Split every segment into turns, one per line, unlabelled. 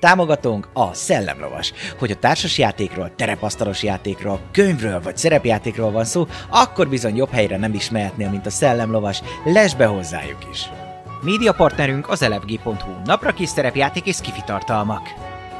Támogatónk a Szellemlovas. Hogy a társas játékról, terepasztalos játékról, könyvről vagy szerepjátékról van szó, akkor bizony jobb helyre nem is mehetnél, mint a Szellemlovas. Lesz be hozzájuk is! Média partnerünk az elefg.hu, napra kis szerepjáték és kifitartalmak.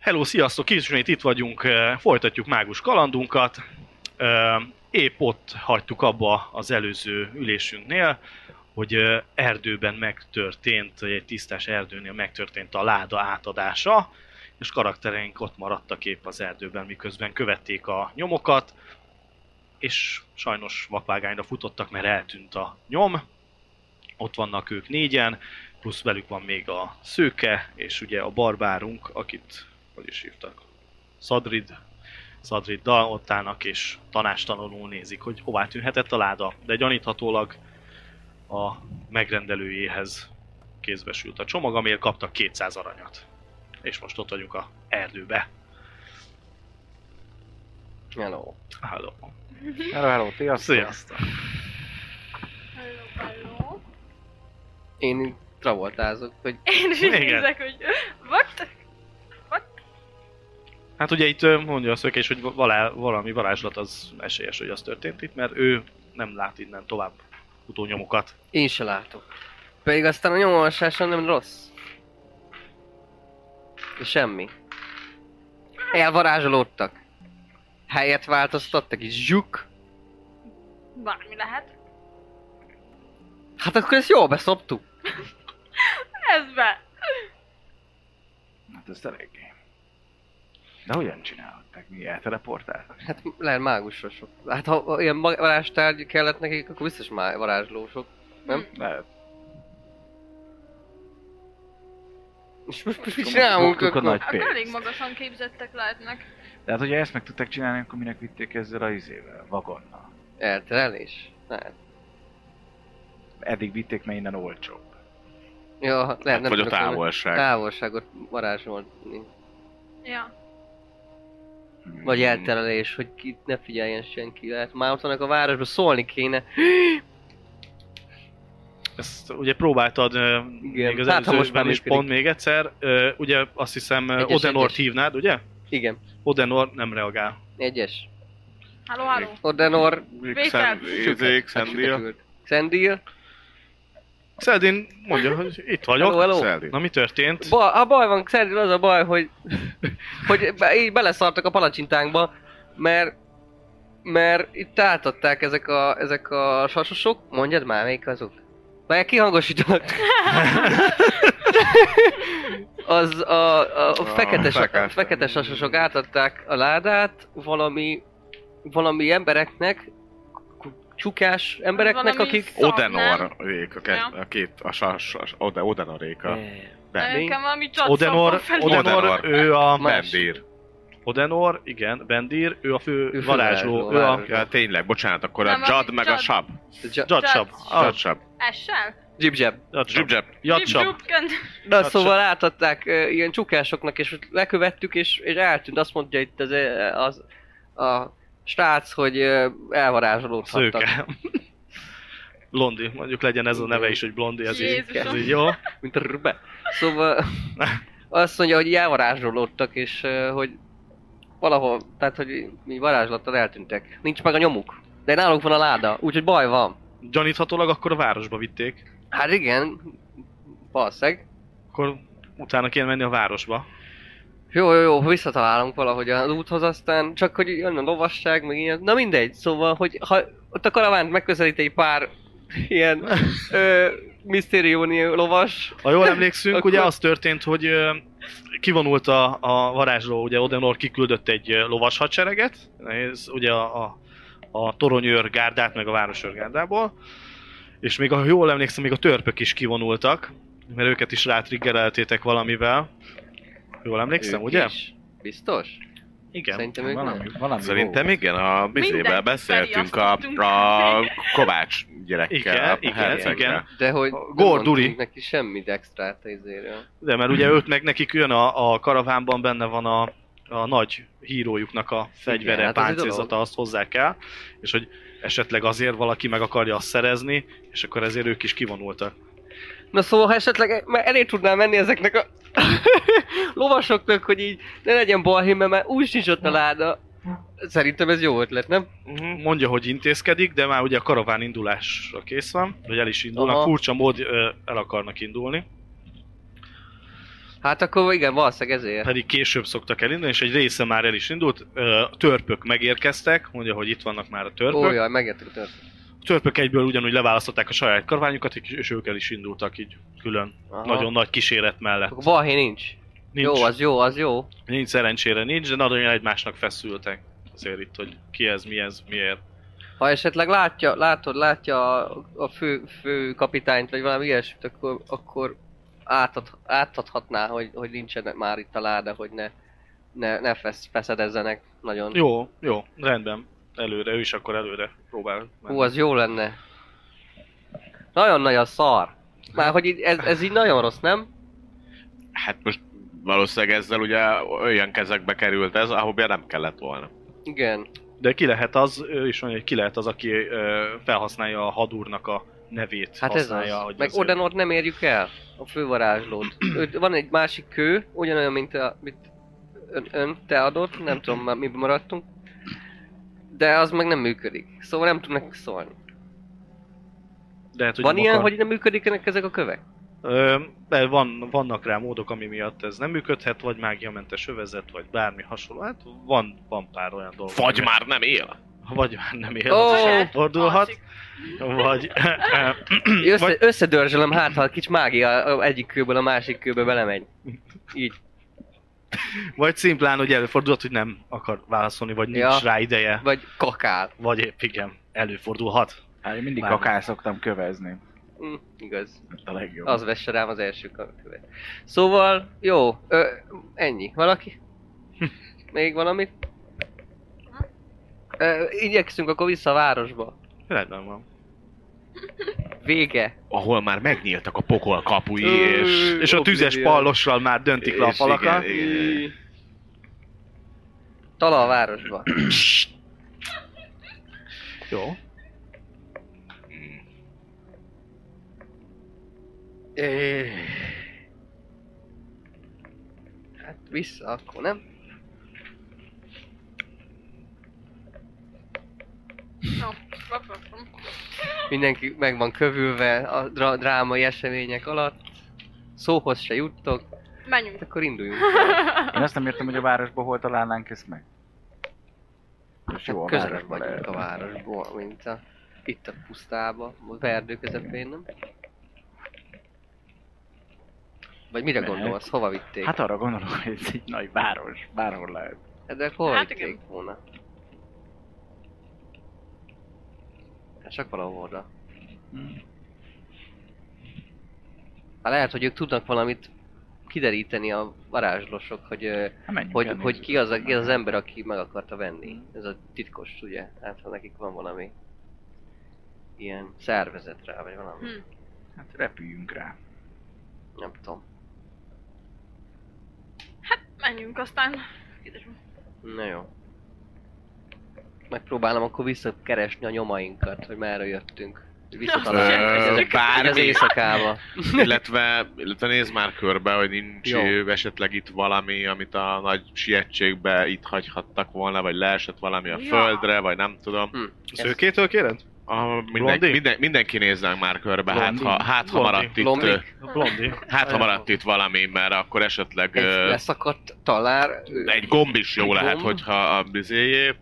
Hello, sziasztok! Ismét itt vagyunk, eh, folytatjuk mágus kalandunkat. Eh, Épp ott hagytuk abba az előző ülésünknél, hogy eh, erdőben megtörtént, egy tisztás erdőnél megtörtént a láda átadása, és karaktereink ott maradtak épp az erdőben, miközben követték a nyomokat, és sajnos vakvágányra futottak, mert eltűnt a nyom. Ott vannak ők négyen, plusz velük van még a szőke, és ugye a barbárunk, akit hogy is hívtak, Szadrid, Szadriddal ott állnak és tanástalanul nézik, hogy hová tűnhetett a láda, de gyaníthatólag a megrendelőjéhez kézbesült a csomag, amiért kaptak 200 aranyat. És most ott vagyunk a erdőbe.
Hello.
Hello.
Hello, hello, sziasztok.
Sziasztok.
Halló, halló.
Én így travoltázok, hogy
Én is így
Igen.
nézek, hogy what?
Hát ugye itt ö, mondja a szökés, hogy valá, valami varázslat az esélyes, hogy az történt itt, mert ő nem lát innen tovább utónyomokat.
én se látok. Pedig aztán a nyomolvasásom nem rossz. De semmi. Elvarázsolódtak. Helyet változtattak, és zsuk.
Valami lehet.
Hát akkor ezt jól beszoptuk.
Ez be.
Hát ez eléggé. De hogyan csinálhatták? Mi elteleportáltak?
Hát lehet mágusosok. Hát ha ha ilyen ma- varázstárgy kellett nekik, akkor biztos már varázslósok. Nem?
Lehet.
És most, most mit csinálunk?
Buktuk a
akkor?
nagy
Hát elég
pénzt.
magasan képzettek lehetnek.
De hát, hogyha ezt meg tudták csinálni, akkor minek vitték ezzel a izével, vagonnal?
Elterelés? Lehet.
Eddig vitték, mert innen olcsóbb.
Jó, hát lehet,
Hát, vagy a
tudok, hogy
távolság.
Távolságot varázsolni.
Ja.
Hmm.
Vagy elterelés, hogy itt ne figyeljen senki. Lehet már ott vannak a városban, szólni kéne.
Ezt ugye próbáltad ö, még az
hát, ha
előző
most már
évben is
működik.
pont még egyszer. Ö, Ugye azt hiszem ö,
Egyes,
Odenort
egyes.
hívnád, ugye?
Igen,
Odenor nem reagál.
egyes.
Halló, halló.
Ordenor...
Vétel. hát
Izék, Szendia.
Szendil?
Szedin mondja, hogy itt
Hello,
vagyok.
hello.
Szendi.
Na mi történt?
Ba, a baj van, Szendil az a baj, hogy... hogy be, így beleszartak a palacsintánkba, mert... Mert itt átadták ezek a, ezek a sasosok, mondjad már, melyik azok? Mert kihangosítanak. az a, a, a fekete, sa,
fekete.
a fekete sasosok átadták a ládát valami, valami embereknek, k- csukás embereknek,
Valami
akik...
szar, Szóval nem?
Odenor rék, a, ke- a két, a sas, sas Ode, Odenor rék a Ben-
Nekem valami csatszabban
Odenor,
felé.
Odenor,
Odenor.
ő a...
Ma-
Bendir.
Odenor, igen, Bendir, ő a fő
Ő fő
varázsló,
varázsló,
ő a
varázsló.
Ja, tényleg, bocsánat, akkor a
Nem, a
Jad meg a
Judd.
Sab.
Jadsab.
Ah.
Jadsab.
Essel?
Jibjab.
Jadsab.
Zsibzseb.
Jadsab.
Zsibzsubkent.
Na
Hát
szóval átadták ö, ilyen csukásoknak, és ott lekövettük, és, és eltűnt. Azt mondja itt az, ö, az a srác, hogy ö, elvarázsolódhattak.
Szőke. Blondi, mondjuk legyen ez a neve is, hogy Blondi, ez így, ez
Jézusom.
így jó.
Mint a rbe. Szóval azt mondja, hogy elvarázsolódtak, és ö, hogy valahol, tehát hogy mi varázslattal eltűntek. Nincs meg a nyomuk. De nálunk van a láda, úgyhogy baj van.
Gyaníthatólag akkor a városba vitték.
Hát igen, valószínűleg.
Akkor utána kéne menni a városba.
Jó, jó, jó, visszatalálunk valahogy az úthoz aztán, csak hogy jön a lovasság, meg ilyen, na mindegy, szóval, hogy ha ott a karavánt megközelít egy pár ilyen ö, misztérióni lovas,
Ha jól emlékszünk,
Akkor-
ugye az történt, hogy ö, kivonult a, a varázsló, ugye Odenor kiküldött egy ö, lovas hadsereget, ez ugye a, a, a toronyőr gárdát, meg a városőr gárdából, és még ha jól emlékszem, még a törpök is kivonultak, mert őket is rátriggereltétek valamivel. Jól emlékszem,
Ők
ugye?
is. Biztos?
Igen.
Szerintem ők nem.
valami
Szerintem
volt.
igen, a bizével
Mindegy,
beszéltünk a,
beriasztottunk.
a Kovács gyerekkel,
Igen,
a
igen,
herceggel.
igen.
De hogy
A
nem
Gorduri.
mondtunk neki semmi dextrát izéről.
De mert ugye őt meg nekik jön a, a karavánban, benne van a, a nagy hírójuknak a fegyvere,
Igen, hát az egy
páncélzata,
dolog.
azt hozzá kell, és hogy esetleg azért valaki meg akarja azt szerezni, és akkor ezért ők is kivonultak.
Na szóval, ha esetleg már elé tudnál menni ezeknek a lovasoknak, hogy így ne legyen balhé, mert már úgy sincs ott a láda. Szerintem ez jó ötlet, nem? Mhm.
Mondja, hogy intézkedik, de már ugye a karaván indulásra kész van, vagy el is indulnak,
Aha.
furcsa mód ö, el akarnak indulni,
Hát akkor igen, valószínűleg ezért.
pedig később szoktak elindulni, és egy része már el is indult, ö, a törpök megérkeztek, mondja, hogy itt vannak már a törpök,
Ó, jaj, megértük a törpök.
a törpök egyből ugyanúgy leválasztották a saját karványukat, és és ők el is indultak így külön
Aha.
nagyon nagy kíséret mellett.
Akkor balhé nincs.
Nincs,
Jó, az jó, az jó.
nincs szerencsére nincs, de nagyon egymásnak feszültek. Azért itt, hogy ki ez, mi ez, miért.
Ha esetleg látja, látod, látja a, a fő, fő kapitányt, vagy valami ilyesmit, akkor, akkor átad, átadhatná, hogy, hogy nincsen már itt a láda, hogy ne, ne, ne fesz, feszedezzenek nagyon.
Jó, jó, rendben. Előre, ő is akkor előre próbál. menni.
Hú, az jó lenne. Nagyon nagy a szar. Már hogy így, ez, ez így nagyon rossz, nem?
Hát most valószínűleg ezzel ugye olyan kezekbe került ez, ahová nem kellett volna.
Igen.
De ki lehet az, ő is mondja, hogy ki lehet az, aki ö, felhasználja a hadúrnak a nevét.
Hát ez
használja,
az.
hogy
Meg
azért-
Odenort nem érjük el, a fővarázslót. Őt, van egy másik kő, ugyanolyan, mint a, mint ön, ön, te adott, nem tudom már miben maradtunk. De az meg nem működik. Szóval nem tudnak neki szólni.
De hát, hogy
van
nem
ilyen,
akar-
hogy nem működnek ezek a kövek?
Ö, de van, vannak rá módok, ami miatt ez nem működhet, vagy mágiamentes övezet, vagy bármi hasonló. Hát van, van pár olyan dolog.
Vagy
ami-
már nem él?
Vagy már nem él.
Ó! hát
az is
Saját
Fordulhat.
alszik.
Vagy...
Össze, összedörzsölöm, hát ha a kicsi mágia ö, egyik kőből a másik kőbe belemegy. Így.
Vagy szimplán, hogy előfordulhat, hogy nem akar válaszolni, vagy nincs
Ja.
rá ideje,
Vagy kakál.
vagy épp igen, előfordulhat.
Hát én mindig
Bármi.
kakál szoktam kövezni.
Mm, igaz.
Ez Hát A legjobb.
Az vesse rám az első követ. Szóval, jó, ö, ennyi. Valaki? Még valamit? Ö, igyekszünk akkor vissza a városba.
Rendben van.
Vége.
Ahol már megnyíltak a pokol kapui,
Ö,
és...
És a tüzes
Oblivion.
pallossal már döntik le a
És
falakat.
igen, igen.
Tala a városba.
Jó.
Ö, Hát vissza akkor, nem?
Jó, papapam.
Mindenki meg van kövülve a dra- drámai események alatt. Szóhoz se juttok, Hát
Menjünk.
akkor induljunk.
Én azt nem értem, hogy a városban hol találnánk ezt meg. Most jó, a
Közelebb
városban
Hát vagyunk a
lehet.
városból, mint a, itt a pusztába, az erdő közepén, nem? Vagy mire
Mehet.
gondolsz? Hova vitték? Hát,
Hát arra gondolom, hogy ez egy nagy város, bárhol lehet.
de akkor hova
Hát
vitték
igen.
volna? Hát csak valahol oda.
Hmm.
Hát lehet, hogy ők tudnak valamit kideríteni a varázslosok, hogy, ö,
Hát menjünk el,
hogy, hogy
nézzük
ki, az, a,
meg.
ki az az ember, aki meg akarta venni. Ez a titkos, ugye? Hát ha nekik van valami ilyen szervezet rá, vagy valami,
Hm.
Hát repüljünk rá.
nem tudom.
Menjünk, aztán kiderül.
Na jó. Megpróbálom akkor visszakeresni a nyomainkat, hogy merre jöttünk.
Ö,
Visszatalálni
bármi.
az éjszakába.
illetve, illetve nézd már körbe, hogy nincs
Jó.
Jó. esetleg itt valami, amit a nagy sietségbe itt hagyhattak volna, vagy leesett valami a
Ja.
földre, vagy nem tudom.
Hm. Ezt-
Szőkétől kéred?
A, mindenki,
Blondi?
minden, mindenki néznek már körbe, hát
Blondi?
ha, hát ha
Blondi.
maradt itt...
Blondi?
ö,
Blondi.
Hát ha maradt itt valami, mert akkor esetleg
Egy
ö,
leszakadt talár, ö,
egy gomb is jó
Egy
lehet,
gomb?
hogyha a bizéjé...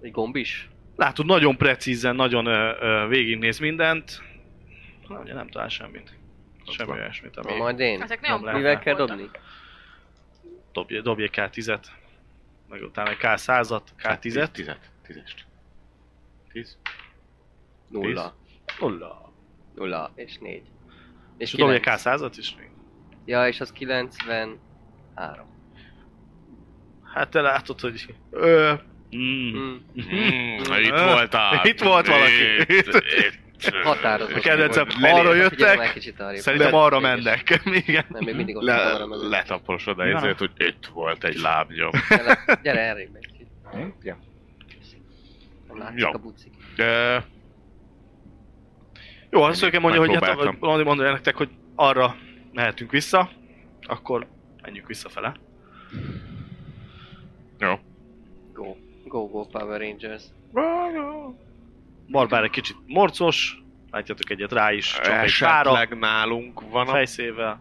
egy gomb is.
Látod, nagyon precízen, nagyon ö, ö, végignéz mindent. Na, ugye nem talál semmit. Semmi
van.
olyasmit,
Na,
ami
majd én.
Ezek nagyon
Nem
bravák
Mivel kell
voltak.
dobni?
dobj, dobj egy K10-et, meg utána egy K100-at, K10-et.
hát Tizet. Tízest. Tíz.
Nulla.
Nulla.
Nulla és négy.
És dobj egy
kilenc.
K100-at is még.
Ja, és az 93.
Hát te látod, hogy... Ö, mm,
Mm.
Mm, itt
Ö,
voltál.
itt volt valaki.
Itt, itt.
Határozott.
A kedvencem,
volt.
arra
Lelépett,
jöttek,
figyelj, már kicsit arrébb.
szerintem
Nem,
arra
mégis.
mennek. Igen.
Nem, még mindig ott van,
Le,
arra mennek.
letaporos oda,
Ja.
ezért, hogy itt volt egy lábnyom.
Gyere, Gyere, errébb egy kicsit.
Én? Ja.
Nem látszik
Jó.
a bucik.
De
Jó, azt szőke mondja, hogy hát,
Megpróbáltam.
Blondi mondja nektek, hogy arra mehetünk vissza, akkor menjünk visszafele.
jó.
Go. Go, go, Power Rangers.
Barbár egy kicsit morcos, látjátok egyet rá is, csak egy fára,
Esetleg nálunk van a
fejszével,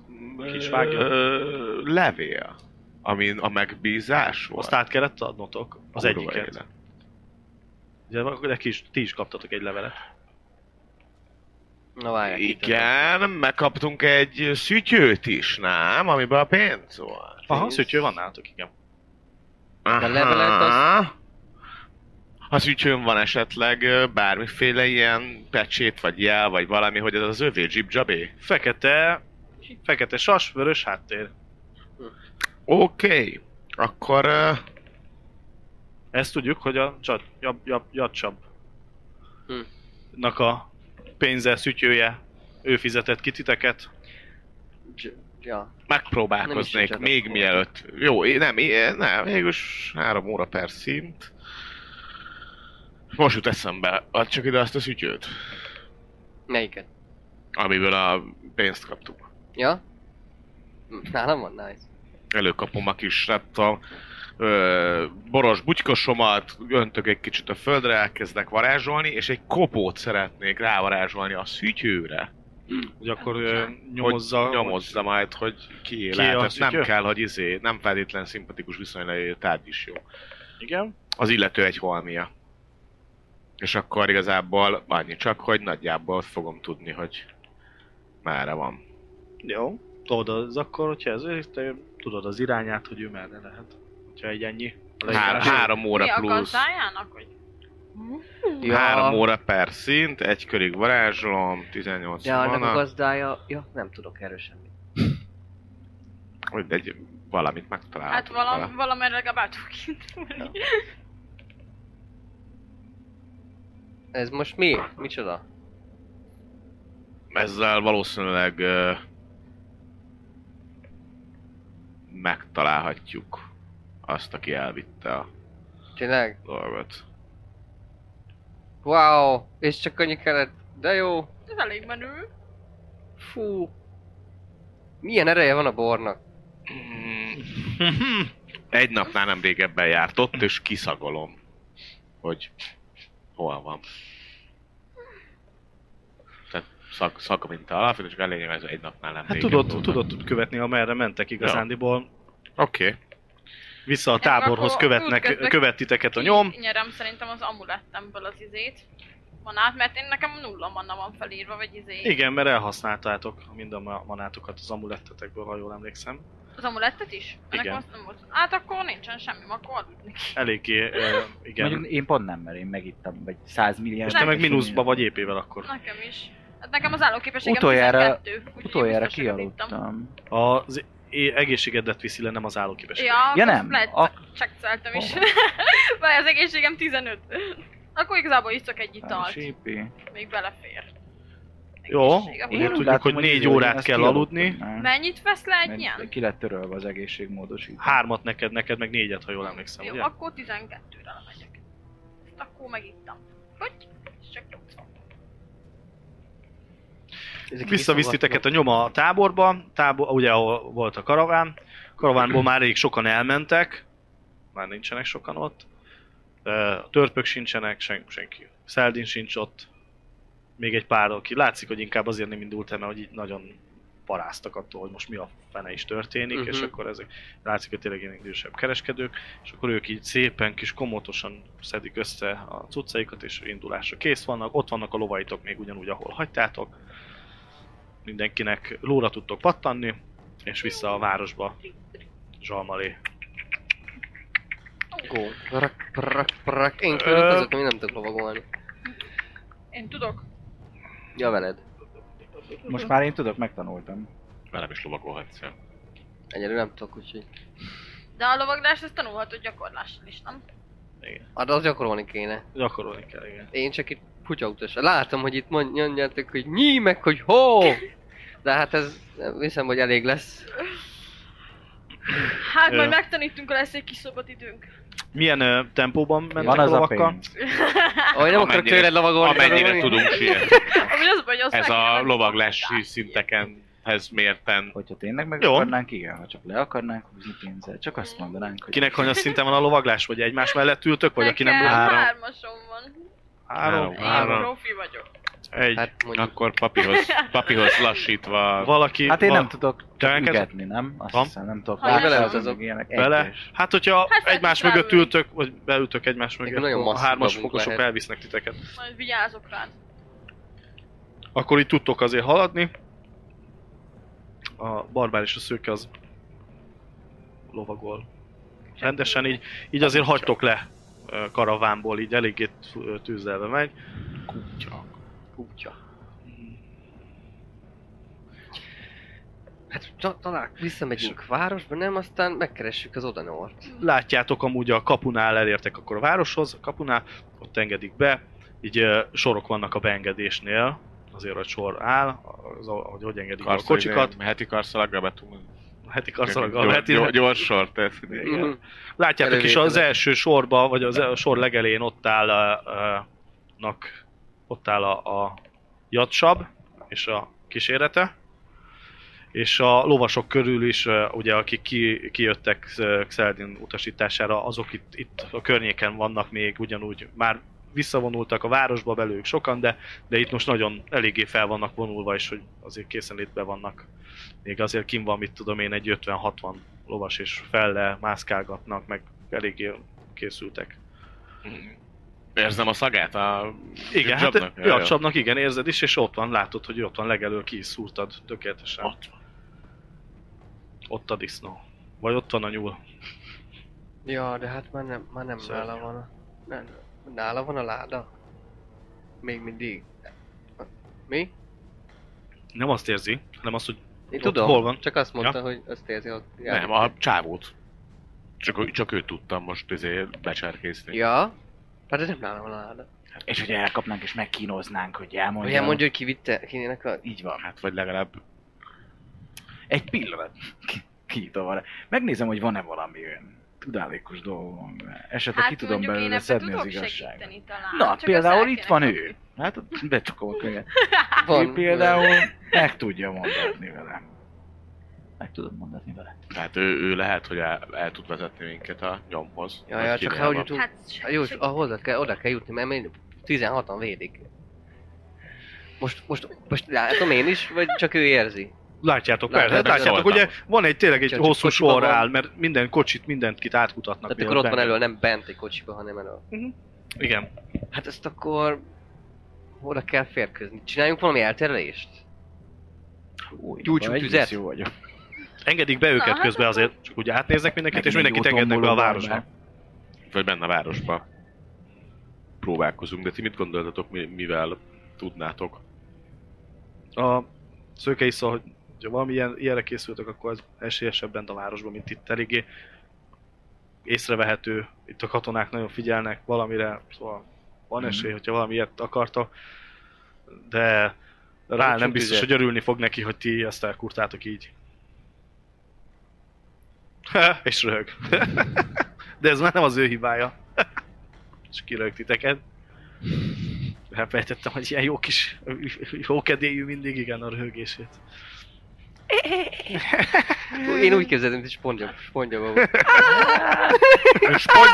kis vágja.
Ö, levél, amin a megbízás volt.
Azt át kellett adnotok, az
Kurva
egyiket.
élet.
Ugye, akkor neki is, ti is kaptatok egy levelet.
Na várják. itt a-
Igen, megkaptunk egy szütyőt is, nem? Amiben a pénz volt.
Aha, szütyő van nálatok, igen.
Aha.
levelet azt-
A szütyőn van esetleg ö, bármiféle ilyen pecsét, vagy jel, vagy valami, hogy ez az övé Jeep Jabé.
Fekete, fekete sas, vörös háttér.
Oké, okay. akkor... ö,
Ezt tudjuk, hogy a csat, jab, jab, jadcsab
Hm.
nak a pénze szütyője, ő fizetett ki titeket.
J- Ja. Nem is
megpróbálkoznék
sincsenek
még
hol.
mielőtt. Jó, én- nem, én- nem, végülis három óra per szint. Most jut eszembe, add csak ide azt a szütyőt,
Melyiket?
amiből a pénzt kaptuk.
Ja? Hm, Nálam van? Nice.
Előkapom a kis reptal, ö, boros butykosomat, öntök egy kicsit a földre, elkezdek varázsolni, és egy kopót szeretnék rávarázsolni a szütyőre.
Hogy akkor ö, nyomozza,
hogy nyomozza majd, hogy ki,
Ki
lehet.
a
Ez nem
szütyő?
kell, hogy izé, nem feltétlen szimpatikus viszony legyen, tárgy is jó.
Igen.
az illető egy holmia. És akkor igazából annyi csak, hogy nagyjából fogom tudni, hogy merre van.
Jó. Tudod az akkor, hogyha ez, te tudod az irányát, hogy ő merre lehet. Hogyha egy ennyi. a
Há-
leírás.
három
Mi
óra
a
plusz,
gazdájának, hogy
Ja.
három óra per szint, egy körig varázsolom, 18
De annak a
mana,
gazdája... Ja, nem tudok erről semmit.
mindegy, valamit megtaláltam.
hát valam,
vele.
valamire legalább át fog indulni.
Ez most mi? Micsoda?
Ezzel valószínűleg ö, megtalálhatjuk azt, aki elvitte a
Tényleg?
dolgot.
Wow! És csak annyi kellett. De jó.
Ez elég menő.
Fú. Milyen ereje van a bornak?
Mm. Egy napnál nem régebben járt ott, és kiszagolom, hogy hol van. Tehát szag, szag mint a alapvető, csak a lényeg ez egy napnál nem
Hát
régen
tudod,
volt.
tudod követni, amerre mentek igazándiból.
Oké. Okay.
Vissza a
Ezek
táborhoz
akkor
követnek,
ültetnek.
követ titeket a nyom.
Így Nyerem szerintem az amulettemből az izét. Van át, mert én nekem nulla manna van felírva, vagy izé.
Igen, mert elhasználtátok mind a ma- manátokat az amulettetekből, ha jól emlékszem.
Az amulettet is? Ennek
Igen.
azt nem volt. Hát akkor nincsen semmi, akkor aludni.
Eléggé, ö, igen.
Mondjuk én pont nem, mert én megittam, vagy 100 millió.
És te meg mínuszba vagy épével akkor.
Nekem is. Hát nekem az állóképességem
Utoljára-
12, úgyhogy én
Utoljára
biztosan ittam.
kialudtam.
Az é- egészségedet viszi le, nem az állóképesség.
Ja,
Ja
akkor
nem,
Lehet,
ak- Oh.
csekceltem is. Vagy az egészségem 15. Akkor igazából iszok egy italt.
Sípi.
Még belefér.
Jó,
Egészség, akkor
ugye
jó.
tudjuk, hogy négy
én
órát
ezt
kell
kialudtam,
aludni.
nem?
Mennyit vesz le egy
Mert
ilyen?
Ki lett törölve az egészségmódosító.
Hármat neked, neked meg négyet, ha jól emlékszem,
Jó,
ugye?
akkor 12-re lemegyek. Ezt akkor megittam. Hogy? És csak 80.
Ezek
Visszavisz
iszogatnak.
titeket a nyoma a táborba, tábor, ugye ahol volt a karaván. Karavánból már rég sokan elmentek, már nincsenek sokan ott. Ö, A törpök sincsenek, sen, senki. Szeldin sincs ott. Még egy pár, aki látszik, hogy inkább azért nem indult el, mert hogy itt nagyon paráztak attól, hogy most mi a fene is történik, uh-huh. és
Mhm.
akkor ezek látszik, hogy tényleg ilyen idősebb kereskedők, és akkor ők így szépen kis komótosan szedik össze a cuccaikat, és indulásra kész vannak, ott vannak a lovaitok még ugyanúgy, ahol hagytátok, mindenkinek lóra tudtok pattanni, és vissza a városba zsalmalé.
Gól. Prak, prak, prak. Én körülök
Ö.
azok, ami nem tudok lovagolni.
Én tudok.
Ja, veled.
Most már én tudok, megtanultam.
Velem is lovagolhatsz. ja.
Ennyire nem tudok, úgyhogy...
De a lovaglás, ezt tanulhatod gyakorlással is, nem?
Hát de azt gyakorolni kéne.
Gyakorolni kell, igen.
Én csak itt kutyautas. Látom, hogy itt mond- mondjátok, hogy nyí, meg hogy hó! De hát ez... Hiszem, hogy elég lesz.
Hát
Ö.
majd megtanítunk, ha lesz egy kis szabad időnk.
Milyen ö, tempóban mentek
Van az a
lovakkal?
pénz.
Ahogy nem akarok
Amennyire-
tőled lovagolni.
Amennyire
lovagolni.
tudunk sietni.
Ami az, a baj, hogy azt
Ez
meg kell
a
menni.
lovaglási szintekenhez mérten.
Hogyha tényleg meg
Jó.
akarnánk, igen, ha csak le akarnánk húzni pénzzel, csak azt mondanánk, hogy
Kinek hanyas szinten van a lovaglás, vagy egymás mellett ültök, vagy aki nem
Nekem
lát?
hármasom van.
Három.
Én
Három.
profi vagyok.
Egy.
Hát mondjuk...
Akkor papihoz, papihoz lassítva
Valaki...
Hát én
va-
nem tudok csak
Tehenkedsz?
ügetni, nem? Azt
Van.
hiszem, nem tudok
Ha nem,
látni,
az
azok
azok
ilyenek
Bele?
egyes.
Hát, hogyha
Hát,
egymás
fel is
mögött
állunk.
ültök, vagy beültök egymás mögött,
Nekünk nagyon
akkor a
masszív
hármas
lovunk
fokosok
lehet.
elvisznek titeket.
Majd vigyázok rád.
Akkor így tudtok azért haladni. A barbár és a szőke az lovagol. Rendesen így, így azért hagytok le ö, karavánból, így eléggé t- ö, tűzelve megy.
kutya.
Kutya. Hát ta- talán visszamegyünk városba, nem? Aztán megkeressük az Odanort.
Látjátok amúgy a kapunál elértek akkor a városhoz, a kapunál, ott engedik be, így ö, sorok vannak a beengedésnél, azért a sor áll, az, ahogy hogy engedik be a kocsikat, Hát,
Heti karszalaggal betúlunk.
a heti
Gyors,
karszalaggal, heti,
gyors, gyors sort. Ez.
Igen. Látjátok is az
Elővételek.
első sorba, vagy az a sor legelén ott áll a, a, nak, ott áll a, a jatsab és a kísérete. És a lovasok körül is, ö, ugye akik ki, kijöttek ö, Xeldin utasítására, azok itt, itt a környéken vannak még ugyanúgy, már visszavonultak a városba belőlük sokan, de, de itt most nagyon eléggé fel vannak vonulva, és hogy azért készenlétben vannak. Még azért kim van, mit tudom én, egy 50-60 lovas és felle mászkálgatnak, meg eléggé készültek.
Érzem a szagát a
Igen, hát
Csapnak? Jaj,
ja, csapnak, igen, érzed is, és ott van, látod, hogy ott van legelől, ki is szúrtad tökéletesen. Ott. ott a disznó. Vagy ott van a nyúl.
Ja, de hát már nem, már nem
Szörnyű.
nála van a... Nem, nála van a láda? Még mindig. Mi?
Nem azt érzi, hanem azt, hogy
Én
Ott
tudom,
hol van?
csak azt mondta, hogy azt érzi, hogy jár.
Nem, a csávót. Csak, csak őt tudtam most izé becserkészni.
Ja? Hát de nem nála van a láda.
És hogy elkapnánk és megkínoznánk, hogy elmondjam.
Ugye mondja, hogy kivitte, kinének a...
Így van.
Hát vagy legalább
Egy pillanat. Ki- Kinyitom arra. Megnézem, hogy van-e valami olyan tudálékos dolgom. Esetleg hát ki tudom
Hát, mondjuk
belőle
ebben
szedni
tudok
az igazságot.
segíteni talán.
Na,
Csak
például
össze
itt
kéne
van
kapni.
ő. Hát ott becsukom a könyvet. Ő
Van.
például meg tudja mondatni vele. Meg tudom mondatni vele.
Tehát hát ő, ő lehet, hogy el, el tud vezetni minket a nyomhoz.
Ja, ja,
Vagy
csak
Kínába.
hogy jutunk...
Hát, seg-
Hát Jó, és
seg-
ahhoz kell, oda kell jutni, mert még 16-an védik. Most, most, most látom én is, vagy csak ő érzi?
Látjátok,
Látjátok,
persze, hát látjátok,
szóltam.
ugye van egy tényleg egy
Csak- csak
hosszú
kocsiba
sor
van.
áll, mert minden kocsit, mindent kit átkutatnak.
Tehát
mielőtt
akkor ott van
benne-
elől, nem bent egy kocsiba, hanem elől.
Igen.
Hát ezt akkor... Oda kell férkőzni. Csináljunk valami elterelést?
Új,
Gyújtsunk
abban egész
tüzet.
Jó vagyok.
Engedik be őket
hát
közben
akkor-
azért, csak úgy átnéznek mindenkit, és mindenkit
Megint
engednek be a
jótomboló
városba.
barbár.
Vagy benne a városba próbálkozunk, de ti mit gondoltatok, mi, mivel tudnátok?
A szőke is szól, hogy ha valami ilyen, ilyenre készültek, akkor az esélyesebb bent a városban, mint itt eléggé észrevehető, itt a katonák nagyon figyelnek valamire, szóval van
Mhm.
esély, hogyha valami ilyet akarta, de rá nem
Tartsunk
biztos,
tüzet.
hogy örülni fog neki, hogy ti ezt elkurtátok így. és röhög. de ez már nem az ő hibája. és kiröhög titeket. Elfejtettem, hogy ilyen jó kis, jó kedélyű mindig, igen, a röhögését.
Hát Én úgy képzeltem, hogy spongyom, spongyom.
Spondj,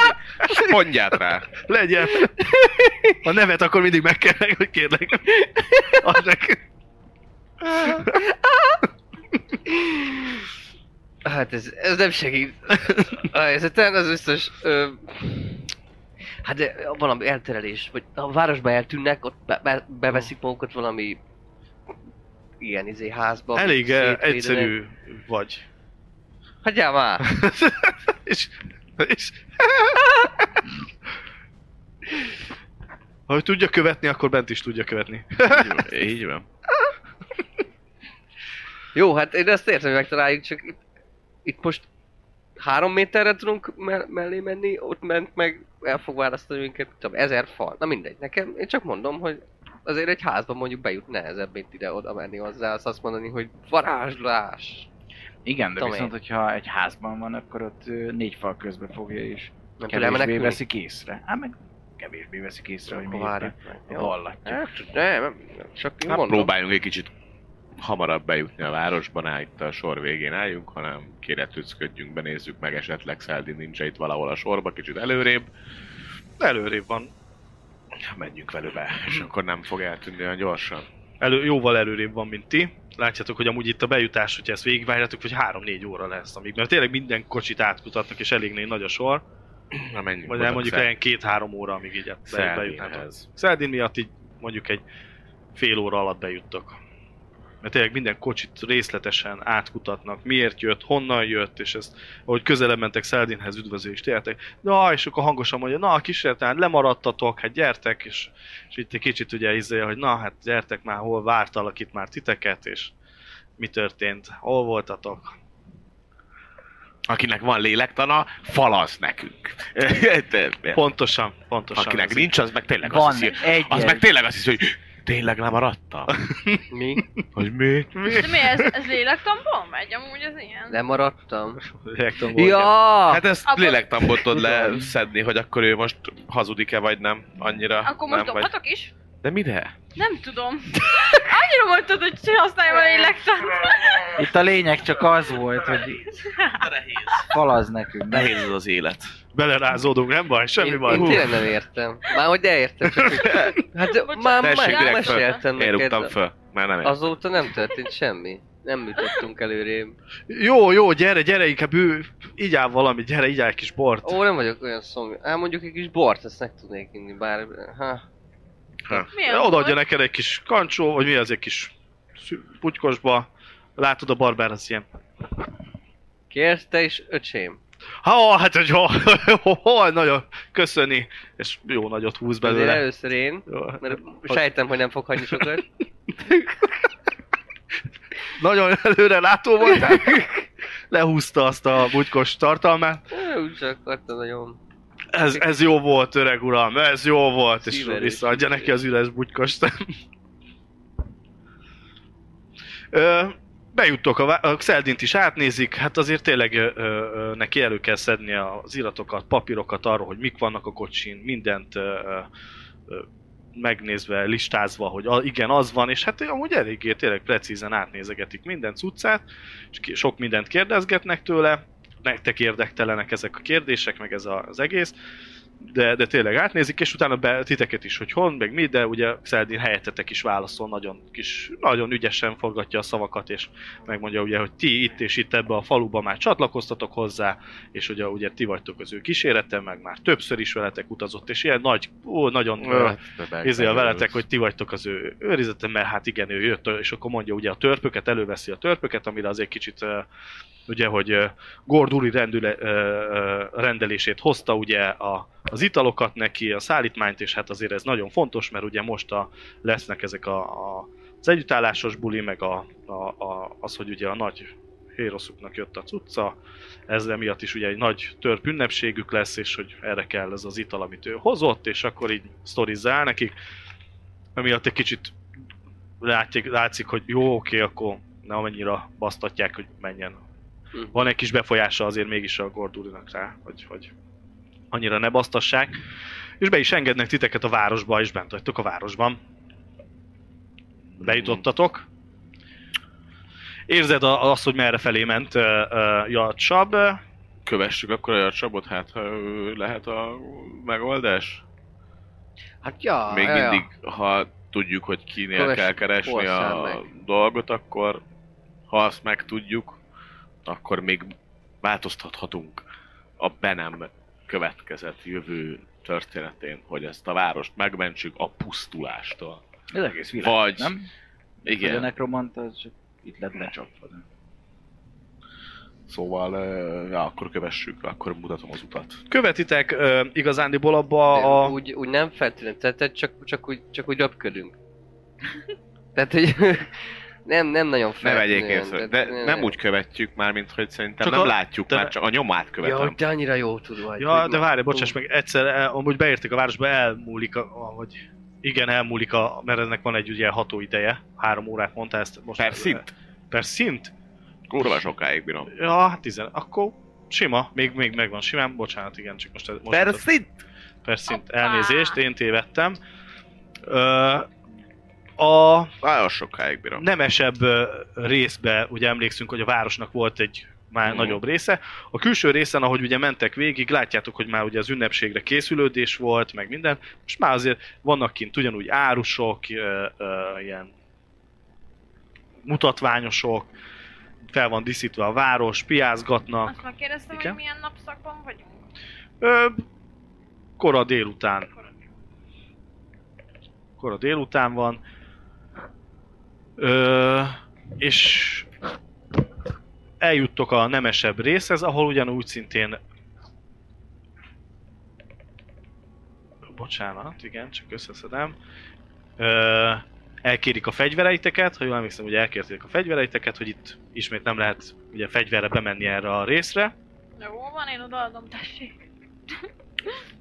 spondját rá.
Legyen. Ha nevet, akkor mindig meg kell meg, hogy kérlek. Add meg.
Hát ez, ez nem segít. Ah, A helyzeten az biztos... Ö, hát de valami elterelés, vagy ha a városba eltűnnek, ott be, be, beveszik magukat valami ilyen izé házba. amit
Elég eh,
szétvédenek.
egyszerű vagy.
Hagyjál Hát már!
és, és... Ha ő tudja követni, akkor bent is tudja követni.
Így van. Így van.
Jó, hát én ezt értem, hogy megtaláljuk, csak itt, itt most három méterre tudunk me- mellé menni, ott ment meg, el fog választani minket, mit tudom, ezer fal. Na mindegy, nekem, én csak mondom, hogy azért egy házba mondjuk bejut nehezebb, mint ide-oda menni hozzá, azt, azt mondani, hogy varázslás.
Igen, de
Tudom
viszont,
én.
hogyha egy házban van, akkor ott ö, négy fal közbe fogja és
Nem tud
kevésbé
elmenekülni?
veszik észre. Hát meg kevésbé veszik észre, hogy mi
Akkor
éppen
várjuk meg. Jó.
vallatja.
Hát, Nem, nem, csak én
Hát
mondom.
próbáljunk egy kicsit hamarabb bejutni a városban, áll itt a sor végén álljunk, hanem kéne tücködjünk, benézzük meg, esetleg Szeldi nincs itt valahol a sorba, kicsit előrébb,
Előrébb van.
menjünk vele be, és akkor nem fog eltűnni olyan gyorsan.
Elő, jóval előrébb van, mint ti. Látjátok, hogy amúgy itt a bejutás, hogyha ezt végigvárjátok, hogy 3-4 óra lesz, amíg, mert tényleg minden kocsit átkutatnak, és elég nagy a sor,
Na menjünk.
vagy
oda
elmondjuk
Szel-
ilyen 2-3 óra, amíg így be- bejutnátok.
Szeldinhez.
Szeldin miatt így mondjuk egy fél óra alatt bejuttok. Mert tényleg minden kocsit részletesen átkutatnak, miért jött, honnan jött, és ezt, ahogy közelebb mentek Szeldinhez üdvözlést értek. Na, és akkor hangosan mondja, na, kísérletán lemaradtatok, hát gyertek, és, és itt egy kicsit ugye izé, hogy na, hát gyertek már, hol vártalak itt már titeket, és mi történt, hol voltatok.
Akinek van lélektana, falaz nekünk.
Pontosan, pontosan.
Akinek
ez így.
nincs, az meg tényleg
Van
azt hiszi,
egy
az meg tényleg azt hiszi, hogy tényleg nem maradta.
Mi?
Hogy mi?
De mi ez? Ez lélektamból megy? Amúgy ez ilyen?
Lemaradtam.
Reaktor volt.
Ja! Hát,
Hát ezt
Abba-
lélektambot tud leszedni, hogy akkor ő most hazudik-e vagy nem annyira.
Akkor most
nem, vagy...
dobhatok is?
De mire?
Nem tudom. Annyira mondtad, hogy használjam a lélektant.
Itt a lényeg csak az volt, hogy falaz nekünk. De
Nehéz ez az élet.
Belerázódunk, nem baj, semmi
én, én
baj.
tényleg nem értem. Már hogy elértem, csak hogy... Hát de már
Tessék,
már
direkt föl.
meséltem
Én
neked.
rúgtam föl, már nem az...
Azóta nem történt semmi. Nem jutottunk előrébb.
Jó, jó, gyere, gyere, inkább ő, így áll valami, gyere, így áll egy kis bort.
Ó, nem vagyok olyan szomjú. Hát mondjuk egy kis bort, ezt meg tudnék inni, bár... Ha.
Mi az
Odaadja
volt?
neked egy kis kancsó, vagy mi az egy kis szü- putykosba. Látod a barbár az ilyen.
Kérsz te is, öcsém?
Ha, hát hogy ha, ha, ha, nagyon köszöni, és jó nagyot húz
Azért
belőle.
először én,
Jó,
mert sejtem, hogy nem fog hagyni sokat.
Nagyon előre látó voltál. Lehúzta azt a butykos tartalmát.
Ő Úgy csak akartam nagyon...
Ez, ez jó volt, öreg uram, ez jó volt, és
Szívelés.
visszaadja neki az üres butykost. Ö, Bejuttok, a, vá- a Xeldint is átnézik, hát azért tényleg ö, ö, ö, neki elő kell szedni az iratokat, papírokat arról, hogy mik vannak a kocsin, mindent ö, ö, ö, megnézve, listázva, hogy a, igen, az van, és hát amúgy eléggé tényleg precízen átnézegetik minden cuccát, és ki- sok mindent kérdezgetnek tőle, nektek érdektelenek ezek a kérdések, meg ez a, az egész, de, de tényleg átnézik, és utána be, titeket is, hogy hon, meg mi, de ugye Xeldin helyettetek is válaszol, nagyon, kis, nagyon ügyesen forgatja a szavakat, és megmondja ugye, hogy ti itt és itt ebbe a faluba már csatlakoztatok hozzá, és ugye, ugye ti vagytok az ő kísérete, meg már többször is veletek utazott, és ilyen nagy, ó, nagyon ö, hát, Izél veletek, hogy ti vagytok az ő őrizete, mert hát igen, ő jött, és akkor mondja ugye a törpöket, előveszi a törpöket, amire azért kicsit ö, ugye, hogy ö, Gorduli rendüle, ö, ö, rendelését hozta ugye a, az italokat neki, a szállítmányt, és hát azért ez nagyon fontos, mert ugye most a, lesznek ezek a, a, az együttállásos buli, meg a, a, a, az, hogy ugye a nagy héroszuknak jött a cucca, ez miatt is ugye egy nagy törp ünnepségük lesz, és hogy erre kell ez az ital, amit ő hozott, és akkor így sztorizzál nekik, emiatt egy kicsit látják, látszik, hogy jó, oké, akkor nem annyira basztatják, hogy menjen.
Hm.
Van egy kis befolyása azért mégis a Gordulinak rá, hogy, hogy annyira ne basztassák. És be is engednek titeket a városba, és bent vagytok a városban. Bejutottatok. Érzed a- azt, hogy merre felé ment ö, ö, ja, a csab.
Kövessük akkor a csabot, hát ha ö, lehet a megoldás?
Hát ja,
Még
ja, ja.
mindig, ha tudjuk, hogy kinél
Kövess-
kell keresni a
oldszál meg.
dolgot, akkor ha azt megtudjuk, akkor még változtathatunk a be nem következett jövő történetén, hogy ezt a várost megmentsük a pusztulástól.
Ez egész világ,
Vagy-
nem? Hogy a
Igen,
nekromant, az csak itt lett lecsapva. nem?
szóval ö, ja, akkor kövessük, akkor mutatom az utat.
Követitek ö, igazándiból abba a...
Úgy, úgy nem feltétlenül, tehát, tehát csak, csak, úgy, csak úgy röpködünk. Tehát, hogy nem, nem nagyon
Nem
feltétlenül.
egyébként, észre, de
tehát
nem, úgy követjük már, mint hogy szerintem
Csak
nem
a-
látjuk,
de-
már csak a nyomát
Ja,
követem.
hogy te annyira jó tud vagy.
Ja,
hogy
de
már-
várj, bocsáss meg, egyszer, el, amúgy beértek a városba, elmúlik a, vagy igen, elmúlik a, mert ennek van egy ugye ható ideje, három órát mondta ezt. Most
per szint?
Per szint?
Kurva sokáig bírom.
Ja, hát tizen, akkor sima, még, még megvan simán, bocsánat, igen, csak most... most
Per szint?
per szint,
Hoppá!
elnézést, én tévedtem. Ö, a
Nagyon sokáig bírom.
nemesebb ö, részbe, ugye emlékszünk, hogy a városnak volt egy már
Mhm.
nagyobb része. A külső részen, ahogy ugye mentek végig, látjátok, hogy már ugye az ünnepségre készülődés volt, meg minden. Most már azért vannak kint ugyanúgy árusok, ö, ö, ilyen mutatványosok, fel van díszítve a város, piázgatnak.
Azt megkérdeztem,
Igen.
hogy milyen napszakban vagyunk.
Ö, kora délután. Kora délután van. Ö, és eljuttok a nemesebb részhez, ahol ugyanúgy szintén bocsánat, igen, csak összeszedem. Ö, elkérik a fegyvereiteket, ha jól emlékszem, hogy elkérték a fegyvereiteket, hogy itt ismét nem lehet ugye fegyverre bemenni erre a részre.
Jó van, én odaadom, tessék.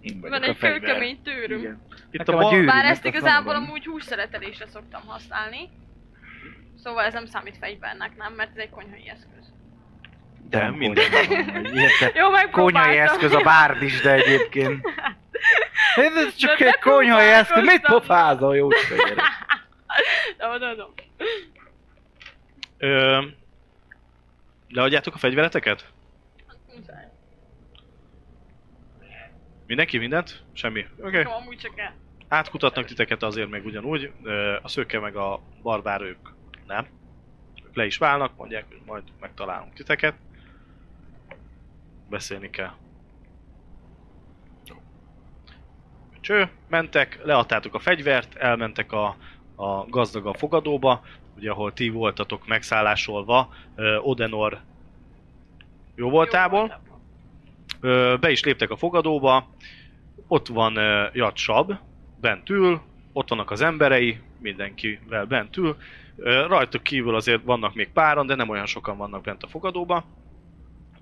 Én vagyok
Van
a
egy
fegyver.
kőkemény tőröm.
Igen.
Itt
Nekem a gyűrű.
Bár
Tőrömnek
ezt
a
igazából
flamban.
amúgy hússzeretelésre szoktam használni. Szóval ez nem számít fegyvernek, nem? Mert ez egy konyhai eszköz.
De
Nem
minden.
konyha van, vagy ilyet.
Jó, megpróbáltam.
Konyhai eszköz a bárd is, de egyébként. Hát Ez csak
De
egy konyhai eszköz, mit
megpróbálkoztam.
pofázol, jó fegyver.
De odaadom.
Ö, leadjátok a fegyvereteket?
Muszáj.
Mindenki mindent? Semmi? Oké.
Okay.
Okay.
Jó, amúgy csak el.
Átkutatnak titeket azért meg ugyanúgy. Ö, a szőke meg a barbár ők nem. Ők le is válnak, mondják, hogy majd megtalálunk titeket. Beszélni kell. Cső, mentek, leadtátok a fegyvert, elmentek a, a gazdag a fogadóba, ugye ahol ti voltatok megszállásolva, ö, Odenor jó voltából.
voltából.
Ö, be is léptek a fogadóba, ott van ö, Jatsab, bent ül, ott vannak az emberei, mindenkivel bent ül. Ö, Rajtuk kívül azért vannak még páran, de nem olyan sokan vannak bent a fogadóba.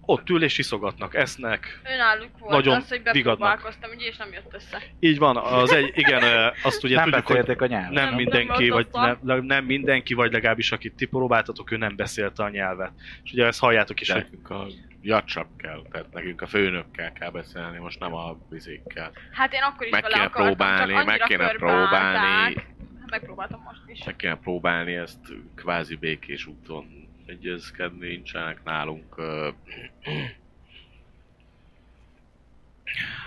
Ott ül és iszogatnak, esznek.
Önálluk volt
Nagyon
Nagyon az, hogy
vigadnak.
bepróbálkoztam, ugye, és nem jött össze.
Így van, az egy, igen, ö, azt ugye
Nem
tudjuk, hogy
beszéltek a nyelven.
nem
Nem,
mindenki,
nem
vagy
hallottam.
ne, nem mindenki, vagy legalábbis akit ti próbáltatok, ő nem beszélte a nyelvet. És ugye ezt halljátok is, hogy
Nekünk a jacsak kell, tehát nekünk a főnökkel kell beszélni, most nem a vizékkel.
Hát én akkor is
Meg
vele
kéne
akartam,
próbálni,
csak
meg
annyira
kéne
körbeállták.
próbálni.
Hát Megpróbáltam most is.
Meg kéne próbálni ezt kvázi békés úton egyezkedni, nincsenek nálunk ö,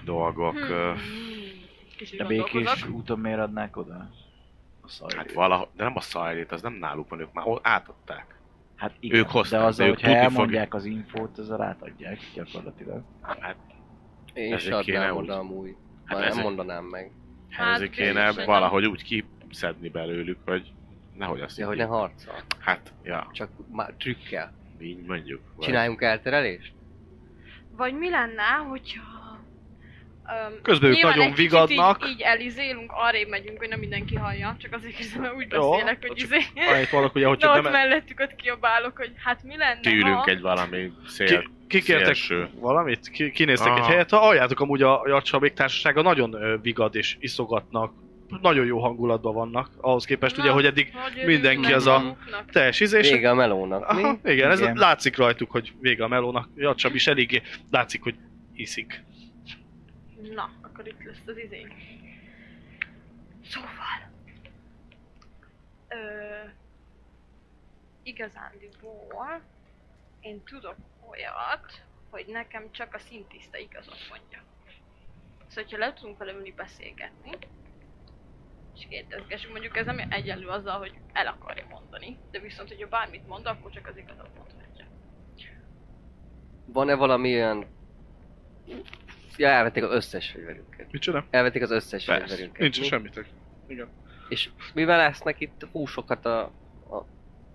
dolgok.
Hm.
ö,
Hmm. Kicsit
De
gondolkozok.
békés úton miért adnák oda? A szajlét.
Hát valahogy, de nem a szajlét, az nem náluk van, ők már o- átadták.
Hát igen,
Ők hozták,
de az,
de ők
hogyha
tudni
elmondják az infót, azzal átadják gyakorlatilag.
Hát,
Én is
Ezért kéne
adnám
úgy.
oda amúgy.
Hát
Már nem
ezek-
mondanám meg.
Hát
hát kéne
biztos, hogy
valahogy úgy kiszedni belőlük, hogy nehogy azt
Ja, hogy ne
higgyék.
harcol.
Hát, ja,
Csak már trükkel.
így mondjuk. Vagy-
Csináljunk elterelést?
Vagy mi lenne, hogyha... Um,
Közben ők nagyon vigadnak.
Így, így elizélünk, arrébb megyünk, hogy nem mindenki hallja, csak azért hiszem, mert úgy
Jó,
beszélek, hogy
csak
izé...
annyit vannak, ugye, hogy
De
csak
ott
nem...
mellettük ott kiabálok, hogy hát mi lenne,
Kiülünk
ha...
egy valami szél
Ki, kikértek
Szélső.
valamit? Ki, kinéztek
Aha.
egy helyet? Ha halljátok, amúgy a, a Csabék társasága nagyon ö, vigad és iszogatnak. Nagyon jó hangulatban vannak, ahhoz képest ugye,
Na,
hogy eddig
hogy örülünk
mindenki
meg
az a-
maguknak.
teljes izés.
Vége a melónak, mi?
Aha, igen, ez
Igen.
látszik rajtuk, hogy vége a melónak. Ja, Csab is eléggé látszik, hogy iszik.
Na, akkor itt lesz az izé. Szóval... Ö, igazándiból én tudok olyat, hogy nekem csak a szintiszta igazat mondja. Szóval, hogyha le tudunk vele ülni beszélgetni, és kérdezgessünk, mondjuk ez nem egyenlő azzal, hogy el akarja mondani, de viszont, hogyha bármit mond, akkor csak az igazat mondhatja.
Van-e valami olyan... Ja, elvették az összes fegyverünket.
Micsoda?
Elvették az összes
Persze.
fegyverünket.
Nincs
mi?
semmitek. Igen.
És mivel lesznek itt húsokat a, a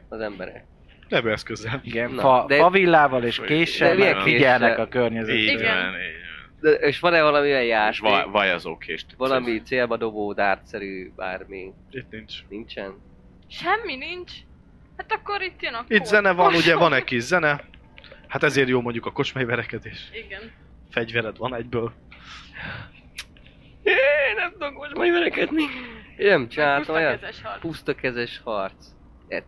az emberek?
Levőeszközzel.
Igen,
Na,
fa,
de-
favillával és késsel
De milyen
meg figyelnek
késsel?
a környezetre.
Így
Igen.
van, így van.
De, és van-e valami olyan
És
játék?
va- vajazókést.
valami célba dobó, dártszerű, bármi?
Itt nincs.
Nincsen?
Semmi nincs? Hát akkor itt jön a
Itt
kód.
zene van, ugye van egy kis zene. Hát ezért jó mondjuk a kocsmai verekedés.
Igen.
Fegyvered van egyből.
Én nem tudok most majd verekedni. Én nem csináltam olyat.
Pusztakezes harc.
Pusztakezes harc.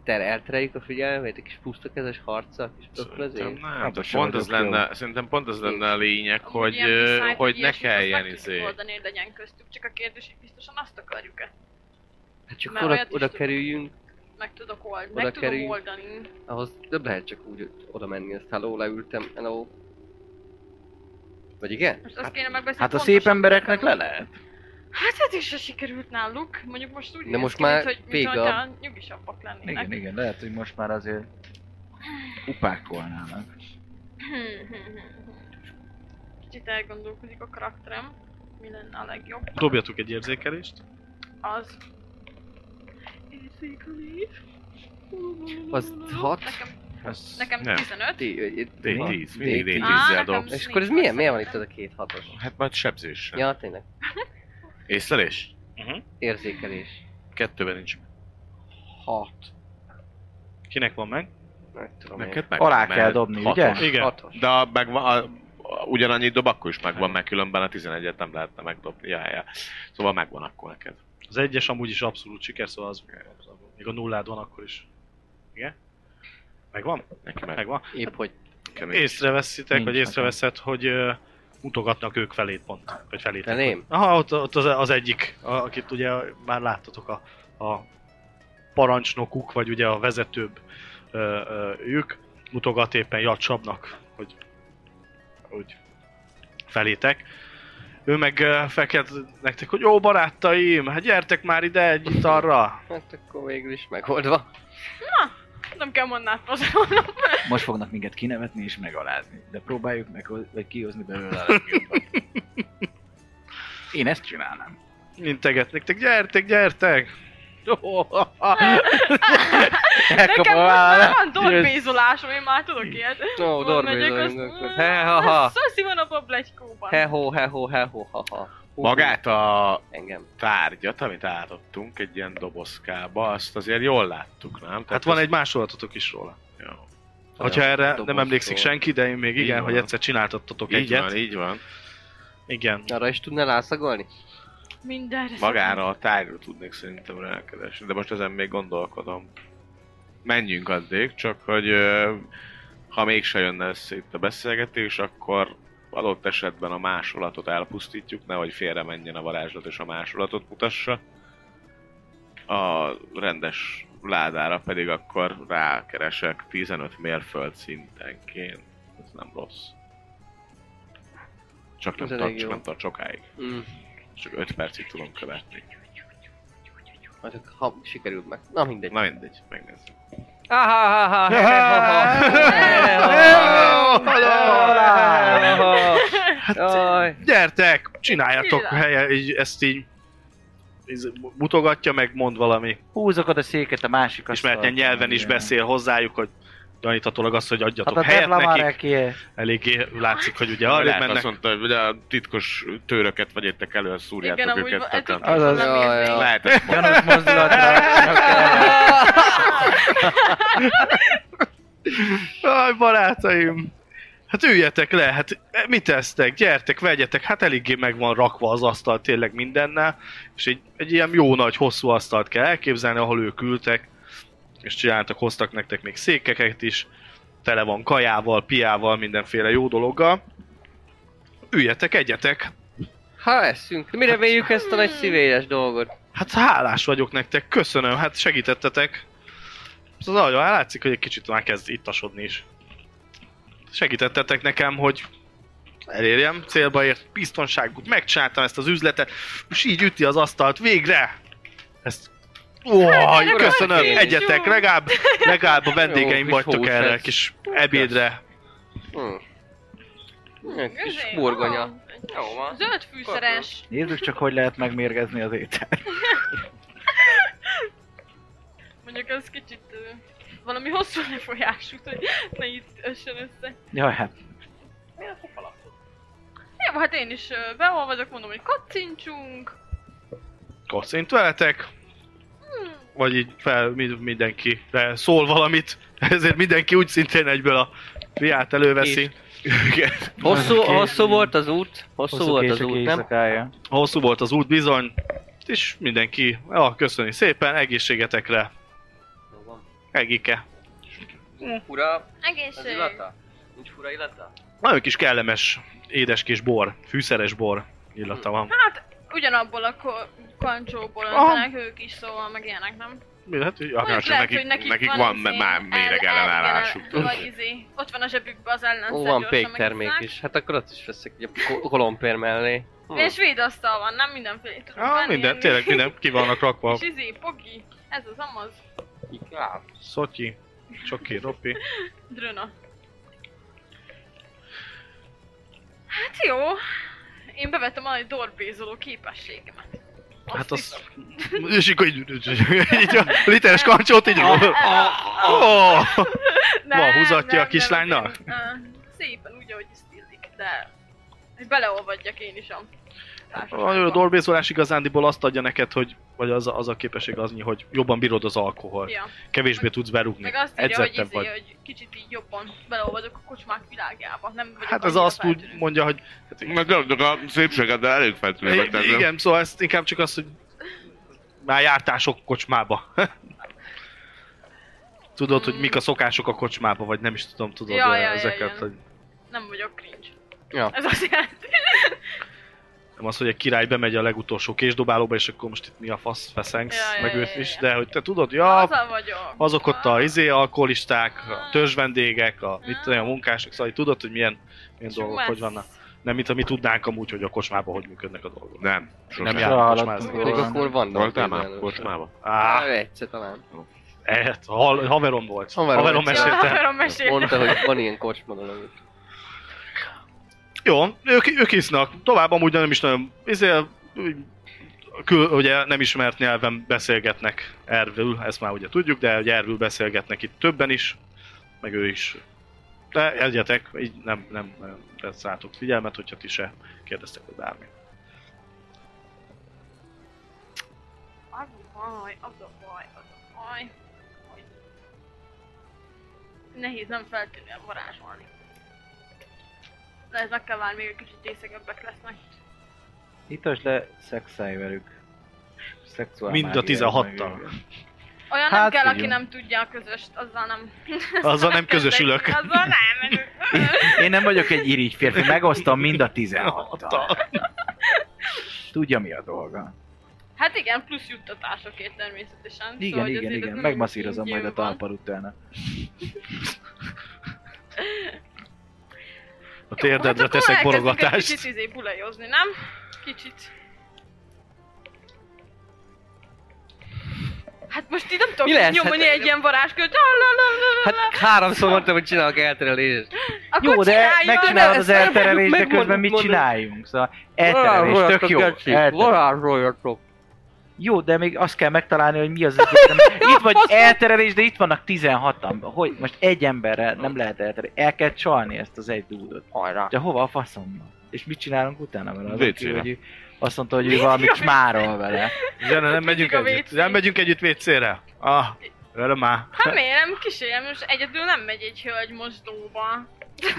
Ter eltereljük a figyelmét, egy kis pusztakezes harccal, kis
Szerintem
ökrözés.
nem,
Hát,
de
sem
pont az
vagyok jó.
lenne, szerintem pont az lenne a lényeg,
Amúgy
hogy,
ilyen
ö,
viszályt,
hogy ne
ilyesmit, azt meg
kelljen
tudjuk
izé.
oldani, hogy legyen köztük, csak a kérdés, hogy biztosan azt akarjuk-e.
Hát csak
Már
oda,
olyat is
oda
tudok.
kerüljünk,
Meg tudok oldani,
Oda
meg tudom
kerüljünk.
oldani.
ahhoz több lehet csak úgy hogy oda menni, azt hello, leültem, hello. Vagy igen?
Most azt kéne megbeszélni.
Hát a
pontosan,
szép embereknek
hogy-
le lehet.
Hát ez is se sikerült náluk. Mondjuk most úgy
De
néz
most
ki,
már
mint, hogy
vége
vége.
a-
Mint, nyugisabbak lennének.
Igen, igen, lehet, hogy most már azért upákolnának.
Hm, hm, hm, hm. Kicsit elgondolkozik a karakterem. Mi lenne a legjobb?
Dobjatok egy érzékelést.
Az... Érzékelés.
Az hat?
Nekem,
Ez
nekem
Nem.
15.
D,
D10,
D10. D10.
mindig
Á,
D10-zel
nekem
dobsz.
És akkor ez milyen? Miért van itt ez a két hatos?
Hát majd sebzésre.
Ja, tényleg.
Észlelés?
Érzékelés.
Kettőben nincs.
Hat.
Kinek van meg?
Nem tudom
Neked meg.
Alá
mert
kell dobni,
hatos.
ugye?
én.
Igen.
Hatos.
De a- meg van, a, a, ugyanannyit dob, akkor is megvan, mert különben a 11-et nem lehetne megdobni. Ja, ja. Szóval megvan akkor neked.
Az egyes amúgy is abszolút siker, szóval az... Még a nullád van akkor is. Igen? Megvan?
Neki meg.
Megvan.
Épp hogy
Kemény.
Észreveszitek,
Nincs
vagy
nekem.
észreveszed, hogy ö, mutogatnak ők felét pont. Vagy felét.
felém.
Aha, ott, ott az, az egyik, a- akit ugye már láttatok a, a parancsnokuk, vagy ugye a vezetőbb ö, ö, ők, mutogat éppen Jacsabbnak, hogy, hogy felétek. Ő meg ö, felkelt nektek, hogy jó barátaim, hát gyertek már ide egy italra.
Hát akkor végül is megoldva.
Nem kell mondanád pozolnom.
Most fognak minket kinevetni és megalázni, de próbáljuk meg vagy kihozni belőle a legjobbat. Én ezt csinálnám.
Integet nektek, gyertek, gyertek!
Elkap
Nekem
a
most már
vállát.
van dorbézolásom, én már tudok ilyet.
Ó,
azt...
dormézolunk akkor. He, ha,
ha.
ha.
Szoszi van abban a blegykóban.
He, ho, he, ho, he, ho, ha, ha. Hú,
Magát a
Engem.
tárgyat, amit átadtunk egy ilyen dobozkába, azt azért jól láttuk, nem? Tehát
Hát van
azt-
egy másolatotok is róla.
Jó.
Hogyha erre nem
dobozról.
emlékszik senki, de én még
Így
igen,
van.
hogy egyszer csináltattatok
Így
egyet.
van, így van.
Igen.
Arra is tudnál rászagolni?
Mindenre
Magára a tárgyra tudnék szerintem rákeresni, de most ezen még gondolkodom. Menjünk addig, csak hogy ö, ha mégse jönne össze itt a beszélgetés, akkor adott esetben a másolatot elpusztítjuk, nehogy félre menjen a varázslat és a másolatot mutassa. A rendes ládára pedig akkor rákeresek 15 mérföld szintenként. Ez nem rossz. Csak nem,
Ez elég
tart, csak
jó.
nem tart sokáig.
Mm.
Csak 5 percig tudom követni.
Hát akkor ha sikerül meg. Na mindegy.
Na mindegy, megnézzük.
Ha, ha, ha, ha,
Ah,
he, he, ha, ha. He, ha, ha.
Hello! Hello!
He, ha, ha. Jaj.
Gyertek, csináljátok
Killa.
helye, így, ezt így ez mutogatja, meg mond valami.
Húzok oda széket a másik
Ismeretlen nyelven is beszél hozzájuk, hogy gyanítatólag azt, hogy
Hát
adjatok
a
helyet nekik.
Devlamarekie.
Eléggé látszik, hogy ugye arra
Lehet azt
mennek.
mondta, hogy ugye a titkos töröket vegyétek elő, szúrjátok
Igen, amúgy
őket.
van-
tehát
ez
nem-
így
Azaz.
van,
Jaj,
mindig.
jaj.
Lehet ezt mondani.
Gyanús mozdulatra.
Aj, barátaim! Hát üljetek le, hát mit tesztek? Gyertek, vegyetek, hát eléggé meg van rakva az asztal tényleg mindennel, és egy, egy ilyen jó nagy, hosszú asztalt kell elképzelni, ahol ők ültek, és csináltak, hoztak nektek még székeket is, tele van kajával, piával, mindenféle jó dologgal. Üljetek, egyetek,
Ha eszünk. Mire véljük ezt a nagy szívélyes dolgot?
hát hálás vagyok nektek, köszönöm, hát segítettetek. Szóval ahogy látszik, hogy egy kicsit már kezd ittasodni is. Segítettetek nekem, hogy elérjem célba ért biztonságot, megcsináltam ezt az üzletet, és így üti az asztalt, végre! Ezt... Ó,
Hát,
köszönöm,
akkor
egyetek,
jó.
legalább, legalább a
Jó,
vendégeim
kis
vagytok
hús
erre,
ez.
kis ebédre.
Hm. Egy kis
Közé?
burgonya.
Ah,
Jó van.
Zöld fűszeres.
Nézzük csak, hogy lehet megmérgezni az ételt.
Mondjuk ez kicsit ö, valami hosszú lefolyású, hogy ne itt össön össze.
Jaj, hát
Jó, hát én is ö, beolvadok, mondom, hogy kacincsunk.
Kocint veletek, vagy így fel mi- mindenki de szól valamit, ezért mindenki úgy szintén egyből a riát előveszi.
Igen.
Hosszú,
Kés-
hosszú volt az út, hosszú,
hosszú
volt szóval az
kések
út, nem?
éjszakája.
Hosszú volt az út bizony, és mindenki, ja, köszöni szépen, egészségetekre,
Jó van.
egike.
Fura az
Egészség.
illata? Nincs fura illata?
Nagyon kis kellemes, édes kis bor, fűszeres bor illata van.
Hát ugyanabból a ko- kancsóból
Aha.
öntenek ők is, szóval meg ilyenek, nem?
Mi hát, lehet, hogy
Mondjuk
akár
csak nekik- nekik van
izé,
már méreg
el-
ellenállásuk.
ellenáll- Vagy izé, ott van a zsebükben az ellenszer,
Ó, van
gyorsan
péktermék
megisszák.
is. Hát akkor azt is veszek egy ko- kolompér mellé. Hm.
És svéd asztal van, nem mindenféle. tudunk
Ah,
venni,
minden,
enni.
tényleg minden ki vannak rakva.
És izé, pogi, ez az amaz,
Szotyi, csoki, ropi.
dröna. Hát jó. Én bevettem a nagy dorbézoló képességemet. Azt
Hát
is-
az... És így, így, így a literes kancsót így... Oh,
Nem,
Van, húzatja
nem,
a kislánynak?
Nem, nem, nem. Szépen úgy, ahogy ezt illik, de... hogy Beleolvadjak én is a...
Hát, A jó, a dorbézolás igazándiból azt adja neked, hogy... Vagy az a, az a képesség az, hogy jobban bírod az alkoholt.
Ja.
Kevésbé tudsz berúgni.
Meg azt írja, hogy,
Edzettebb
izé,
vagy.
hogy kicsit így jobban beleolvadok a kocsmák világába. Nem vagyok
Hát ez
annyira
azt úgy
feltűnő.
mondja, hogy...
Mert gyakorlatilag a szépséged, de elég feltűnő.
I- Igen, szóval ezt inkább csak az, hogy már jártál sok kocsmába. tudod, hogy mik a szokások a kocsmába, vagy nem is tudom, tudod
Ja,
eh,
ja, ja,
ezeket,
igen.
hogy
Nem vagyok cringe.
Ja.
Ez azt jelenti.
nem az, hogy egy király bemegy a legutolsó késdobálóba, és akkor most itt mi a fasz, feszengsz,
Ja, ja,
meg
ja,
őt
ja,
is,
ja.
de hogy te tudod,
Ja.
ja,
Azzal vagyok.
azok ott a izé alkoholisták, a
Ah.
törzsvendégek, a mit
Ah.
tudom, én, a munkások, szóval így tudod, hogy milyen, milyen
És
dolgok,
messz.
hogy vannak. Nem, mint amit tudnánk amúgy, hogy a kocsmában hogy működnek a dolgok.
Nem,
Nem Hát
sosem.
jár a
Soha
kocsmázó.
hallottunk
Még akkor van
Voltál
dombér
már
mellé.
kocsmába?
Á,
Á, egyszer talán.
eh, ha- haverom volt.
Haverom
Haverom
volt.
Ja,
mesélte.
arról meséltem.
Mondta, hogy van ilyen kocsma dolog.
Jó, ők, ők isznak. Tovább amúgy nem is nagyon... Izél, kül, ugye nem ismert nyelven beszélgetnek ervül, ezt már ugye tudjuk, de ugye ervül beszélgetnek itt többen is, meg ő is. De egyetek, így nem, nem, nem szálltok figyelmet, hogyha ti se kérdeztek hogy bármi.
Az a baj, az a baj, az a baj, hogy nehéz nem feltűnően varázsolni. De ez meg kell várni, még egy kicsit részegebbek lesznek.
Itasd le, szexelj velük. Szexuál
Mind a
mágiát
16-tal.
meg őket.
Olyan nem
Hát,
kell, aki
figyelj.
nem tudja a közöst, azzal nem...
Azzal nem közösülök.
Azzal nem.
Én nem vagyok egy irigy férfi, megosztom mind a 16-tal. Tudja mi a dolga.
Hát igen, plusz juttatásokért természetesen.
Igen,
szóval, hogy
igen,
azért ez
igen,
nem
megmasszírozom majd a
ingyen van.
talpad utána.
A
Jó, hát
térdedre
akkor
teszek
elkezdünk egy
borogatást.
Kicsit izé bulajozni, nem? Kicsit. Hát most így nem tudok
Mi lesz?
nyomni
Hát-
egy ilyen varázskört. Ah, la, la, la, la, la.
Hát háromszor mondtam, hogy csinálok elterelést.
Akkor
Jó, de
csináljuk.
megcsinálod
de
az
ezt nem
elterelést, de
tudjuk
közben mit
megmondani.
csináljunk? Szóval elterelés, tök jó. elterelés.
Varázsoljatok.
Jó, de még azt kell megtalálni, hogy mi az egyetlen. Itt vagy elterelés, de itt vannak 16-an. Hogy most egy emberrel nem lehet elterelni. El kell csalni ezt az egy dúdot.
Hajrá.
De hova a faszommal? És mit csinálunk utána vele? Az, aki,
WC-re.
hogy ő azt mondta, hogy ő valamit smárol vele.
Zene, nem megyünk
a
együtt.
WC.
Nem megyünk együtt WC-re. Ah, erre már.
Hát miért nem kísérjem, most egyedül nem megy egy hölgy mosdóba.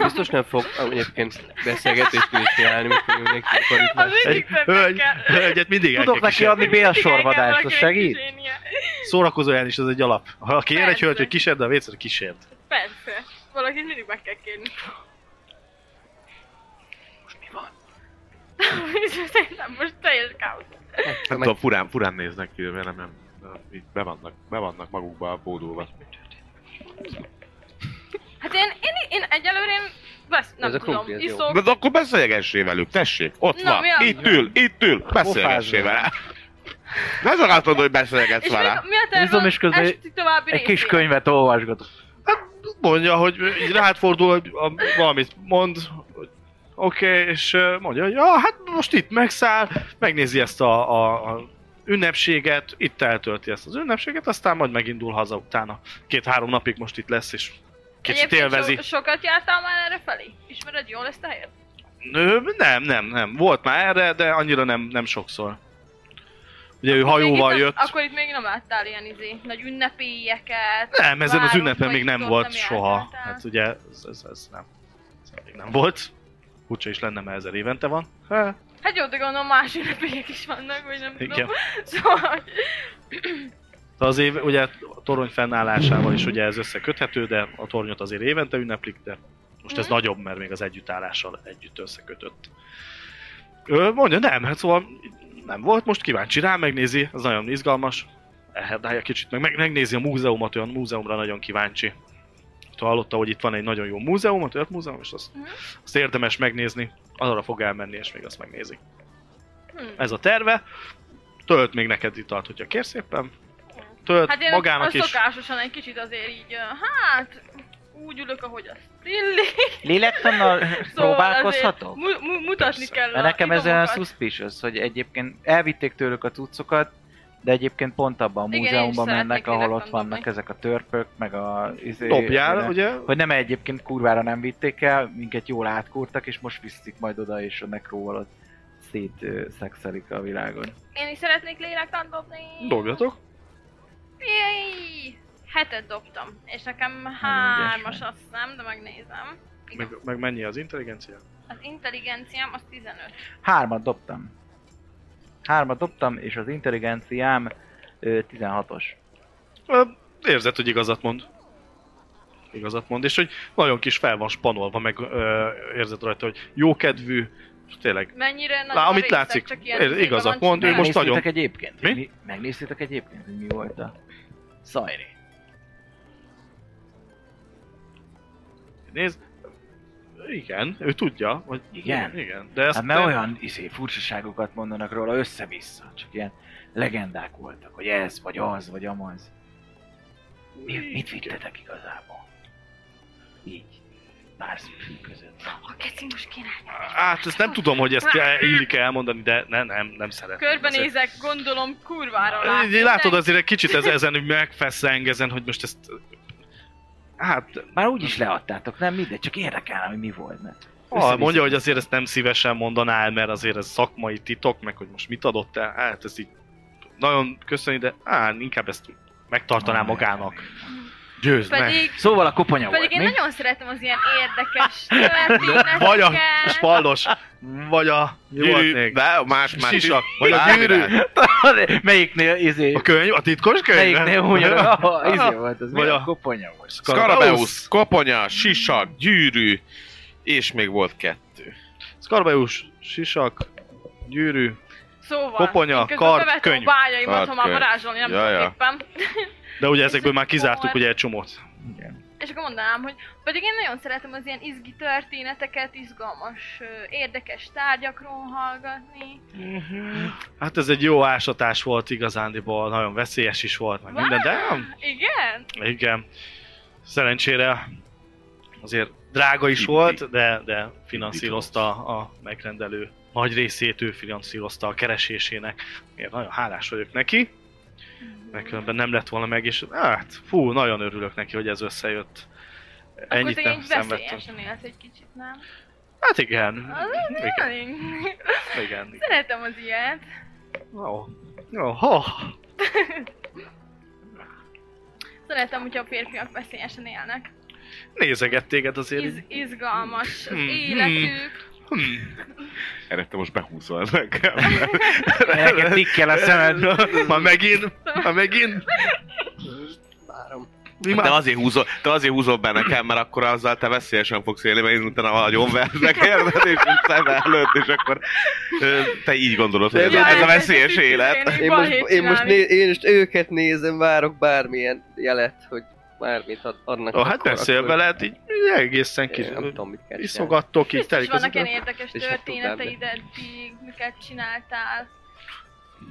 Biztos nem fog ah, egyébként beszélgetést tudni csinálni, mint hogy nekünk van itt
Az
más.
egyik
Hölgy, hölgyet mindig el
Tudok
kell
neki
kísérni.
adni bélsorvadást, az segít?
Szórakozóján is ez egy alap. Ha kér egy
Persze.
hölgy, hogy kísérd a vécére, kísérd.
Persze. Valakit mindig meg kell kérni. Most mi van? nem, most teljes káosz.
Hát
hát,
Nem tudom, furán, furán néznek ki, mert nem, nem, nem, így be vannak, be vannak magukba a bódulva.
Hát Nem
Ez a
tudom,
krumpli, ez jó.
iszok.
De akkor beszélgessé velük, tessék, ott
Na,
van,
mi az?
itt ül, itt ül, beszélgessé
Pofázol.
vele. Ne zagatod, hogy beszélgetsz
És
vele.
mi, mi a
Iszom,
terve
és közben
esti további
Egy kis
részének?
könyvet olvasgatok.
Mondja, hogy így rád fordul, hogy a- valamit mond, hogy oké, okay, és ö, mondja, hogy ja, hát most itt megszáll, megnézi ezt a, a, a ünnepséget, itt eltölti ezt az ünnepséget, aztán majd megindul haza utána. Két-három napig most itt lesz, és kicsit
Egyébként
élvezi.
So- sokat jártál már erre felé? Ismered jól ezt a helyet?
Ö, nem, nem, nem. Volt már erre, de annyira nem, nem sokszor. Ugye ő
Még
hajóval
itt nem-
jött.
Akkor itt még nem láttál ilyen izé, nagy ünnepélyeket.
Nem, ezen az
város
ünnepen még nem
vagytok,
volt
nem
soha.
jártál.
Hát ugye, ez, ez, ez nem. Ez még nem volt. Furcsa is lenne, mert ezer évente van. Ha.
Hát jó, de gondolom más ünnepélyek is vannak, vagy nem
Igen.
tudom. Szóval...
De az év, ugye a torony fennállásával is ugye ez összeköthető, de a tornyot azért évente ünneplik, de most ez
Mhm.
nagyobb, mert még az együttállással együtt összekötött. Ö, mondja, nem, hát szóval nem volt, most kíváncsi rá, megnézi, ez nagyon izgalmas. Eh, hát, Elherdálja kicsit, meg, meg megnézi a múzeumot, olyan múzeumra nagyon kíváncsi. Ott hallotta, hogy itt van egy nagyon jó múzeum, a tört múzeum, és azt,
Mhm.
azt érdemes megnézni. Arra fog elmenni, és még azt megnézi.
Hm.
Ez a terve. Tölt még neked italt, hogyha kérsz éppen. Tölt
Hát én
magának
magának
is.
szokásosan egy kicsit azért így, ö, hát úgy ülök, ahogy azt illik.
Lélektannal próbálkozhatok?
azért mu- mu- mutatni
Persze.
kell a
Mert nekem ez olyan
titomokat.
suspicious, hogy egyébként elvitték tőlük a cuccokat, de egyébként pont abban a
Igen, én is
múzeumban
szeretnék
mennek, ahol ott
lélektan
vannak
dobni.
ezek a törpök, meg a... Izé,
Dobjál,
minden-
ugye?
Hogy nem egyébként kurvára nem vitték el, minket jól átkúrtak, és most viszik majd oda, és a nekróval ott szétszexelik a világon.
Én is szeretnék lélektan dobni.
Dobjatok.
Jéj! Hetet dobtam, és nekem
ügyes
hármas
vagy.
azt hiszem, de megnézem.
Meg, meg mennyi az intelligencia?
Az intelligenciám az 15.
Hármat dobtam. Hármat dobtam, és az intelligenciám ö, 16-os.
Ö, Érzed, hogy igazat mond. Igazat mond, és hogy nagyon kis fel van spanolva, meg ö, érzed rajta, hogy jókedvű, és tényleg.
Mennyire nagy
Lá,
a
amit
részek,
látszik,
csak ilyen
ér-
szépen
igazat
van
mond, ő
csinálva.
most-
Megnéztétek
nagyon-
egyébként?
Mi?
Megnéztétek egyébként, hogy mi volt a szajri?
Nézd, igen, ő tudja, hogy
Igen?
igen de ezt
Hát mert olyan izé, furcsaságokat mondanak róla össze-vissza, csak ilyen legendák voltak, hogy ez, vagy az, vagy amaz. Mi, mit vittetek igazából? Így. Pár szűrű között.
A keci most király.
Hát ezt nem tudom, hogy ezt illik elmondani, de ne, nem, nem szeretném.
Körbenézek, gondolom kurvára
Azért-
látni.
Így Látod, azért egy kicsit ez, ezen hogy megfeszeng, ezen, hogy most ezt... Hát,
Már úgy is leadtátok, nem mindegy, csak érdekelne, hogy mi volt, mert...
ah, mondja, hogy azért ezt nem szívesen mondaná el, mert azért ez szakmai titok, meg hogy most mit adott el, hát ez így nagyon köszöni, de á, inkább ezt megtartaná
Ah,
magának. Győzd meg!
Pedig,
Szóval a koponya
pedig
volt,
én
mi?
nagyon szeretem az ilyen érdekes történeteket.
Vagy a spallos, vagy a
Gyűrű,
gyűrű,
de más már
sisak, vagy a
Bármi
gyűrű,
rá.
Melyiknél izé...
a könyv, a titkos könyv.
Melyiknél hunyar? Ah, izé volt, az
Vagy
mi?
a-
a koponya volt.
Skarabeusz, koponya, sisak, gyűrű, és még volt kettő.
Skarbeus, sisak, gyűrű.
Szóval,
Koponya,
én közben
kard,
bevetem
könyv.
a vágyaimat, ha már
Kard, könyv.
varázsolni nem
Ja,
tudok
ja.
éppen.
De ugye ezekből már kizártuk
Szóval-
ugye egy csomót.
És akkor mondanám, hogy pedig én nagyon szeretem az ilyen izgi történeteket, izgalmas, ö, érdekes tárgyakról hallgatni.
Hát ez egy jó ásatás volt igazándiból, nagyon veszélyes is volt, meg minden, de nem,
Igen?
Igen. Szerencsére azért drága is
Mindig.
volt, de, de finanszírozta a megrendelő nagy részét, ő finanszírozta a keresésének. Én nagyon hálás vagyok neki, mert különben nem lett volna meg, és hát fú, nagyon örülök neki, hogy ez összejött. Ennyit
akkor te
nem
így
szenvedtem.
veszélyesen élsz egy kicsit, nem?
Hát igen.
Az,
Igen,
Én
igen.
szeretem az ilyet.
Ó, Ó, ha.
Szeretem, hogyha a férfiak veszélyesen élnek.
Nézeget téged azért.
Iz-
így.
izgalmas az
Hmm.
életük.
Erre te most behúzol nekem.
Neked tikkel a szemed.
Már megint, már megint.
Várom.
Mi
Te
már
azért, húzol, te azért húzol be nekem, mert akkor azzal te veszélyesen fogsz élni, mert én utána agyonvernek érted, és úgy szem előtt, és akkor ö, te így gondolod, hogy ez, a- ez a veszélyes élet.
hát, Én most, én most né- én most őket nézem, várok bármilyen jelet, hogy bármit ad- adnak.
Ah, hát
akkor-
beszél
akkor-
veled, így egészen
Én
kis...
Nem tudom, mit kell csinálni.
Iszogattok, így
Biztos
telik az
vannak ilyen
idő.
érdekes
És hát
történeteid eddig, miket csináltál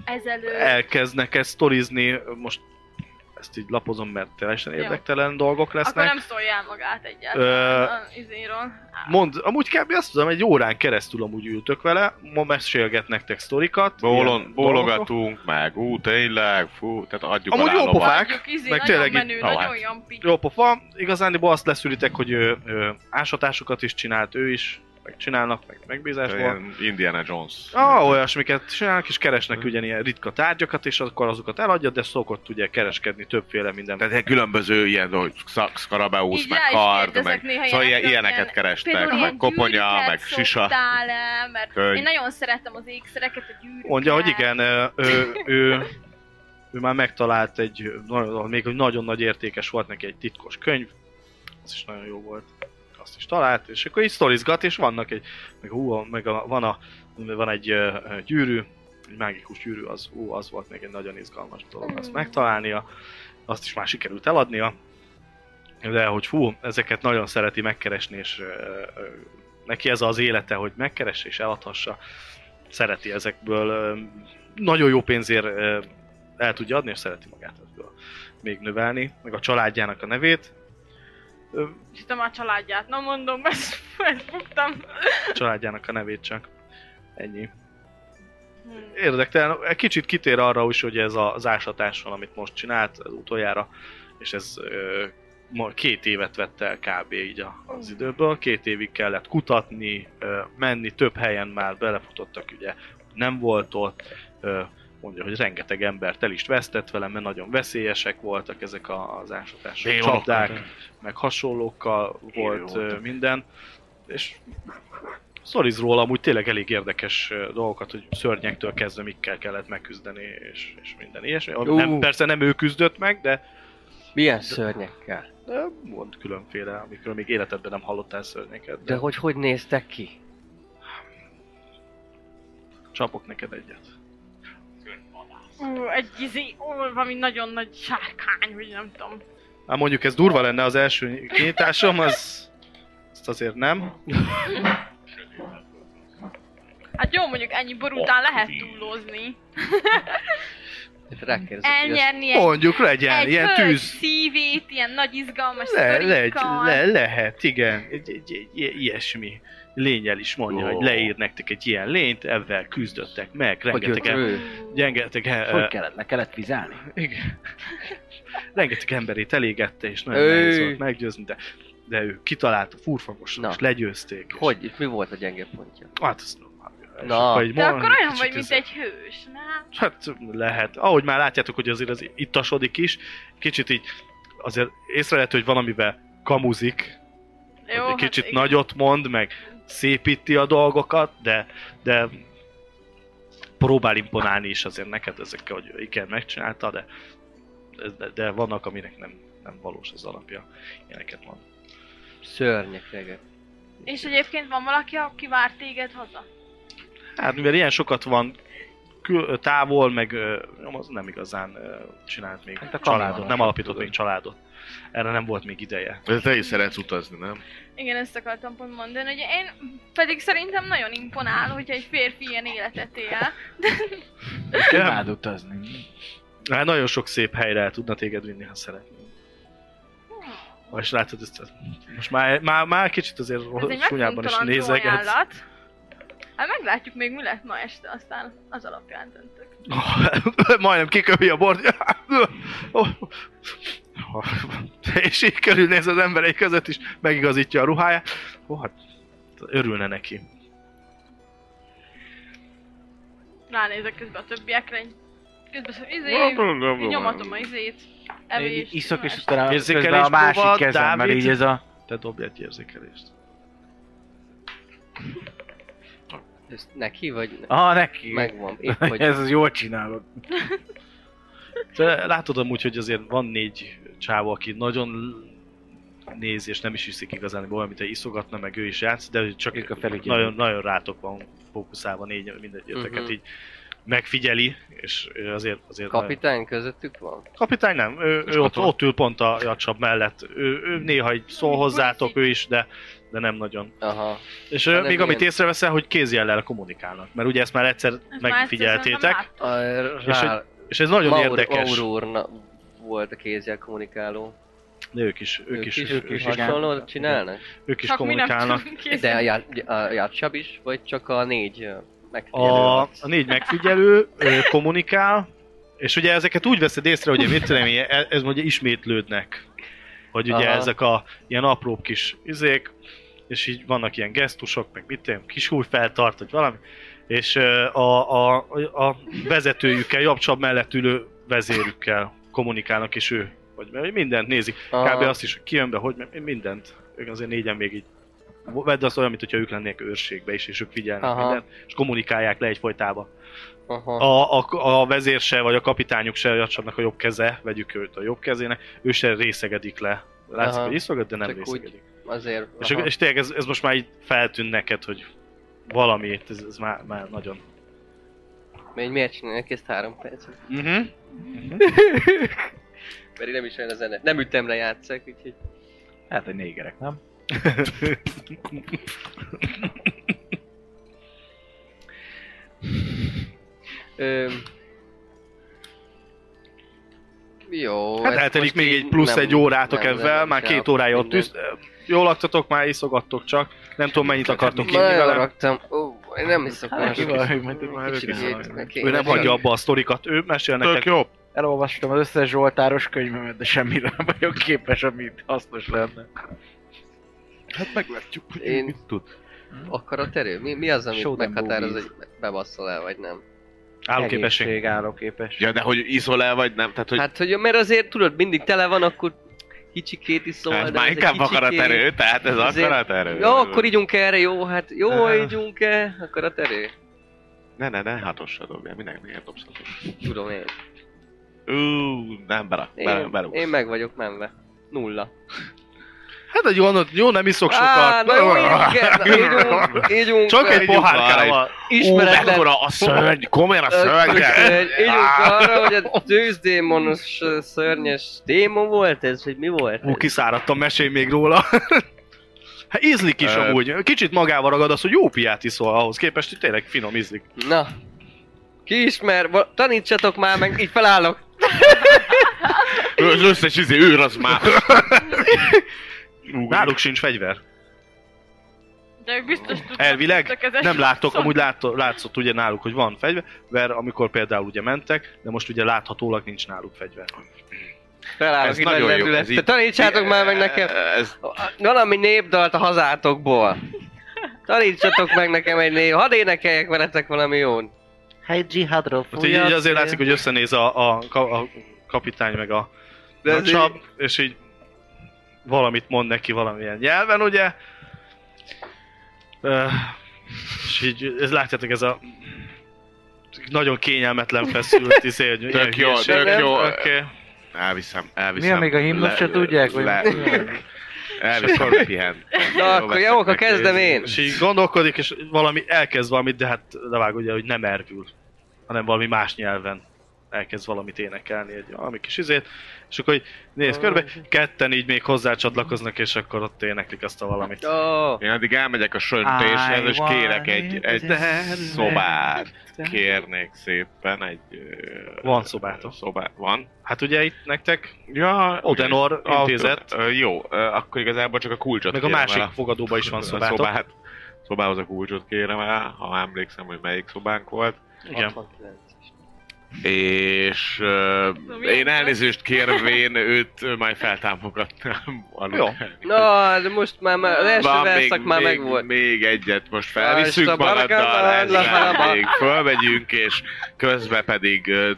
ezelőtt.
E, Elkezdnek ezt sztorizni, most ezt így lapozom, mert teljesen
Jó.
érdektelen dolgok
Akkor
lesznek.
nem szóljál magát egyáltalán a izéről.
Mond, amúgy kb. azt tudom, egy órán keresztül amúgy ültök vele, ma mesélget nektek sztorikat.
Bólon,
ilyen dolgokról.
bólogatunk, meg ú, tényleg, fú, tehát adjuk
Amúgy
alá
jó
a lovat.
pofák.
Mondjuk izé,
meg
nagyon
tényleg így-
menő,
Na, hát.
nagyon jampi.
Jó pofa, igazándiból azt leszűritek, hogy ő, ő, ásatásokat is csinált, ő is, meg csinálnak, meg megbízásból.
Ilyen Indiana Jones.
Ah, olyasmiket csinálnak, és
Hm.
keresnek ugyanilyen ritka tárgyakat, és akkor azokat eladja, de szokott ugye kereskedni többféle minden.
Tehát ilyen különböző ilyen, hogy szak- szkarabeusz,
Így
meg
rá is
kard,
kérdezek
meg
néha
szóval ilyen,
ilyenekre,
ilyeneket
ilyen-
kerestek, meg
ilyen
koponya,
gyűrűket
meg sisa.
szoktál-e? mert
Könyv.
én nagyon szeretem az ékszereket, a gyűrűket.
Mondja, hogy igen, ö, ő, ő, ő már megtalált egy, nagyon- még hogy nagyon nagy értékes volt neki egy titkos könyv, az is nagyon jó volt, azt is talált, és akkor így sztorizgat, és vannak egy, meg, hú, a- meg a, van, a, van egy ö, ö, gyűrű, egy mágikus gyűrű, az, ú, az volt még egy nagyon izgalmas dolog, azt
Mm.
megtalálnia, azt is már sikerült eladnia, de hogy hú, ezeket nagyon szereti megkeresni, és ö, ö, neki ez az élete, hogy megkeresse és eladhassa, szereti ezekből, ö, nagyon jó pénzért ö, el tudja adni, és szereti magát ebből még növelni, meg a családjának a nevét, Ö,
Hiszem a családját, na mondom, ezt felfogtam.
családjának a nevét csak. Ennyi.
Hmm.
Érdektelen, egy kicsit kitér arra is, hogy ez az ásatás van, amit most csinált az utoljára, és ez ö, ma- két évet vett el kb. így a- az időből, két évig kellett kutatni, ö, menni, több helyen már belefutottak ugye, nem volt ott, ö, mondja, hogy rengeteg embert el is vesztett velem, mert nagyon veszélyesek voltak ezek a- az ásatások,
Démonok.
csapdák, meg hasonlókkal
Élő
volt ö,
voltak.
minden, és szoriz róla amúgy tényleg elég érdekes ö, dolgokat, hogy szörnyektől kezdve mikkel kellett megküzdeni, és, és minden ilyesmi. Ami
Ú.
Nem, persze nem ő küzdött meg, de,
Milyen szörnyekkel?
de volt különféle, amikről még életedben nem hallottál szörnyeket.
De
De, de
hogy hogy néztek ki?
csapok neked egyet.
Ú, egy izé, ó, valami nagyon nagy sárkány, vagy nem tudom.
Hát mondjuk ez durva lenne az első kinyitásom, az... Azt azért nem.
Hát jó, mondjuk ennyi bor után lehet túlózni.
Hát, Rákérdezek, hogy ez
Elnyerni egy,
Mondjuk legyen,
egy
ilyen
hölgy
tűz.
szívét, ilyen nagy izgalmas
Le, le,
sztorikkal.
le, lehet, igen. Egy, egy, egy, egy, ilyesmi lényel is mondja,
Ó.
hogy leír nektek egy ilyen lényt, ezzel küzdöttek meg,
hogy jött
rengeteg, em-
ő?
rengeteg,
Hogy
eh,
kellett? Le kellett vizálni?
igen. rengeteg emberét elégette, és nagyon
Ő.
nehéz volt meggyőzni, de, de ő kitalálta furfangosra,
Na.
és legyőzték. És,
Hogy? És mi volt a gyenge pontja?
Hát, azt mondom, és
Na.
akkor így
De
mondom,
akkor olyan
kicsit
vagy, mint
izé-
egy hős, nem?
Hát lehet. Ahogy már látjátok, hogy azért az ittasodik is, kicsit így azért észre lehet, hogy valamivel kamuzik, Jó, egy
hát
kicsit
igen.
nagyot mond, meg szépíti a dolgokat, de, de próbál imponálni is azért neked ezekkel, hogy igen, megcsinálta, de, de, de vannak, aminek nem, nem valós az alapja. Ilyeneket mond.
Szörnyek, reggel.
És egyébként van valaki, aki vár téged haza?
Hát mivel ilyen sokat van kül, távol, meg ö, nyom, az nem igazán ö, csinált még
Hát a
családot,
kamionosok,
nem alapított
tudod.
még családot. Erre nem volt még ideje.
De te is szeretsz utazni, nem?
Igen, ezt akartam pont mondani, hogy én pedig szerintem nagyon imponál, hogyha egy férfi ilyen életet él.
Imád utazni.
Hát nagyon sok szép helyre el tudna téged vinni, ha szeretnél. És látod, ezt, most már, már, már kicsit azért
Ez egy
súlyában is
megfontolandó
nézeget.
ajánlat. Hát meglátjuk még mi lett ma este, aztán az alapján döntök.
Ah, Majdnem kikövi a bort. és így körülnéz az emberei között is, megigazítja a ruháját. Ó, hát örülne neki.
Ránézek közben a többiekre, így- közben szó,
Hát,
izé, így nyomatom a
Gondolom.
izét.
Én
Evést,
Iszok és
imást.
utána
Érzékelés
közben a másik
próba,
kezemmel
Dávid.
így ez a...
Te dobj egy érzékelést.
Ez neki vagy? Ne?
Ah, neki.
Megvan. Épp
Hogy
hogy
ez az jól csinálod.
Te látod amúgy, hogy azért van négy csávó, aki nagyon néz, és nem is hiszik igazán, hogy olyan, mint egy iszogatna, meg ő is játsz, de ő
Ők a
csak
felügyelők.
nagyon, nagyon rátok van fókuszálva négy mindegyetek,
Mhm.
uh-huh. így megfigyeli, és ő azért... azért
Kapitány közöttük van?
Kapitány nem, ő, ő ott,
katona.
ott ül pont a Jacsab mellett. Ő, ő néha egy szól hozzátok, ő is, de, de nem nagyon.
Aha.
És
Hát
ő,
nem
még amit
ilyen-
észreveszel, hogy kézjellel kommunikálnak, mert ugye ezt már egyszer megfigyeltétek,
A,
És
rá,
és ez nagyon
Maur,
érdekes.
Aurorna volt a kézzel kommunikáló.
De ők is, ők is,
ők is
igen.
hasonlót csinálnak?
ők is
Csak mi nem
kommunikálnak.
tudunk
De a,
kézzel-
já, a játsab is, vagy csak a négy ö, megfigyelő?
A,
A...
a négy megfigyelő ö, kommunikál, és ugye ezeket úgy veszed észre, hogy mit tudom, én, e- ez ugye ismétlődnek. Hogy ugye
Aha.
ezek a ilyen apró kis izék, és így vannak ilyen gesztusok, meg mit tudom, kis feltart, vagy valami. És ö, a, a, a vezetőjükkel, jobb mellett ülő vezérükkel kommunikálnak, és ő vagy mert mindent nézik. Kb. azt is, hogy ki jön be, hogy meg mindent. Ők azért négyen még így Vedd azt olyan, mintha ők lennének őrségbe is, és ők figyelnek
Aha.
mindent, és kommunikálják le egyfajtában.
Aha.
A, a, a vezér se, vagy a kapitányuk se, a csapnak a jobb keze, vegyük őt a jobb kezének, ő se részegedik le. Látszik,
Aha.
hogy iszogat, de nem
Csak úgy.
részegedik.
Azért.
És,
aha.
és tényleg ez, ez most már így feltűn neked, hogy valami, ez, ez már, már nagyon...
Még miért csinálják ezt három percet?
Uh-huh.
Pedig nem is olyan a zene. Nem ütemre játszák, úgyhogy...
Hát, hogy négerek, nem?
Öm... Jó.
Hát
ezt
eltelik
most
még
így
egy plusz
nem-
egy órátok
nem- nem
ezzel, már
csinálok
két órája ott
mindent.
tűz. Jól laktatok, már iszogattok csak. Nem tudom, mennyit akartok inni
Nagyon
vele.
raktam. Ó, én nem hiszok
Hát, ki van,
már.
hogy majd- majd
Kicsit
ők is-
hét, meg
Ő nem
én-
hagyja abba a sztorikat, ő mesél
Tök
neked.
jó.
Elolvastam az összes Zsoltáros könyvemet, de semmire nem vagyok képes, amit hasznos lenne.
Hát meglátjuk, hogy
Én-
Én... mit tud.
Akarat erő? Mi, mi az, amit
Showdown
meghatároz,
boobies.
hogy bebasszol el, vagy nem?
Állóképesség.
Egészség, állóképes.
Ja, de hogy iszol el vagy nem, tehát hogy... Hát,
Hát, hogy mert azért tudod, mindig tele van, akkor kicsikét is szól,
hát
szóval, de
már
ez egy
inkább
kicsikét-
akaraterő, tehát ez
Azért-
akaraterő.
Jó, akkor ígyunk erre, jó, hát jó,
Ah.
ígyunk-e, akaraterő?
Ne, ne, ne, hatossal dobjál, mindenki miért dobsz hatossal?
Tudom én.
Ú, nem, berak,
Én,
berúg.
én meg vagyok menve. Nulla.
Hát egy gondolat, jó, nem iszok
Á,
sokat.
na jó, ígyunk el, na, ígyunk, ígyunk
Csak egy
el.
pohárkával.
Ú,
Ismeretlen
mekkora a szörny, komolyan a szörny.
Egy- Ígyunk arra, hogy a tűzdémonos ö, szörnyes démon volt ez, vagy mi volt
Ú,
ez?
kiszáradtam, mesélj még róla. Hát ízlik is
Ö.
amúgy. Kicsit magával ragad az, hogy jó piát iszol ahhoz képest, hogy tényleg finom ízlik.
Na. Ki ismer? Va- Tanítsatok már meg, így felállok.
Ő Az összes izé őr az már. Ú,
Náluk sincs fegyver.
De ők biztos tudnak.
Elvileg
tudtak Szóval ezek-
nem láttok, amúgy látto, látszott ugye náluk, hogy van fegyver, mert amikor például ugye mentek, de most ugye láthatólag nincs náluk fegyver.
Felállok,
Ez
így
nagyon jó,
nagy
ez
lendület.
így-
Te tanítsátok már meg nekem.
Ez
Valami népdalt a hazátokból. Tanítsatok meg nekem egy név, hadd énekeljek veletek valami jón.
Hát így, így azért látszik, hogy összenéz a, a, ka- a kapitány meg a
De ez
nacsab, és így valamit mond neki valamilyen nyelven, ugye? Ö, És így, ez látjátok, ez a nagyon kényelmetlen feszült izé, hogy ilyen
Tök jó,
hülyeség.
tök jó.
Oké.
elviszem, elviszem.
Milyen még a himnus se
Le-
tudják, hogy
le- Elviszem, pihen.
Na akkor jó, akkor kezdem én.
És így gondolkodik, és valami, elkezd valamit, de hát levág ugye, hogy nem ervül, hanem valami más nyelven elkezd valamit énekelni, egy valami kis izét, és akkor így néz körbe, ketten így még hozzácsatlakoznak, és akkor ott éneklik azt a valamit.
Ó,
Én addig elmegyek a söntéshez, és kérek egy, egy szobát. Kérnék szépen egy... ö,
Van szobátok.
Szobá... Van?
Hát ugye itt nektek
Ja,
Odenor
oké.
intézet.
Ö, Jó, ö, akkor igazából csak a kulcsot
Meg a
kérem
másik
el.
fogadóba is van
A
szobátok.
Szobát. Szobához a kulcsot kérem el, ha emlékszem, hogy melyik szobánk volt.
Igen.
69.
És uh, én elnézést kérvén őt ö, majd feltámogatnám. Annak
Jó.
elnézést.
Na, de most már, már az első
Van,
verszak már
még,
megvolt.
Még egyet most
Ah,
felviszünk
és a
magaddal,
barakaddal,
ezzel
lahalaba.
még fölmegyünk, és közben pedig ö,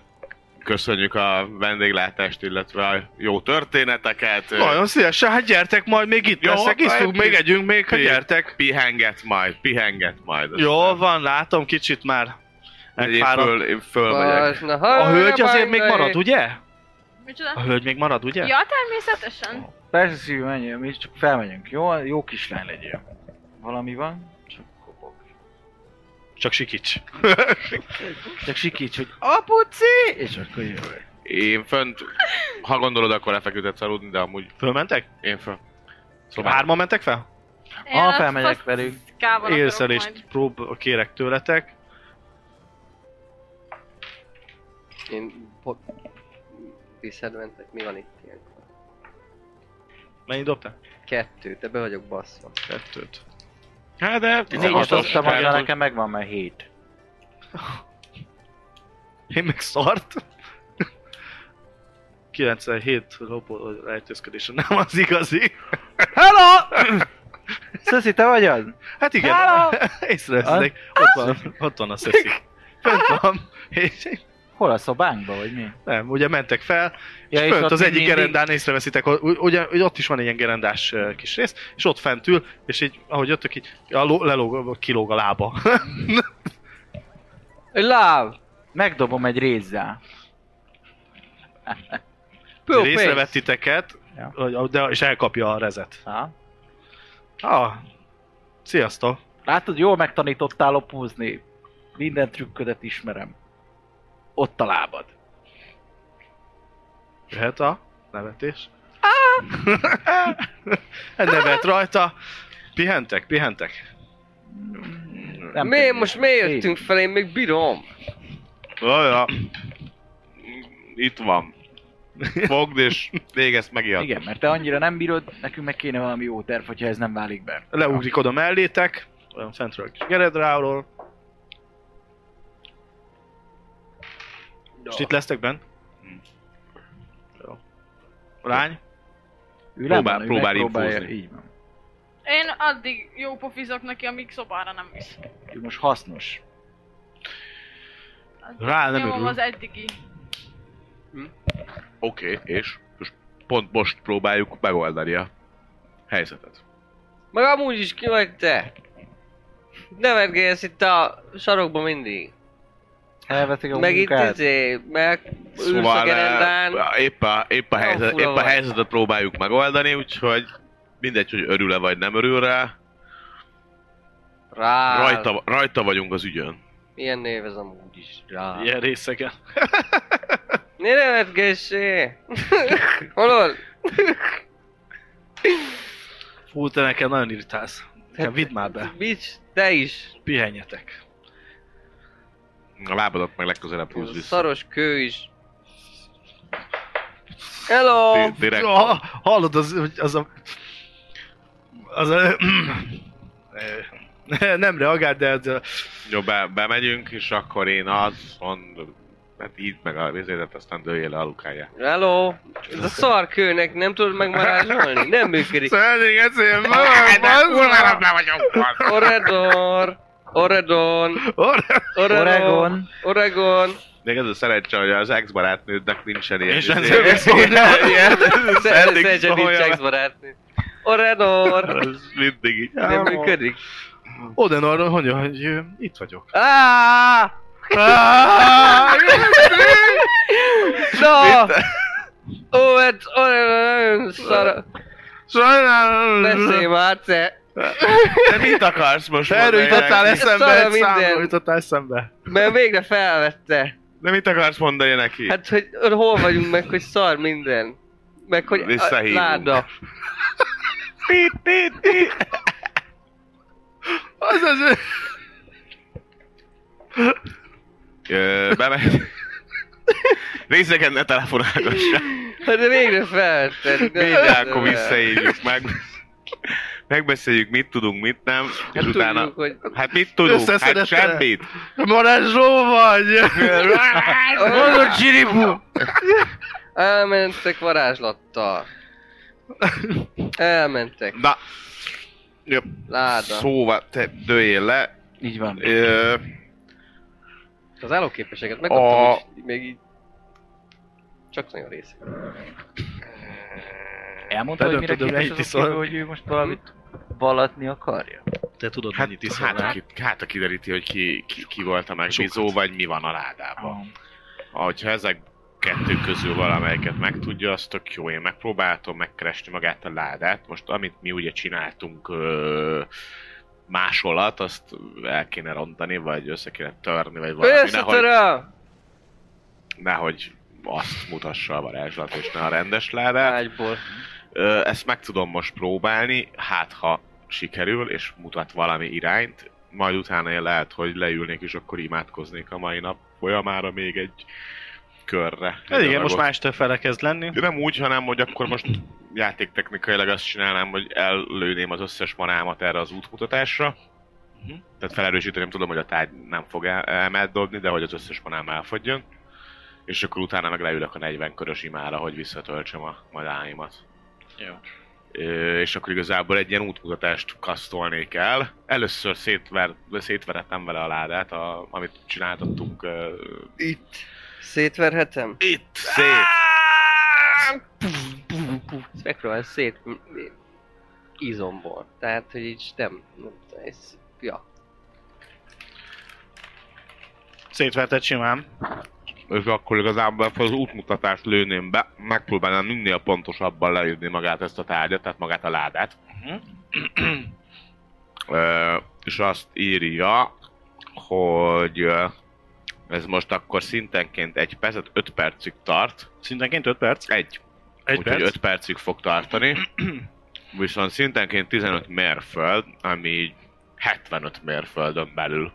köszönjük a vendéglátást, illetve a jó történeteket. Ö,
Nagyon szívesen, hát gyertek majd, még itt
Jó,
leszek, iszunk,
hát-
még együnk, még, hát
Pi-
gyertek.
Pihenget majd, pihenget majd. Hát
Jó van, látom, kicsit már
Én
megfáradt.
föl, én fölmegyek.
Vas, na,
A hölgy azért
harabang,
még
na,
marad, ugye? A
Micsoda?
hölgy még marad, ugye?
Ja, természetesen.
Persze szívű, menjél, mi csak felmegyünk. Jó, jó kislány legyél. Valami van? Csak kopog.
Csak sikíts.
Csak sikíts, hogy apuci! És akkor jövök.
Én fönt, ha gondolod, akkor lefeküdhetsz aludni, de amúgy
Fölmentek?
én föl.
Szóval hárman mentek fel?
Én
Ha
azt
felmegyek
fasz-
velük.
Kával akarok
Élszelést
majd.
prób kérek tőletek.
Én... Po- Disadvantage, mi van itt ilyenkor?
Mennyi dobtál?
Kettő, de be vagyok baszva.
Kettőt.
Hát de...
Négyet
tizenhatos,
hoztam, arra
tehát-
nekem megvan már hét.
Én meg szart. 97 lopó rejtőzködése nem az igazi.
Hello! Szöszi, te vagy az?
Hát igen,
Hello!
észreveszitek, ott van, ott van a szeszi. Fönt van, és
Hol a szobánkba, vagy mi?
nem, ugye mentek fel, és
Ja, és
fönt
ott
az
még
egyik
mindig-
gerendán észreveszitek, hogy- u- ugye, ugye ott is van egy ilyen gerendás ö, kis rész, és ott fent ül, és így, ahogy jöttök, így a ló, lelóg, kilóg a lába.
Love!
Megdobom egy rézzel.
Pure
Részre
face.
titeket,
Ja.
hogy- de, és elkapja a rezet.
Ha?
Ah, sziasztok!
Látod, jól megtanítottál lopózni. Minden trükködet ismerem. Ott a lábad.
Jöhet a nevetés. Hát nevet rajta. Pihentek, pihentek.
Nem
Mi?
tudom.
Most miért
Így.
jöttünk fel? Én még bírom.
Jaja. Itt van. Fogd és végezd megijedni.
Igen, mert te annyira nem bírod, nekünk meg kéne valami jó terv, hogyha ez nem válik be.
Leugrik oda mellétek, olyan fentről a kis geredráról. És itt lesztek benn? Jó. Lány?
Ő
Próbál-
lemondja, ő
próbál
megpróbálja-
infózni.
Így van.
Én addig jó pofizok neki, amíg szobára nem visz.
Ő most hasznos.
Rá nem
Nyomom
örül.
az eddigi.
Oké, és? Most pont most próbáljuk megoldani a helyzetet.
Meg amúgy is ki vagy te. Nevetgélsz itt a sarokba mindig.
Elvetik a
Meg itt
munkát.
izé, meg ülsz a
Szóval eh,
gerendán.
épp a, épp a,
Nagyon
helyzet,
fura
épp a
vagy.
helyzetet próbáljuk megoldani, úgyhogy mindegy, hogy örül-e vagy nem örül rá,
Rá.
rajta, rajta vagyunk az ügyön.
Milyen név ez amúgy is? Rá.
Ilyen részegen.
Ne nevetgessé! Hol?
Fú, te nekem nagyon irritálsz. Nekem vidd már be.
Bics, te is.
Pihenjetek.
A lábadat meg legközelebb húz vissza.
Szaros kő is. Hello!
Di- Direkt.
Ja, hallod, az, hogy az a... Az a... nem reagál, de az a...
Jó, be, bemegyünk, és akkor én az, mond, hát így meg a vizédet, aztán dőljél le a lukáját.
Hello! Ez a szar kőnek nem tudod megvarázsolni? Nem működik.
Szörnyeg, ezért
kurvára
vagyok!
Oredon! Oredon! Oregon!
Oregon.
Oregon!
Még ez a szerencse, hogy az ex-barátnődnek nincsen ilyen...
És
izé-
nem szöveg
ilyen- szending
Szerzsen nincs
szója.
ex barátnő. Oredon!
Az mindig így.
Nem működik.
Odenor, mondja, hogy ö, itt vagyok.
Ah! No! Ó, ez olyan szar... Beszélj
Sajnálom!
már, hát te!
Te mit akarsz most
Te erről
mondani
jutottál
neki?
eszembe,
Szara
egy számról
minden.
jutottál eszembe.
Mert végre felvette.
De mit akarsz mondani neki?
Hát, hogy hol vagyunk meg, hogy szar minden. Meg, hogy a
Visszahívunk.
láda.
Tit, tit, tit.
Az az...
Ö, Bemegy. Részegen ne telefonálgassál.
Hát, de végre felvette.
Mindjárt akkor visszaírjuk meg. Megbeszéljük, mit tudunk, mit nem, és
Hát
utána...
tudjuk, hogy...
Hát mit tudunk? Hát
Összeszedett el.
semmit!
Marázsó vagy!
Mondod, Csiribu! Elmentek varázslattal. Elmentek.
Na, jó,
Láda.
szóval te dőljél le.
Így van.
Ö,
Az állóképességet megkaptam,
A-
és még így... Csak nagyon részek.
Elmondta, hogy mire
Bedöntöd, hogy
képes
mennyit
az a kép,
iszol.
hogy ő most valamit vallatni akarja.
Te tudod, mennyit
hát,
iszol
hát,
már.
hát, hát a kideríti, hogy ki, ki, ki volt a megbízó, vagy mi van a ládában. Ahogyha ezek kettő közül valamelyiket megtudja, az tök jó. Én megpróbáltam megkeresni magát a ládát. Most, amit mi ugye csináltunk ö, másolat, azt el kéne rontani, vagy össze kéne törni, vagy valami, nehogy,
Összetöröm!
nehogy azt mutassa a varázslat, és ne a rendes ládát.
Ágyból.
Ö, Ezt meg tudom most próbálni, hát ha sikerül, és mutat valami irányt, majd utána én lehet, hogy leülnék, és akkor imádkoznék a mai nap folyamára még egy körre.
Hát
Egy
igen, most
adagot.
már este fele kezd lenni.
De nem úgy, hanem hogy akkor most játéktechnikailag azt csinálnám, hogy ellőném az összes manámat erre az útmutatásra.
Mhm.
Tehát felerősíteném, tudom, hogy a tárgy nem fog el- elmet dobni, de hogy az összes manám elfogyjon. És akkor utána meg leülök a 40 körös imára, hogy visszatöltsem a madáimat.
Jó.
Ö, és akkor igazából egy ilyen útmutatást kasztolnék el. Először szétver, szétverettem vele a ládát, a, amit csináltattunk ö,
Itt. Szétverhetem?
itt szét.
Ezt megpróbálom szét... izomból. Tehát, hogy így nem... nem tudom, ez... Ja.
Szétverted simán.
És akkor igazából akkor az útmutatást lőném be, megpróbálnám minél pontosabban leírni magát ezt a tárgyat, tehát magát a ládát.
Mhm.
Ö, és azt írja, hogy ö, ez most akkor szintenként egy percet, 5 percig tart.
Szintenként 5 perc.
Egy
Egy
Úgyhogy
perc.
5 percig fog tartani. Viszont szintenként 15 mérföld, ami így 75 mérföldön belül.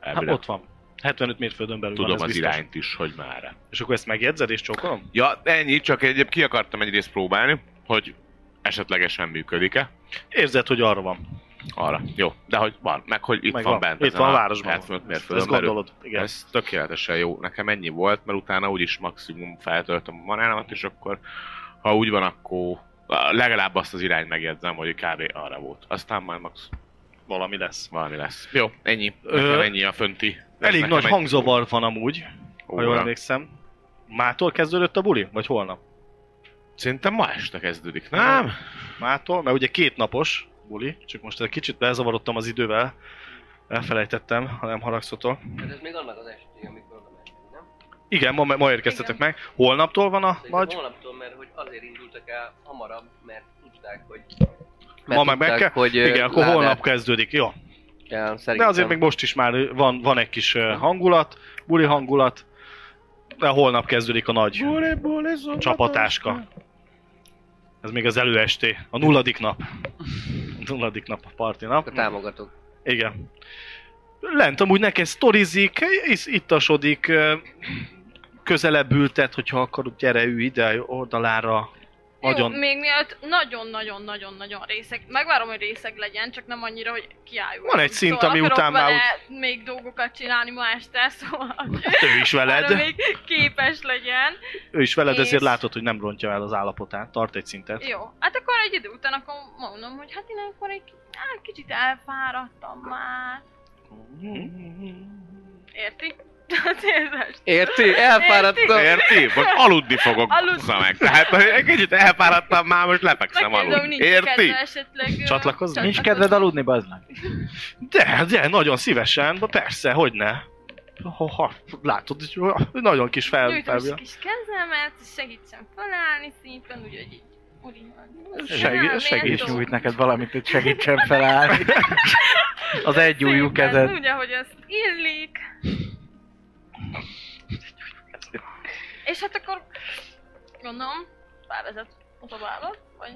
Hát
Elvileg.
ott van. 75 mérföldön belül
Tudom
van, ez
az
biztos.
irányt is, hogy már.
És akkor ezt megjegyzed és csókolom?
Ja, ennyi, csak egyéb ki akartam egyrészt próbálni, hogy esetlegesen működik-e.
Érzed, hogy arra van.
Arra. Jó, de hogy van, meg hogy itt
Meg
van bent.
Itt
ezen
van a városban.
75
Ezt
mérföldön belül.
gondolod. Igen.
Ez tökéletesen jó. Nekem ennyi volt, mert utána úgyis maximum feltöltöm a manámat, és akkor ha úgy van, akkor legalább azt az irányt megjegyzem, hogy kb. arra volt. Aztán már max
Valami lesz.
valami lesz. Jó, ennyi.
Ö,
Nekem ennyi a fönti. Ez
Elég
nekem
nagy
egy
hangzavar van amúgy, ha
óra.
jól emlékszem. Mától kezdődött a buli? Vagy holnap?
Szerintem ma este kezdődik, nem?
Mától, mert ugye két napos buli, csak most egy kicsit bezavarodtam az idővel. Elfelejtettem, ha nem haragszotok.
Hát ez még annak az estéje, amikor oda mentünk, nem?
Igen, ma, ma érkeztetek meg. Holnaptól van a
Szerintem
nagy?
holnaptól, mert hogy azért indultak el hamarabb, mert tudták, hogy...
Ma meg meg kell?
hogy ö,
Igen, akkor
ládát
holnap kezdődik, jó.
kell,
De
szerintem.
azért még most is már van, van egy kis ö, hangulat, buli hangulat. De holnap kezdődik a nagy csapatáska. Ez még az előesté, a nulladik nap. A nulladik nap a parti nap.
Akkor támogatok.
Igen. Lent amúgy neked sztorizik, is- ittasodik, ö, közelebb ültet, hogyha akarod, gyere, ülj ide, oldalára. Nagyon.
Jó, még mielőtt nagyon-nagyon-nagyon-nagyon részeg, megvárom, hogy részeg legyen, csak nem annyira, hogy kiálljunk.
Van egy szint,
szóval
ami
akarok
után már
vele még dolgokat csinálni ma este, szóval
hát Ő is
arra
veled,
még képes legyen.
ő is veled, ezért
és-
látod, hogy nem rontja el az állapotát, tart egy szintet.
Jó, hát akkor egy idő után akkor mondom, hogy hát én akkor egy ki- á, kicsit elfáradtam már. Érti? Tehát érzed?
Érti? Elfáradtam.
Érti? Vagy aludni fogok.
Aludni.
Aludni. Meg. Tehát hogy egy kicsit elfáradtam már, most lefekszem
Megkérdezem,
aludni.
nincs
Érti?
kedve esetleg... ö,
Csatlakozni?
Nincs kedved aludni, bazd meg.
De, de, nagyon szívesen, de persze, hogy ne. Ha, ha látod, hogy nagyon kis fel,
Nyújtom
fel
egy kis kezemet, segítsen felállni szépen, úgyhogy így... Uri,
Segít- segít
És nyújt neked valamit, hogy segítsen felállni. Az egy ujjú kezed.
Úgy, ahogy az illik. És hát akkor gondolom, bevezet a szobába, vagy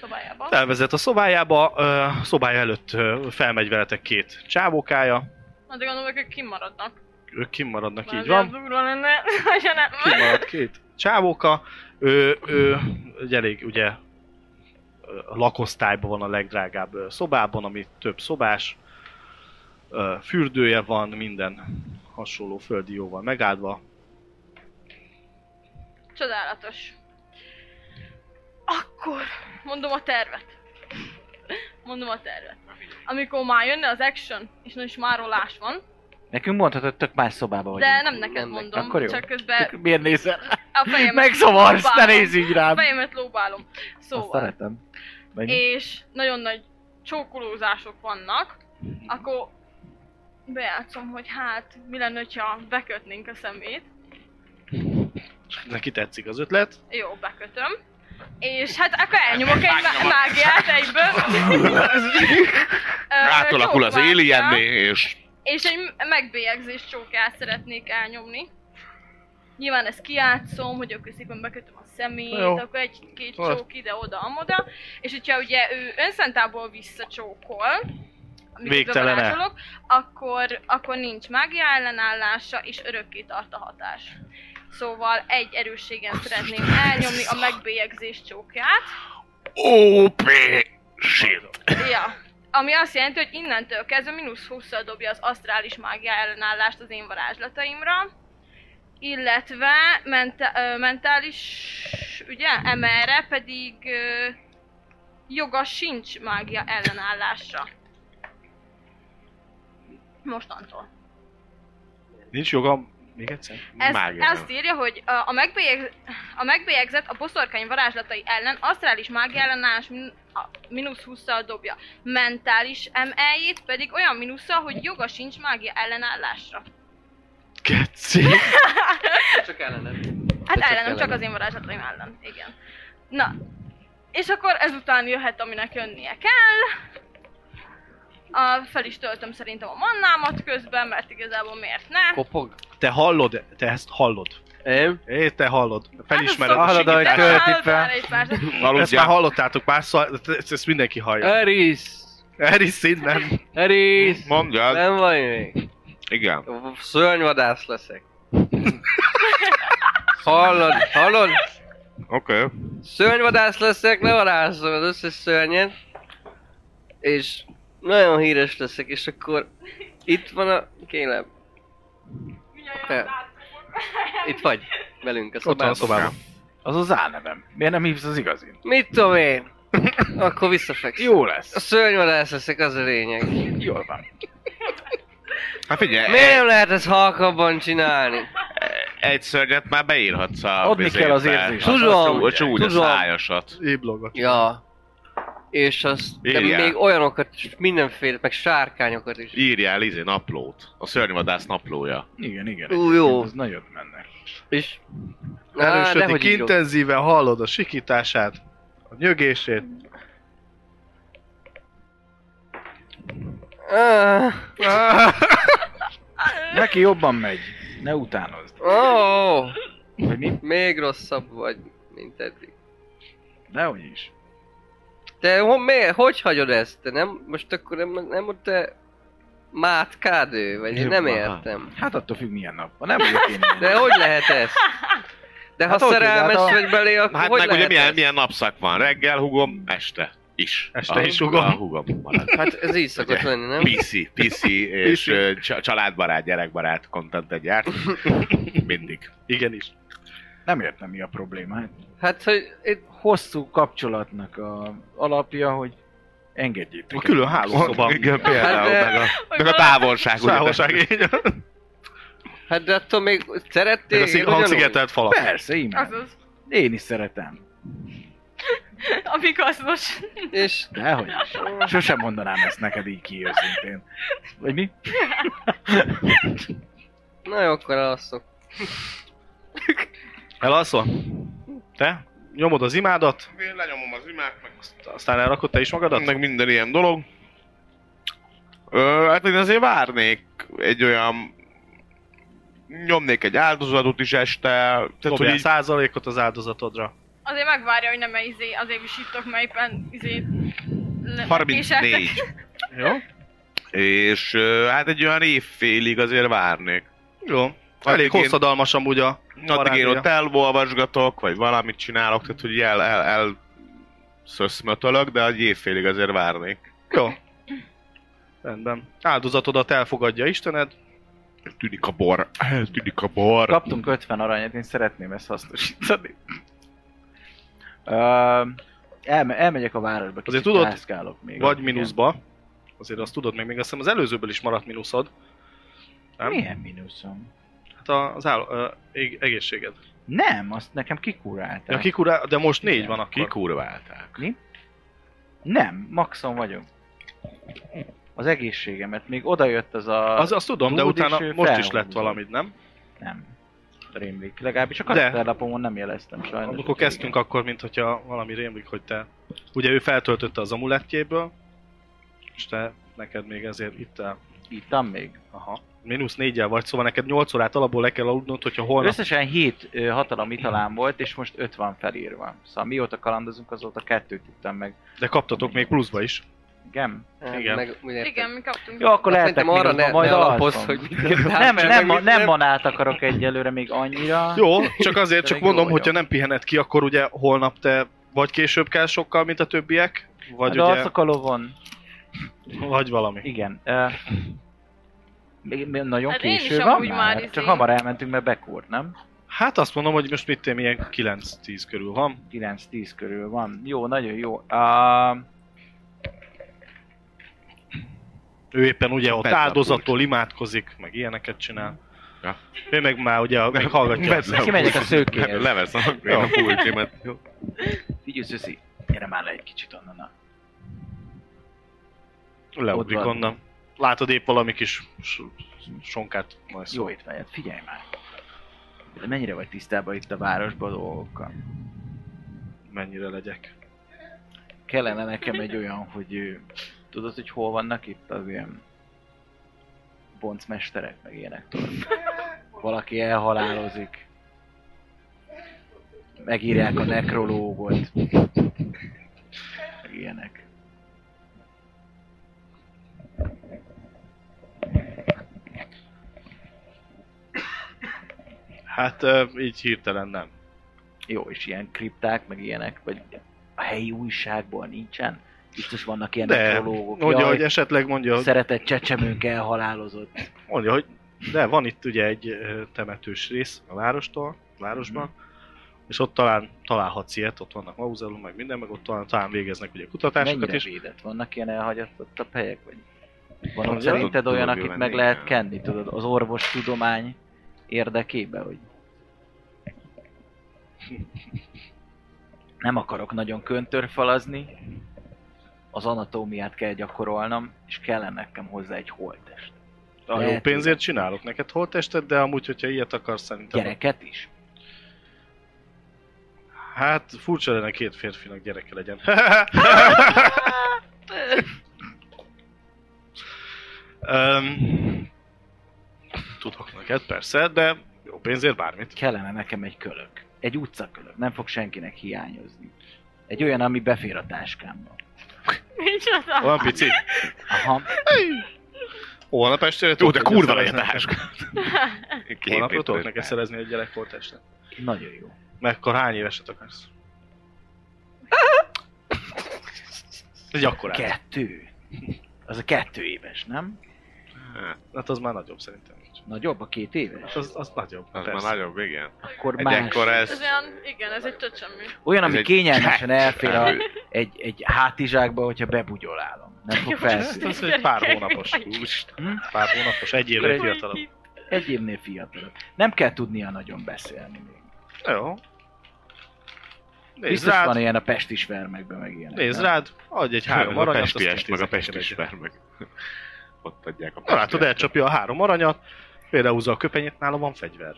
szobájába.
Elvezet a szobájába, ö, szobája előtt ö, felmegy veletek két csávókája,
Azért gondolom, hogy ők kimaradnak.
ők kimaradnak, így
Azért
van.
Az durva lenne, hogyha nem.
kimaradt két csávóka, ő, ő egy elég ugye ö, a lakosztályban van a legdrágább ö, szobában, ami több szobás, ö, fürdője van, minden hasonló földi jóval megáldva.
Csodálatos. Akkor mondom a tervet. Mondom a tervet. Amikor már jönne az action, és na is márolás van,
Nekünk mondhatod, tök más szobába vagy.
de nem neked
Nem neked.
mondom,
Akkor jó.
csak közben
Miért nézel?
a fejemet
Megzavarsz, ne
lóbálom.
nézz így
A
rám!
fejemet lóbálom.
Azt
Szóval,
szeretem. Vagy
és nagyon nagy csókolózások vannak, akkor bejátszom, hogy hát mi lenne, ha bekötnénk a szemét.
Neki tetszik az ötlet,
Jó, bekötöm. És hát akkor elnyomok egy má- mágiát egyből. Ö,
Átalakul az
csókványra,
alienné, és
És egy megbélyegzés csókát szeretnék elnyomni. Nyilván ezt kiátszom, hogy a középen bekötöm a szemét,
Jó.
akkor egy-két
Azt.
csók ide-oda-amoda. És hogyha ugye ő önszentából visszacsókol, amikor
Végtelene.
bevarázsolok, akkor, akkor nincs mágia ellenállása, és örökké tart a hatás. Szóval egy erősségen szeretném elnyomni a megbélyegzés csókját.
OP shit.
Ja. Ami azt jelenti, hogy innentől kezdve mínusz 20 dobja az asztrális mágia ellenállást az én varázslataimra, illetve mente- ö, mentális, ugye, emelre pedig ö, joga sincs mágia ellenállásra. Mostantól.
Nincs joga, még egyszer?
Ez,
Mágiára.
ezt írja, hogy a, a, megbélyeg, a megbélyegzett a boszorkány varázslatai ellen asztrális mágia ellenállás min, a, mínusz 20-szal dobja. Mentális ME-jét pedig olyan mínusszal, hogy joga sincs mágia ellenállásra.
Keci.
Csak ellenem.
Hát
Csak
ellenem, csak
ellenem.
az én varázslataim ellen. Igen. Na. És akkor ezután jöhet, aminek jönnie kell. A, fel is töltöm szerintem a mannámat közben, mert igazából miért ne?
Kopog?
Te hallod, te ezt hallod.
Én?
É, te hallod. Felismered.
Hát
a
ezt
hallod,
szoktuk
sikítást.
csinálni, hallod
ahogy tölti fel.
már egy pár-
Ezt már
Aludjál.
hallottátok már, szóval ezt, ezt mindenki hallja.
Eris!
Eris innen.
Eris!
Mondjad.
Nem vagy még?
Igen.
Szörnyvadász leszek. Hallod, hallod?
Oké. Okay.
Szörnyvadász leszek, ne varázslom az összes szörnyet. És nagyon híres leszek, és akkor itt van a... Kélem, Te. itt vagy velünk a
Ott van a
szobában.
szobában.
Az az álnevem. Miért nem hívsz az igazin?
Mit tudom én? Akkor visszafekszem.
Jó
A
lesz.
szörnyvadász leszek, az a lényeg.
Jól van.
Hát figyelj,
Miért nem lehet ezt halkabban csinálni?
egy szörnyet már beírhatsz a
Adni
vizébe.
kell az érzést.
A
Tudom,
csú- A csúnya
tudom.
szájasat.
Éblogat.
Ja. És azt, de
Írjál.
még olyanokat, is, mindenféle, meg sárkányokat is.
Írjál izé naplót. A szörnyvadász naplója.
Igen, igen.
Ú, jó.
Ez nagyot mennek.
És... Á,
Erősödik
dehogy így jó.
intenzíven, hallod a sikítását, a nyögését.
Á,
Neki jobban megy. Ne utánozd.
Ó,
Vagy mi?
még rosszabb vagy, mint eddig.
Dehogy is.
Te ho, miért? Hogy hagyod ezt? Te nem, most akkor nem, nem ott te mátkád ő, vagy én nem
Jobban.
értem.
Hát attól függ milyen nap. van. Nem vagyok én ilyen.
De hogy lehet ez? De ha
Hát
hát
oké, de
szerelmes
hát a-
vagy belé, akkor
Hát
hogy
meg ugye
lehet
milyen,
ez?
milyen napszak van? Reggel hugom, este is.
Este
a,
is hugom.
A hugom marad.
Hát ez így szokott
Ugye.
lenni, nem?
PC, PC és
PC.
ö, csa- családbarát, gyerekbarát contentet gyárt. Mindig.
Igenis.
Nem értem mi a problémát.
Hát, hogy itt
Hosszú kapcsolatnak a alapja, hogy engedjétek.
A külön hálószoba.
Igen, például.
Hát, de-
meg, a, meg a távolság. ugye.
Szállóság így.
Hát de attól még szerettél,
Meg a szig-
én ugyanúgy.
hangszigetelt falak.
Persze, imádom.
Azaz.
Én is szeretem.
Ami gazdos.
És
Dehogy is. Sosem mondanám ezt neked így ki őszintén. Vagy mi?
na jó, akkor elalszok.
Elalszol? Te? Nyomod az imádat,
Én lenyomom az imát, meg
aztán elrakod te is magadat?
meg minden ilyen dolog. Ö, hát én azért várnék egy olyan... Nyomnék egy áldozatot is este, tehát hogy
Dobjál
így,
százalékot az áldozatodra.
Azért megvárja, hogy nem izé, azért is ittok, mert éppen izé... le-
34.
késeltek.
Jó?
És ö, hát egy olyan évfélig azért várnék.
Jó.
Addig
Elég
én-
hosszadalmas amúgy a
Addig én
parádia.
ott elolvasgatok, vagy valamit csinálok, tehát hogy el, el, el szöszmötölök, de egy évfélig azért várnék.
Jó. Rendben. Áldozatodat elfogadja Istened.
Tűnik a bor. Tűnik a bor.
Kaptunk 50 aranyat, én szeretném ezt hasznosítani. Ö, elme, elmegyek a városba, kicsit
tudod,
mászkálok még.
Vagy
Igen.
mínuszba. Azért azt tudod még, még azt hiszem az előzőből is maradt mínuszod. Nem?
Milyen mínuszom?
Hát a- az áll, ö, eg- egészséged.
Nem, azt nekem kikurálták.
Ja, kikurá... De most négy
Igen.
van akkor.
Kikurválták.
Nem, maxon vagyok. Az egészségemet. Még oda jött az a...
Az, azt tudom, de
Tud, és
utána
ő
most is
felhúzza.
lett valamid, nem?
Nem. most rémlik. Legalábbis a
De.
karakterlapomon nem jeleztem sajnos.
Amikor kezdtünk, akkor mint hogyha valami rémlik, hogy te... Ugye ő feltöltötte az amulettjéből, és te neked még ezért itt el.
Ittam még.
Aha. Mínusz négyel vagy, szóval neked 8 órát alapból le kell aludnod, hogyha holnap...
Összesen 7 hatalom italám volt, és most 5 van felírva. Szóval mióta kalandozunk, azóta kettőt ittam meg.
De kaptatok még pluszba is.
Igen?
Igen.
Hát, Meg, úgy értem.
Igen, mi kaptunk.
Jó, akkor
Azt
lehetek
Hát szerintem
még
arra
azban,
ne,
majd
ne alapoz,
alszom.
hogy mit
Nem,
írtál,
nem,
meg
nem,
mit
nem manát akarok egyelőre még annyira.
Jó, csak azért,
De
csak
még jó
mondom,
vagyok.
hogyha nem pihened ki, akkor ugye holnap te vagy később kell sokkal, mint a többiek, vagy
De
ugye,
Hát alszok a lovon.
vagy valami.
Igen. Ö, még, még nagyon
Hát én is
késő van
amúgy már
már?
izé-
Csak hamar elmentünk, mert bekúrt, nem?
Hát azt mondom, hogy most mit tém, ilyen 9-10 körül van.
9-10 körül van. Jó, nagyon jó. Uh,
Ő éppen ugye ott
Bedlapult.
áldozattól imádkozik, meg ilyeneket csinál.
Ja.
Ő meg már ugye meg hallgatja. a-
Neki megyek a szőkéhez.
Leveszem akkor én a pultimet. Jó.
Figyelj, Szöszi, gyere már le egy kicsit onnan. na.
Leugrik
Ott van.
onnan. Látod épp valami kis s- sonkát. majd szó.
Jó étvágyat, figyelj már. De mennyire vagy tisztában itt a városban a dolgokkal?
Mennyire legyek.
Kellene nekem egy olyan, hogy ö, tudod, hogy hol vannak itt az ilyen boncmesterek, meg ilyenek, tudod? Valaki elhalálozik. Megírják a nekrológot. Meg ilyenek.
Hát ö, így hirtelen nem.
Jó, és ilyen kripták, meg ilyenek, vagy a helyi újságból nincsen? Biztos vannak ilyen
De,
nekrológok.
mondja,
Jaj,
hogy esetleg mondja, hogy-
Szeretett csecsemőnk elhalálozott.
mondja, hogy de van itt ugye egy ö, temetős rész a várostól, a városban,
Mhm.
és ott talán találhatsz ilyet, ott vannak mauzeum, meg minden, meg ott talán, talán végeznek ugye kutatásokat
Mennyire
is.
védett? Vannak ilyen elhagyatott helyek? Vagy van ott
Tudod,
szerinted
tudod,
olyan,
mi
akit
van
meg
még?
lehet kenni, tudod, az orvos tudomány érdekében, hogy... Nem akarok nagyon köntörfalazni, az anatómiát kell gyakorolnom, és kellene nekem hozzá egy holttest.
A jó
Lehet,
pénzért csinálok neked holttestet, de amúgy, hogyha ilyet akarsz, szerintem...
Gyereket is?
Hát furcsa lenne két férfinak gyereke legyen. um, tudok neked, persze, de jó pénzért bármit.
Kellene nekem egy kölök. Egy utcakölök. Nem fog senkinek hiányozni. Egy olyan, ami befér a táskámba.
Micsoda?
Van pici?
Aha.
Holnap estére
Jó,
tudok
de
neked
kurva nagy a
szerezni.
táska.
Holnapra tudok neked szerezni egy gyerek holttestet.
Nagyon jó.
Meg akkor hány éveset akarsz? Egy akkorát.
Kettő. Az a kettő éves, nem?
Hát az már nagyobb szerintem.
Nagyobb a két éves?
Az, az nagyobb,
Az
persze.
már nagyobb, igen.
Akkor
Egy
más.
ekkora
Ez
ez...
olyan, igen, ez egy csöcsömű.
Olyan,
ez
ami
egy
kényelmesen
cseh.
elfér a, egy, egy hátizsákba, hogyha bebugyolálom. Nem fog felszűnni.
Ez egy pár hónapos.
Hm?
Pár hónapos, egy évre fiatalabb.
Egy évnél fiatalabb. Nem kell tudnia nagyon beszélni még.
Jó. Nézd
Biztos
rád,
van ilyen a pestis vermekben, meg ilyenek.
nézd
nem?
rád, adj egy három
a
aranyat, aztán
pestiest, meg a
kifizetek
pestis
neked
ver meg. Ott adják a
egyet. Na látod,
pestiest.
elcsapja a három aranyat, félrehúzza a köpenyét, nála van fegyver.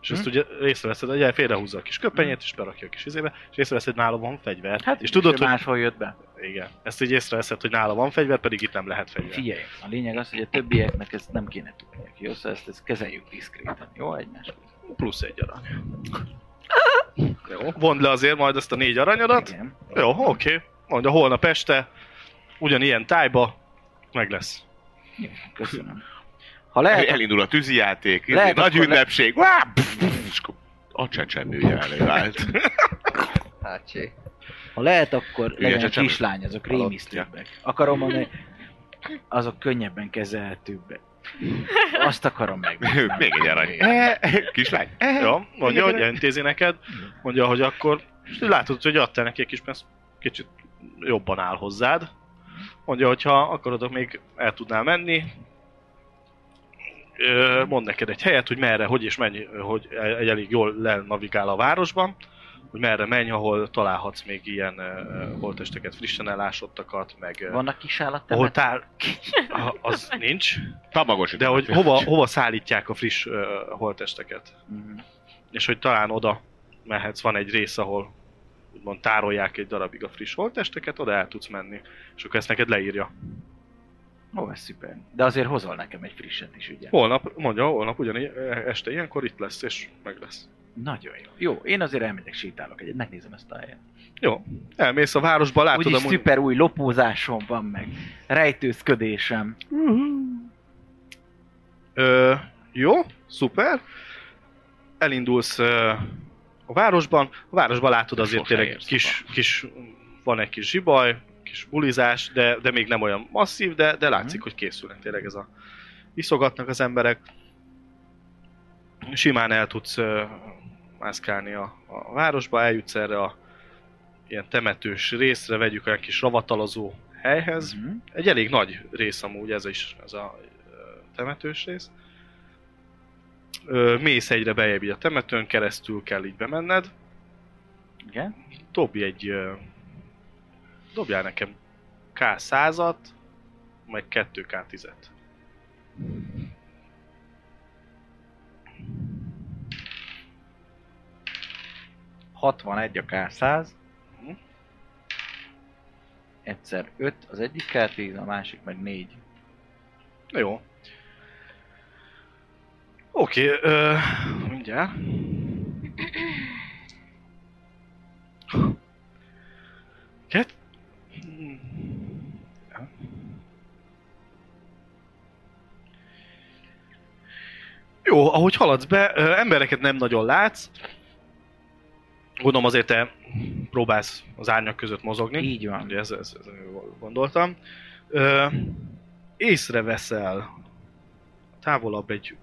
És ezt
Hm?
ugye észreveszed, hogy félrehúzza a kis köpenyét, és berakja a kis izébe, és észreveszed, hogy nála van fegyver.
Hát,
és tudod, hogy...
máshol jött be.
Igen. Ezt így észreveszed, hogy nála van fegyver, pedig itt nem lehet fegyver.
Figyelj, a lényeg az, hogy a többieknek ezt nem kéne tudniak, jó? Szóval ezt, ezt kezeljük diszkréten, jó? Egymás között.
Plusz egy arany. Jó. Vondd le azért majd ezt a négy aranyodat.
Igen.
Jó, oké. Mondja, holnap este, ugyanilyen tájba, meg lesz.
Köszönöm. Ha lehet,
Elindul a tűzijáték,
Lehet,
izé, nagy
akkor le-
ünnepség, Uá, pff, pff, és akkor a csecsemője előállt.
Hátsé.
Ha lehet, akkor legyen
csecsemő.
kislány, azok
Halott,
rémisztőbbek. Akarom mondani, azok könnyebben kezelhetőbbek. Azt akarom meg.
Még egy arany. Kislány.
Jó, mondja, hogy elintézi neked, mondja, hogy akkor és látod, hogy adtál neki egy kis pénzt, kicsit jobban áll hozzád. Mondja, hogy ha akarod, még el tudnál menni, Ö, mond neked egy helyet, hogy merre, hogy és mennyi, hogy egy elég jól lenavigál a városban, hogy merre menj, ahol találhatsz még ilyen ö, holtesteket, frissen elásottakat, meg ö,
Vannak kis
ahol
állattemet?
tár... A- az nincs,
Tamagos.
de hogy hova, hova szállítják a friss ö, holtesteket.
Mhm.
és hogy talán oda mehetsz, van egy rész, ahol úgymond tárolják egy darabig a friss holttesteket, oda el tudsz menni, és akkor ezt neked leírja.
Ó, ez szuper. De azért hozol nekem egy frisset is, ugye?
Holnap, mondja, holnap ugyanígy e, este ilyenkor itt lesz, és meg lesz.
Nagyon jó. Jó, én azért elmegyek, sétálok egyet, megnézem ezt a helyet.
Elmész a városba, látod
Úgyis szuper új lopózásom van meg, rejtőzködésem.
Ö, jó, szuper. Elindulsz ö, a városban. A városban látod azért
Sose
tényleg
érsz
kis, kis, van egy kis zsibaj, kis bulizás, de, de még nem olyan masszív, de, de látszik, hogy készülnek tényleg ez a... Iszogatnak az emberek. Simán el tudsz ö, mászkálni a, a városba, eljutsz erre a ilyen temetős részre, vegyük olyan kis ravatalozó helyhez
Mhm.
egy elég nagy rész amúgy ez is, ez a ö, temetős rész. Ö, mész egyre bejebb így a temetőn, keresztül kell így bemenned.
Igen.
Dobj egy... Ö, dobjál nekem K100-at, meg 2K10-et.
Mhm. 61 a K100.
Mhm.
Egyszer 5 az egyik K10, a másik meg 4.
Jó. Oké, ö, mindjárt. Ket? Jó, ahogy haladsz be, ö, embereket nem nagyon látsz. Gondolom azért te próbálsz az árnyak között mozogni.
Így van.
Ugye ez, ez, ez gondoltam. Ö, észreveszel távolabb egy,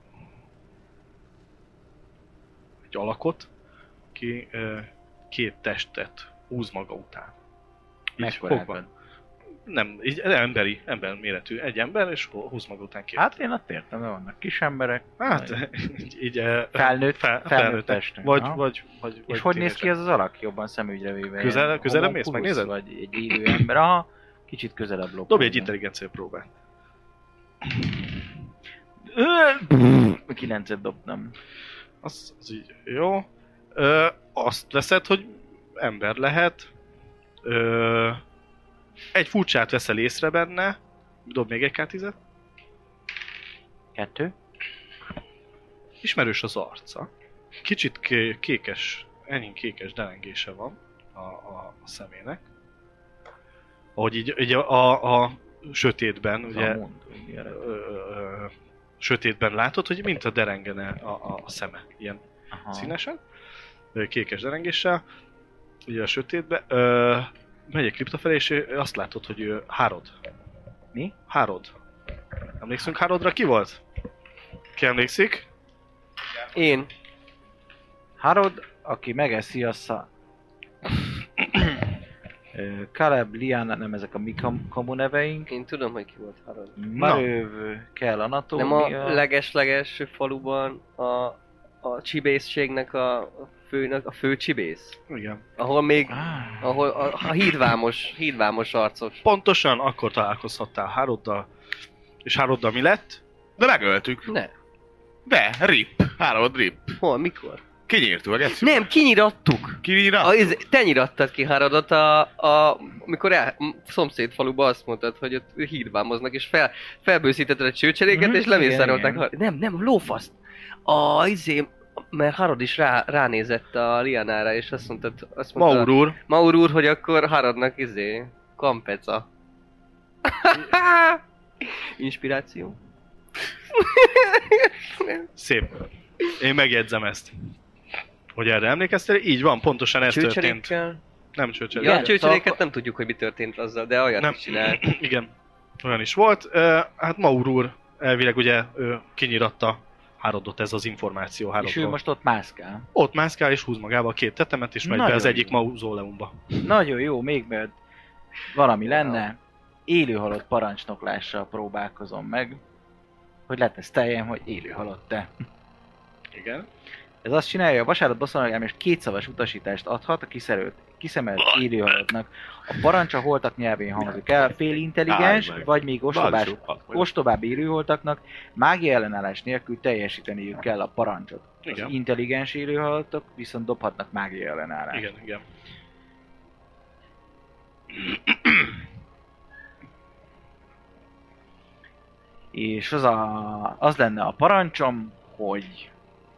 egy alakot, ki ö, két testet húz maga után. Így fogva.
Mekkorában?
Nem, így emberi, ember méretű. Egy ember, és hú- húz maga után két.
Hát én ott értem, de vannak kis emberek.
hát így, így ö,
Felnőtt,
fel,
felnőtt
felnőttek.
testünk.
Vagy,
aha.
vagy, vagy, vagy
És hogy néz ki
tínédzser.
ez az alak? Jobban szemügyre véve.
Közel-
ilyen
közelebb mész,
homunculus
megnézed?
Vagy egy élő ember, aha. Kicsit közelebb lopom.
Dobj egy intelligencia próbát.
9 dobtam.
Az, az így jó. Ö, azt veszed, hogy ember lehet. Ö, egy furcsát veszel észre benne. Dob még egy k
Kettő.
Ismerős az arca. Kicsit ké- kékes, enyhén kékes delengése van a, a, a szemének. Ahogy így, így a, a, a sötétben,
Ez
ugye,
a mondó, így
ö,
erre.
ö, sötétben látod, hogy mint a derengene a, a, a szeme. Ilyen
Aha.
színesen, ö, kékes derengéssel, ugye a sötétbe. Ö, megy egy kripta felé, és ö, azt látod, hogy ö, Hárod.
Mi?
Hárod. Emlékszünk Hárodra ki volt? Ki emlékszik?
Én.
Harod, aki megeszi a szá... Ö, Caleb, Liana, nem ezek a mi kam- kamu neveink.
Én tudom, hogy ki volt Harod.
Maröv, kell
Nem a
anatómia.
leges-leges faluban a, a csibészségnek a főnök, a fő csibész.
Igen.
Ahol még,
Ah,
ahol a, a hídvámos, hídvámos arcos.
Pontosan akkor találkozhattál Hároddal. És Hároddal mi lett?
De megöltük.
Ne.
De, rip. Háromad rip.
Hol, mikor?
Kinyírtuk a geci.
Nem, kinyirattuk!
Kinyíra?
A, ez, te nyirattad ki Haradot, a, a, amikor el, m- szomszéd faluba azt mondtad, hogy ott hírvámoznak, és fel, felbőszítetted a csőcseréket,
Mm,
Mhm,
és lemészárolták.
igen,
Har- nem, nem, a lófaszt! A, izé, mert Harad is rá, ránézett a Lianára, és azt mondta, azt mondta
Maur úr.
Maur úr, hogy akkor Haradnak izé, kampeca. Inspiráció.
Szép. Én megjegyzem ezt. Hogy erre emlékeztél? Így van, pontosan ez történt.
Csőcserékkel?
Nem csőcserék.
Ja,
Igen,
a csőcseréket
szóval-
nem tudjuk, hogy mi történt azzal, de olyat
Nem.
is csinált.
Igen, olyan is volt. Ö, Hát Maur úr elvileg ugye ö, kinyiratta Hárodot ez az információ
és ő
Hárodról. Most...
most ott mászkál.
Ott mászkál és húz magába a két tetemet és megy be
Nagyon
az egyik
jó.
mauzóleumba.
Nagyon jó, még mert valami lenne. Élő halott parancsnoklással próbálkozom meg, hogy leteszteljem, hogy élő halott-e.
Igen.
Ez azt csinálja, hogy a vasárnap bosszanalgámos két szavas utasítást adhat a kiszerült kiszemelt írő halottnak. A parancs a holtak nyelvén hangzik el, fél intelligens,
Állj meg.
vagy még ostobás,
Bárcsú, hat vagyok.
ostobább írőholtaknak mágia ellenállás nélkül teljesíteniük kell a parancsot. Az
Igen.
intelligens írőhalottak viszont dobhatnak mágia ellenállást.
Igen, igen.
És az, a, az lenne a parancsom, hogy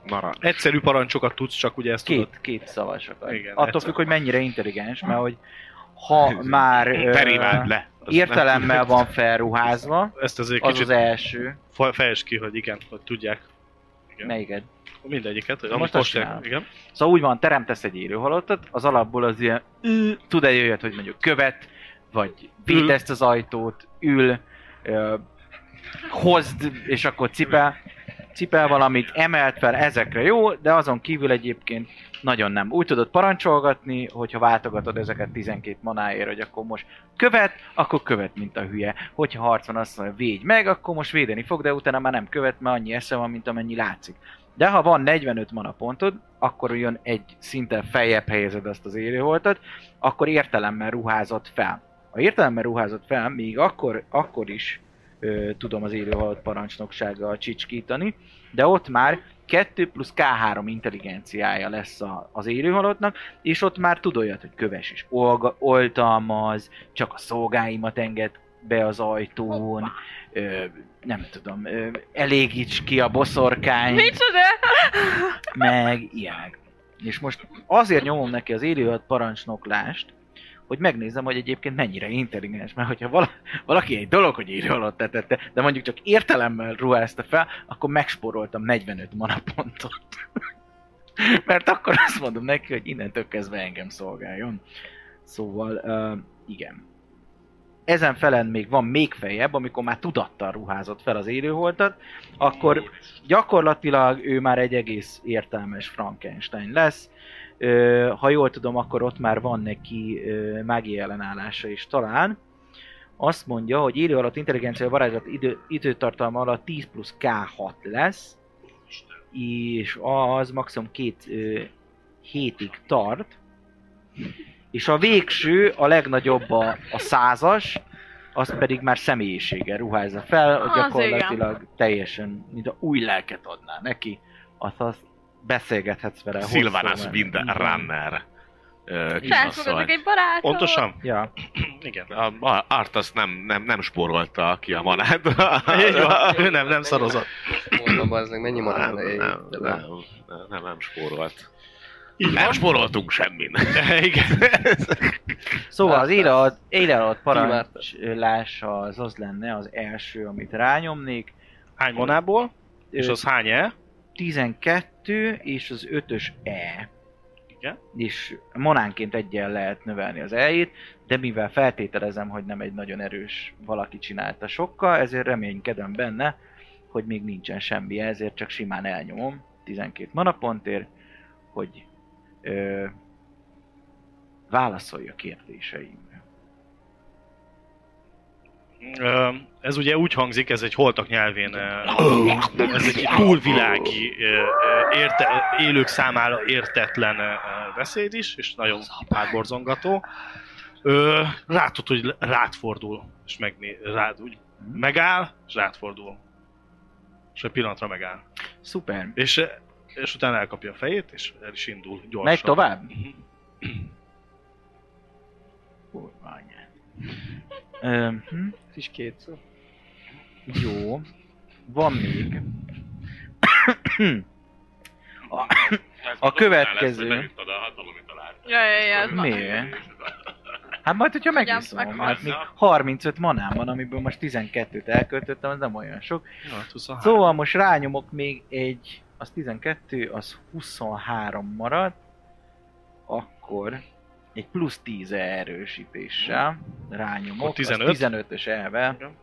Narancs.
Egyszerű parancsokat tudsz, csak ugye ezt tudod.
két, két szavas akar.
Igen,
Attól
egyszer.
függ, hogy mennyire intelligens, mert hogy ha már ö,
Perimáld le! Az
értelemmel van felruházva,
Ezt azért
az az
kicsit
első.
fa- fejtsd ki, hogy igen, hogy tudják Igen.
Melyiket?
mindegyiket, hogy
Na
amit
most azt
most
csinálom.
igen.
Szóval úgy van, teremtesz egy élő halottat, az alapból az ilyen ül, tud egy olyat, hogy mondjuk követ, vagy védd
Ül.
ezt az ajtót, ül, ö, hozd, és akkor cipel, cipel valamit, emelt fel, ezekre jó, de azon kívül egyébként nagyon nem. Úgy tudod parancsolgatni, hogyha váltogatod ezeket 12 manáért, hogy akkor most követ, akkor követ, mint a hülye. Hogyha harcon azt mondja, védj meg, akkor most védeni fog, de utána már nem követ, mert annyi esze van, mint amennyi látszik. De ha van 45 mana pontod, akkor jön egy szinten feljebb helyezed azt az élőholtat, akkor értelemmel ruházott fel. Ha értelemmel ruházott fel, még akkor, akkor is ö, tudom az élőhalott parancsnoksággal csicskítani, de ott már 2 plusz K3 intelligenciája lesz a, az élőhalottnak, és ott már tud olyat, hogy köves is olga, oltalmaz, csak a szolgáimat enged be az ajtón, ö, nem tudom, ö, elégíts ki a boszorkányt
Micsoda?
meg ilyenek. És most azért nyomom neki az élőhat parancsnoklást, hogy megnézem, hogy egyébként mennyire intelligens. Mert hogyha vala, valaki egy dolog, hogy írja alatt tetette, de mondjuk csak értelemmel ruházta fel, akkor megspóroltam 45 manapontot. Mert akkor azt mondom neki, hogy innentől kezdve engem szolgáljon. Szóval, uh, igen. Ezen felen még van még feljebb, amikor már tudattal ruházott fel az élőholtat, akkor gyakorlatilag ő már egy egész értelmes Frankenstein lesz. Ö, ha jól tudom, akkor ott már van neki ö, mágia ellenállása is talán. Azt mondja, hogy idő alatt intelligencia varázslat idő, időtartalma alatt 10 plusz K6 lesz, és az maximum két ö, hétig tart, és a végső, a legnagyobb a, a százas, azt pedig már személyiséggel ruházza fel,
Az
gyakorlatilag teljesen, mint a új lelket adná neki, azt, azt beszélgethetsz vele. hosszú
Szilvanász
mellett.
Windrunner. ö,
Felfogadok
Kisasszony.
egy barátot.
Pontosan?
Ja.
Igen.
A, a Artas nem, nem, nem spórolta ki a manát.
Így van, ő nem, nem
Szóval-
szarozott.
Mondom, bazdmeg, mennyi
Nem,
marad?
nem,
Éj,
nem,
de bár.
nem, nem, nem spórolt. Nem spóroltunk semmin. Igen.
Szóval
Látsz,
az éjre ad- éjre adott
Kimárta.
parancslás az az lenne az első, amit rányomnék.
Hány monából? És
Ö,
az hány e?
12 és az 5-ös E.
Igen.
És monánként egyen lehet növelni az E-jét, de mivel feltételezem, hogy nem egy nagyon erős valaki csinálta sokkal, ezért reménykedem benne, hogy még nincsen semmi, ezért csak simán elnyomom 12 manapontért, hogy ö, válaszolj a kérdéseimre.
Ö, Ez ugye úgy hangzik, ez egy holtak nyelvén, ö, ez egy túlvilági, ö, ö, érte, élők számára értetlen ö, ö, beszéd is, és nagyon átborzongató. Ö, Látod, hogy rád fordul, és megné, rád úgy megáll, és rád fordul. És egy pillanatra megáll.
Szuper!
És, és utána elkapja a fejét, és el is indul gyorsan.
Megy tovább? Kurva anyád. Öm, hm,
Ez is két szó.
Jó. Van még. A következő.
Ja, ja, ja. ez van.
Miért? Hát majd, hogyha
Ugye,
megiszom,
megvan.
hát még 35 manám van, amiből most 12-t elköltöttem, az nem olyan sok.
Jó, hát 23.
Szóval most rányomok még egy, az 12, az 23 marad, akkor egy plusz 10 erősítéssel rányomok,
Akkor 15.
az 15-ös elve
Igen.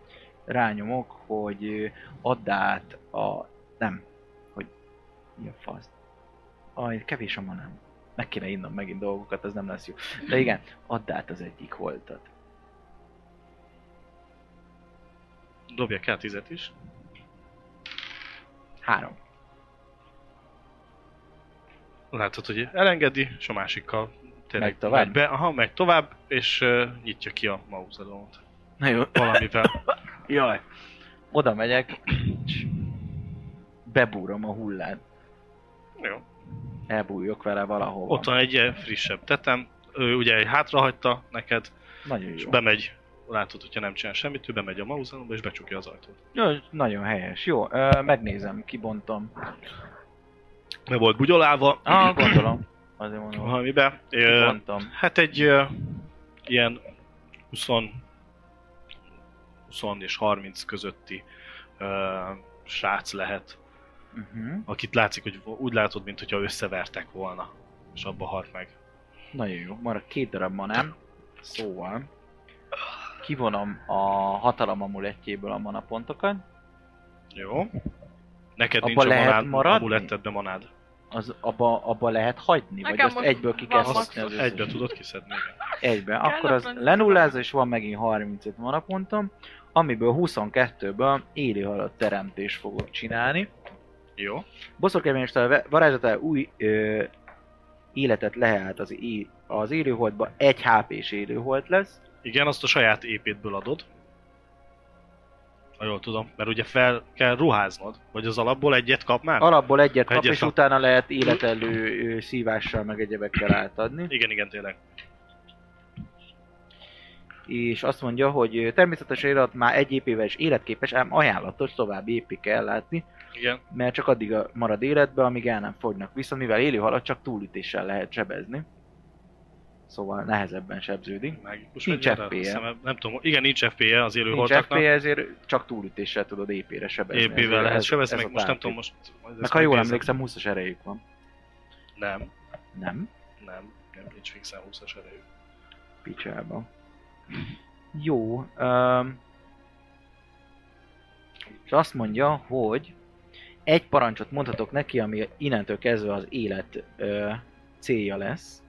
rányomok, hogy ö, add át a... nem, hogy mi a fasz. Aj, kevés a manám. Meg kéne innom megint dolgokat, az nem lesz jó. De igen, add át az egyik holtat.
Dobja kell tizet is.
Három.
Látod, hogy elengedi, és a másikkal tényleg
Megy tovább?
Megy be, aha, megy tovább, és uh, nyitja ki a mauzoleumot.
Na jó.
Valamivel.
Jaj. Oda megyek, és bebúrom a hullát.
Jó.
Elbújok vele valahol.
Ott van egy ilyen frissebb tetem, ő ugye egy hátrahagyta neked,
Nagyon
és
jó.
bemegy, látod, hogyha nem csinál semmit, ő bemegy a mauzoleumba és becsukja az ajtót.
jó. Nagyon helyes. Jó, ö, megnézem, kibontom.
Meg volt bugyolálva,
Ah, gondolom. Azért mondom,
valamibe. Ö,
kibontom.
Hát egy ö, ilyen 20, 20 és 30 közötti ö, srác lehet,
Uh-huh.
akit látszik, hogy úgy látod, mintha összevertek volna, és abba halt meg.
Nagyon jó. Marad két darab manám. Szóval... Kivonom a hatalom amulettjéből a manapontokat.
Jó. Neked
Abba
nincs a
lehet
manád,
maradni?
amulettedbe manád.
Az abba, abba lehet hagyni? Vagy
Nekem
azt
most
egyből ki
van
kell
maximum.
Azt
használni? az összes-
egybe tudod kiszedni. igen.
Egyben.
Kell
Akkor az
naponta.
lenullázza, és van megint 35 manapontom, amiből 22-ből éli halott teremtést fogok csinálni.
Jó.
Boszorkányos varázslatá új ö, életet lehelet az, é- az élőholtba, egy HP-s élőholt lesz.
Igen, azt a saját épétből adod. Ha jól tudom, mert ugye fel kell ruháznod, vagy az alapból egyet kap már?
Alapból egyet kap,
Hát, Egyet
és
kap.
utána lehet életelő ö, szívással meg egyebekkel átadni.
Igen, igen, tényleg.
és azt mondja, hogy természetes élet már egy épével is életképes, ám ajánlatos további épig kell látni,
Igen.
mert csak addig a- marad életbe, amíg el nem fogynak. Viszont mivel élő halad, csak túlütéssel lehet sebezni. Szóval nehezebben sebződik.
Mágikus
Nincs
fegyverrel?
FPE.
Azt hiszem, Nem tudom, igen, nincs FPE az élő
Nincs
holtaknak.
FP, ezért csak túlütéssel tudod épére sebezni.
EP-vel
Ezért
lehet
ez-
sebezni,
ez
meg
a
most nem
tárgy.
tudom, most... majd
Meg
ezt
ha jól
megnézem.
emlékszem, 20-as erejük van.
Nem,
Nem?
nem, nem, nincs fixen 20-as erejű.
Picsába. Jó. Um, és azt mondja, hogy egy parancsot mondhatok neki, ami innentől kezdve az élet ö, célja lesz.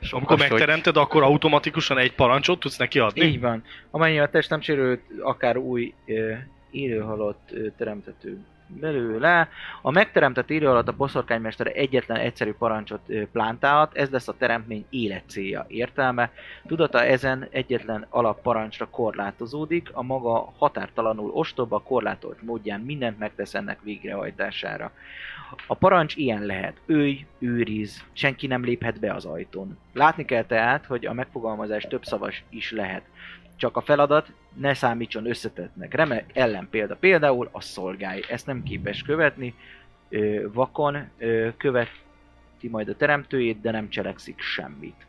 Sok Amikor
hogy-
megteremted, akkor automatikusan egy parancsot tudsz neki adni?
Így van. Amennyi a test nem sérült, akár új ö, élőhalott ö, teremtető belőle. A megteremtett élő alatt a boszorkánymester egyetlen egyszerű parancsot ö, plántálhat, ez lesz a teremtmény élet célja, értelme. Tudata ezen egyetlen alapparancsra korlátozódik, a maga határtalanul ostoba, korlátolt módján mindent megtesz ennek végrehajtására. A parancs ilyen lehet. Őj, őriz, senki nem léphet be az ajtón. Látni kell tehát, hogy a megfogalmazás több szavas is lehet. Csak a feladat ne számítson összetettnek. Remek ellenpélda például a szolgái. Ezt nem képes követni. Ö, vakon ö, követi majd a teremtőjét, de nem cselekszik semmit.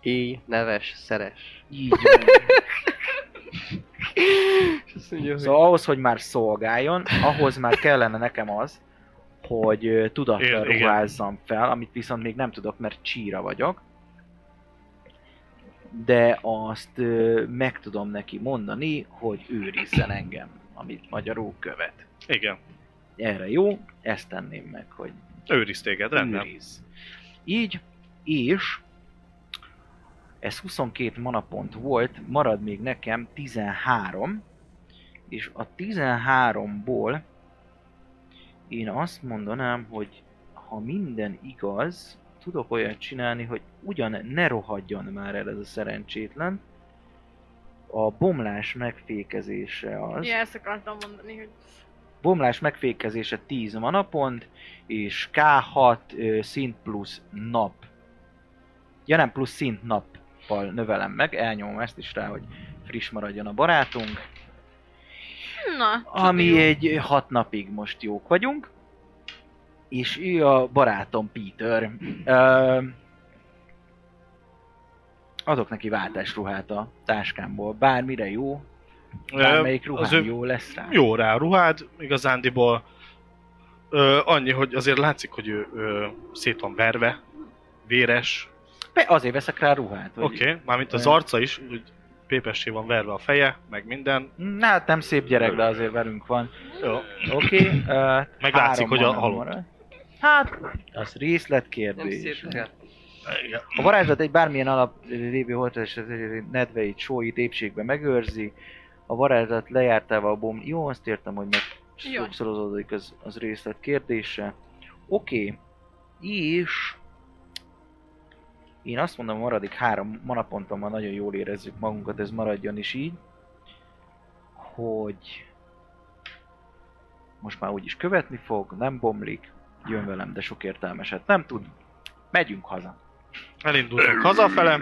I, neves, szeres.
Így van.
És azt mondja, hogy...
Szóval ahhoz, hogy már szolgáljon, ahhoz már kellene nekem az, hogy ö,
Igen, igen.
tudattal ruházzam fel, amit viszont még nem tudok, mert csíra vagyok. De azt ö, meg tudom neki mondani, hogy őrizzen engem, amit magyarul követ.
Igen,
Erre jó, ezt tenném meg, hogy
őriz téged, rendben.
Őriz. Így, és ez 22 manapont volt, marad még nekem 13, és a 13-ból én azt mondanám, hogy ha minden igaz, tudok olyat csinálni, hogy ugyan ne rohadjon már el ez a szerencsétlen, a bomlás megfékezése az.
Igen, ezt akartam mondani, hogy
Bomlás megfékezése 10 manapont, és K6 ö, szint plusz nap. Ja nem, plusz szint nappal növelem meg, elnyomom ezt is rá, hogy friss maradjon a barátunk.
na,
Ami egy 6 napig most jók vagyunk. És ő a barátom Peter. Ö, adok neki váltásruhát a táskámból. Bármire jó,
Ö,
bármelyik
az
ruhám
ő
jó lesz rá.
jó rá a ruhád, igazándiból ö, annyi, hogy azért látszik, hogy ő ö, szét van verve, véres,
Be, azért veszek rá ruhát. hogy-
oké, okay. mármint az
olyan-
arca is, úgy pépessé van verve a feje, meg minden,
Na, hát nem szép gyerek, de azért velünk van.
jó,
Oké, okay, uh,
Meg látszik, hogy a halott.
Hát, az
Nem szép,
részletkérdés.
hát.
igen.
A varázslat egy bármilyen alap lévő holtes nedveit, sóit épségben megőrzi. A varázslat lejártával a bomb... Jó, azt értem, hogy meg
Jaj.
sokszorozódik az, az részlet kérdése. Oké, és én azt mondom, maradik három manaponton ma nagyon jól érezzük magunkat, ez maradjon is így, hogy most már úgyis követni fog, nem bomlik, jön velem, de sok értelmeset nem tud, megyünk haza.
Elindultunk hazafele,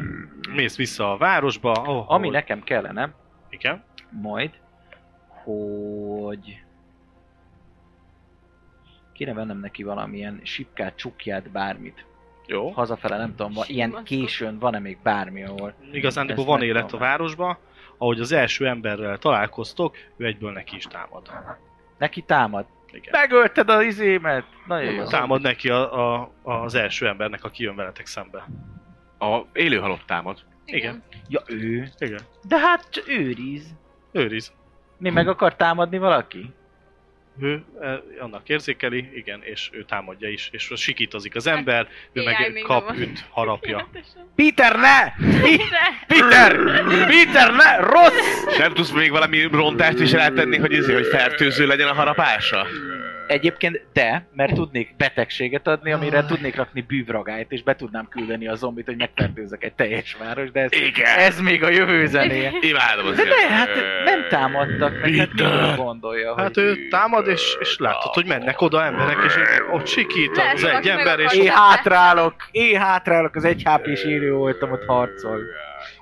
mész vissza a városba, oh,
Ami nekem kellene,
Igen.
majd, hogy kéne vennem neki valamilyen sipkát, csukját, bármit.
Jó.
Hazafele nem tudom, va- ilyen
Simacskot.
későn van-e még bármi, ahol...
Igazándiból
Ezt
van
nem
élet a
tudom.
városba, ahogy az első emberrel találkoztok, ő egyből neki is támad.
Neki támad.
Igen.
Megölted az izémet! Nagyon jó.
Az
Támad neki a, a, az első embernek, aki jön veletek szembe.
A élő halott támad.
Igen.
Ja, ő.
Igen.
De hát csak őriz.
Őriz.
Mi meg akar támadni valaki?
Ő eh, annak érzékeli, igen, és ő támadja is, és az sikítozik az ember, ő
AI
meg
Hát, még
kap,
nem
üt, harapja.
Pontosan.
Peter, ne!
De-
Peter! Peter, ne! Rossz!
Nem tudsz még valami rontást is rátenni, hogy ezért, hogy fertőző legyen a harapása?
Egyébként de, mert tudnék betegséget adni, amire tudnék rakni bűvragályt, és be tudnám küldeni a zombit, hogy megfertőzzek egy teljes város, de ez,
Igen.
ez még a jövő zenéje.
Imádom az
De ne,
ilyet.
hát nem támadtak meg, hát
Peter!
mire gondolja,
Hát
hogy...
ő támad, és, és látod, hogy mennek oda emberek, és ő ott sikít
Ne,
az
csak
egy
meg
ember, és
akar-
Én hátrálok, én hátrálok, az egy hp írő voltam, ott harcol.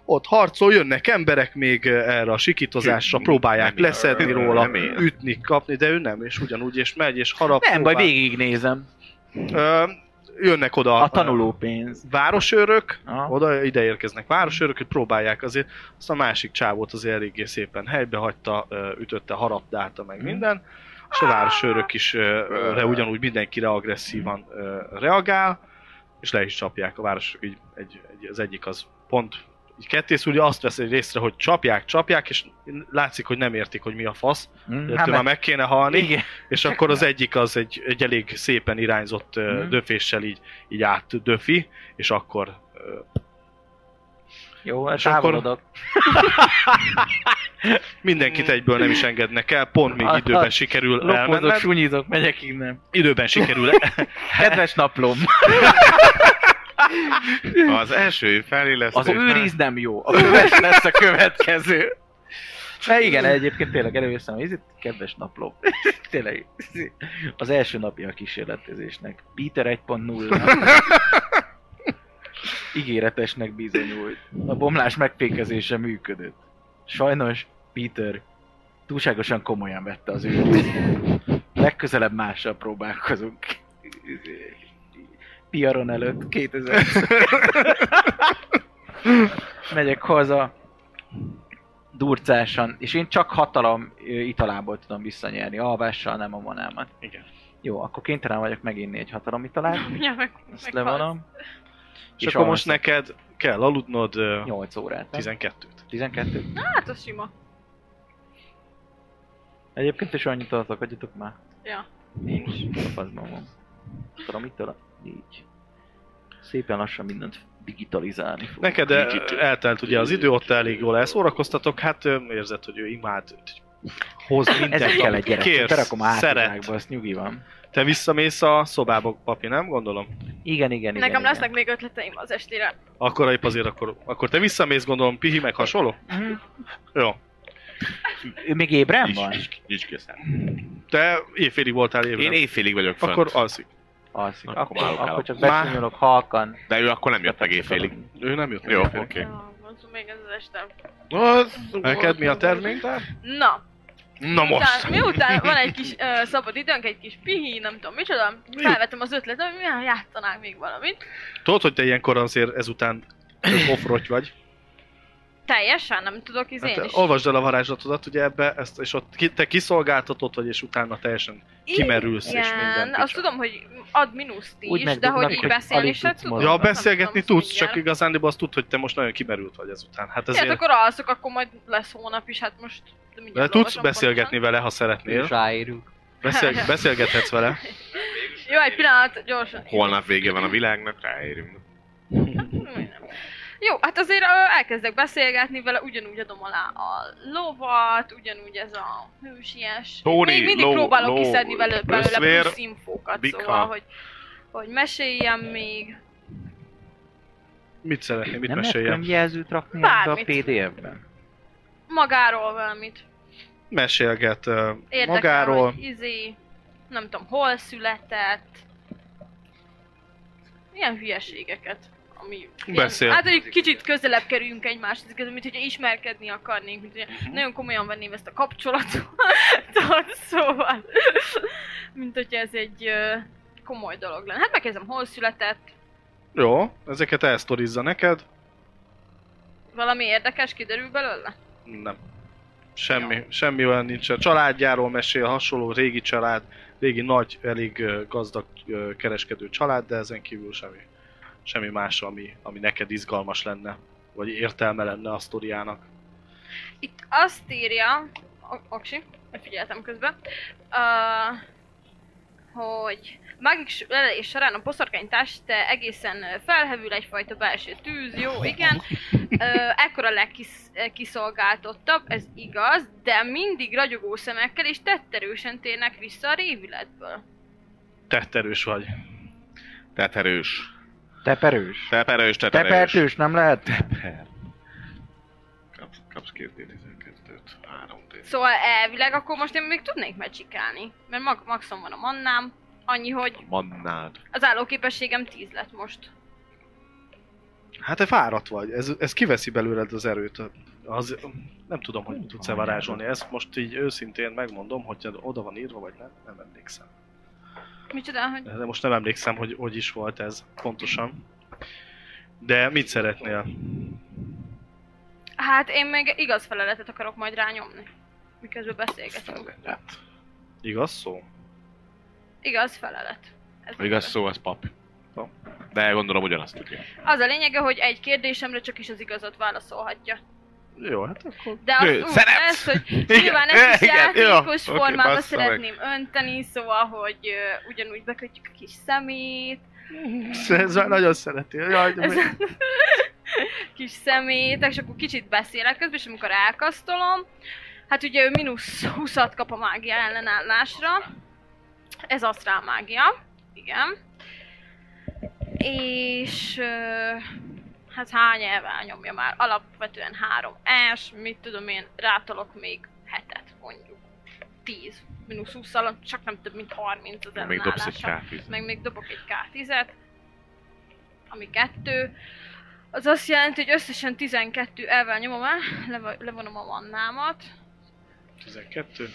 ott harcol, jönnek emberek még eh, erre a sikítozásra,
Nem
próbálják
ér.
leszedni róla,
Nem ér.
ütni, kapni, de ő nem, és ugyanúgy, és megy, és harap.
Nem baj,
próbál.
végignézem.
Ö, Jönnek oda
A tanulópénz.
ö, városőrök,
Aha.
oda ide érkeznek városőrök, hogy próbálják azért, azt a másik csávót azért eléggé szépen helybe hagyta, ö, ütötte, harapdálta
Mhm.
meg minden, és a városőrök is ö, ö, re ugyanúgy mindenkire agresszívan
Mhm.
ö, reagál, és le is csapják a városőrök, így, egy, egy, az egyik az pont így kettész, ugye azt vesz egy részre, hogy csapják, csapják, és látszik, hogy nem értik, hogy mi a fasz,
Hm,
de
hát
tőle
meg-
meg kéne halni.
Igen.
És akkor az egyik az egy, egy elég szépen irányzott mm.
Mhm.
döféssel így, így átdöfi, és akkor ö,
Jó, hát
És akkor-
távolodok.
mindenkit egyből nem is engednek el, pont még
Aha.
időben sikerül
Lopózok,
elmenned.
sunyizok, megyek innen.
Időben sikerül,
Kedves naplom!
Az első felélesztés.
Az őriz nem jó, a köves lesz a következő. Na igen, egyébként tényleg előveszem a ízét, kedves napló. Tényleg, az első napja a kísérletezésnek. Peter 1.0. Ígéretesnek bizonyult. A bomlás megfékezése működött. Sajnos Peter túlságosan komolyan vette az őt. Legközelebb mással próbálkozunk. Piaron előtt, 2000 megyek haza durcásan, és én csak hatalom ö, italából tudom visszanyerni, alvással nem a manámat.
Igen.
Jó, akkor kénytelen vagyok meginni egy hatalom italát,
Ja, meg,
ezt
meg
levonom.
és akkor most neked kell aludnod ö,
8 órát, nem?
12-t.
12?
halsz. Hát az sima.
Egyébként is annyit adok, adjatok már.
Ja.
Nincs, fazban van. Hatalom italat? Így. Szépen lassan mindent digitalizálni fog.
Neked eh, ö, eltelt ugye az idő, ott elég jól elszórakoztatok, hát ö, érzed, hogy ő imád, hogy hoz mindent,
Ezzel kell
amit
egy gyerek,
kérsz,
berakom a
szeret.
hátizsákba, azt nyugi van.
Te visszamész a szobába, papi, nem gondolom?
Igen, igen, igen.
Nekem
igen.
lesznek még ötleteim az estére.
Akkor épp azért, akkor, akkor te visszamész, gondolom, pihi meg hasonló?
Mhm.
Jó.
Ő még ébren van?
Nincs készen.
Te éjfélig voltál évben.
Én éjfélig vagyok fönt.
Akkor alszik.
Alszik.
Akkor
Akkor,
már
akkor,
aludok.
csak
Már-
besúnyolok halkan.
De ő akkor nem jött meg éjfélig.
Ő nem jött meg
Jó,
éjfélig.
oké.
Ja, mondom még ez az este.
Neked mi a termék?
Na,
Na most!
Miután, miután van egy kis ö, szabad időnk, egy kis pihi, nem tudom micsoda, felvettem az ötletet, hogy milyen játszanánk még valamit.
Tudod, hogy te ilyenkor azért ezután ofroty vagy.
Teljesen nem tudok, izén
Hát,
hát, is.
olvasd el a varázslatodat, ugye ebbe, ezt, és ott ki, te kiszolgáltatott vagy, és utána teljesen kimerülsz, és minden
Igen,
picsa.
azt tudom, hogy ad mínuszt
Úgy
is, de hogy
megdugnak,
így
hogy
beszélni
alig
se
tudsz
tudok.
mozogni.
Ja,
nem
beszélgetni
tudom,
tudsz, csak
mindjárt.
igazándiból azt tudod, hogy te most nagyon kimerült vagy ezután. Hát
Hát
ezért...
akkor alszok, akkor majd leszólnap is, hát most... De
De
mindjárt
tudsz
olvasom
beszélgetni vele, ha szeretnél.
Ráérünk.
Beszél, beszélgethetsz vele.
pontosan. Jó, egy pillanat, gyorsan.
Holnap vége van a világnak, ráérünk.
Nem. Jó, hát azért ö, elkezdek beszélgetni vele, ugyanúgy adom alá a lovat, ugyanúgy ez a hősies.
Tony,
Még mindig
ló,
próbálok
ló,
kiszedni belőle, belőle
röszvér,
plusz infókat,
bikha.
szóval, hogy, hogy meséljem még.
Mit szeretném, mit
Nem lehet
meséljem?
könyvjelzőt rakni ebbe a
Bármit.
PDF-ben?
Magáról valamit.
Mesélget ö,
Érdekel,
magáról.
hogy izé, nem tudom, hol született. Ilyen hülyeségeket. Ami,
Beszél.
Hát, hogy kicsit közelebb kerüljünk egymáshoz, ez közben, mint hogyha ismerkedni akarnénk, mint hogyha
Mhm.
nagyon komolyan venném ezt a kapcsolatot. Tudod, szóval, mint hogyha ez egy ö, komoly dolog lenne. Hát megkezdem, hol született,
Jó, ezeket elsztorizza neked.
valami érdekes kiderül belőle?
Nem. Semmi, semmi olyan nincsen. Családjáról mesél, hasonló régi család, régi nagy, elég ö, gazdag ö, kereskedő család, de ezen kívül semmi, semmi más, ami, ami neked izgalmas lenne, vagy értelme lenne a sztoriának.
Itt azt írja, O- Oksi, figyeltem közben, uh, hogy mágikus lelelés során a boszorkány teste egészen ö, felhevül egyfajta belső tűz, jó, igen. Uh, ekkor a legkiszolgáltottabb, ez igaz, de mindig ragyogó szemekkel és tetterősen térnek vissza a révületből.
Tetterős vagy.
Teperős.
Teperős.
Teperős, teperős.
Tepertős, nem lehet?
Kapsz, kapsz 2D12-t, 3D.
Szóval elvileg akkor most én még tudnék megcsikálni, mert mag- maxon van a mannám, annyi, hogy
Mannád.
az állóképességem 10 lett most.
Hát te fáradt vagy, ez, ez kiveszi belőled az erőt. Az, nem tudom, hogy tudsz-e varázsolni. Ezt most így őszintén megmondom, hogy oda van írva, vagy nem, nem emlékszem.
Micsoda, hogy
De most nem emlékszem, hogy hogy is volt ez pontosan. De mit szeretnél?
Hát én még igaz feleletet akarok majd rányomni. Miközben beszélgetünk.
Igaz szó?
Igaz felelet. Ez
Igaz szó, az pap.
Pap.
De gondolom ugyanazt tudja.
Az a lényege, hogy egy kérdésemre csak is az igazat válaszolhatja.
Jó, hát akkor...
De az,
Ő,
ú,
szeret!
ezt, hogy
Igen,
nyilván ezt is
igen, jó,
játékos
oké,
formába
bassza meg.
szeretném önteni, szóval, hogy ö, ugyanúgy bekötjük a kis szemét,
Ez már nagyon szereti. Jaj, de
ez
mi-
kis szemét, és akkor kicsit beszélek közben, és amikor elkasztolom, hát ugye ő mínusz 20 kap a mágia ellenállásra, ez asztrál mágia, igen. És ö, hát hány elvel nyomja már? Alapvetően három es, mit tudom én, rátolok még hetet mondjuk. 10 mínusz 20 csak nem több mint 30 az
Még dobsz egy
ellenállása
káfét.
meg még dobok egy K10-et, ami kettő. Az azt jelenti, hogy összesen 12 elvel nyomom el, leva- levonom a mannámat.
12.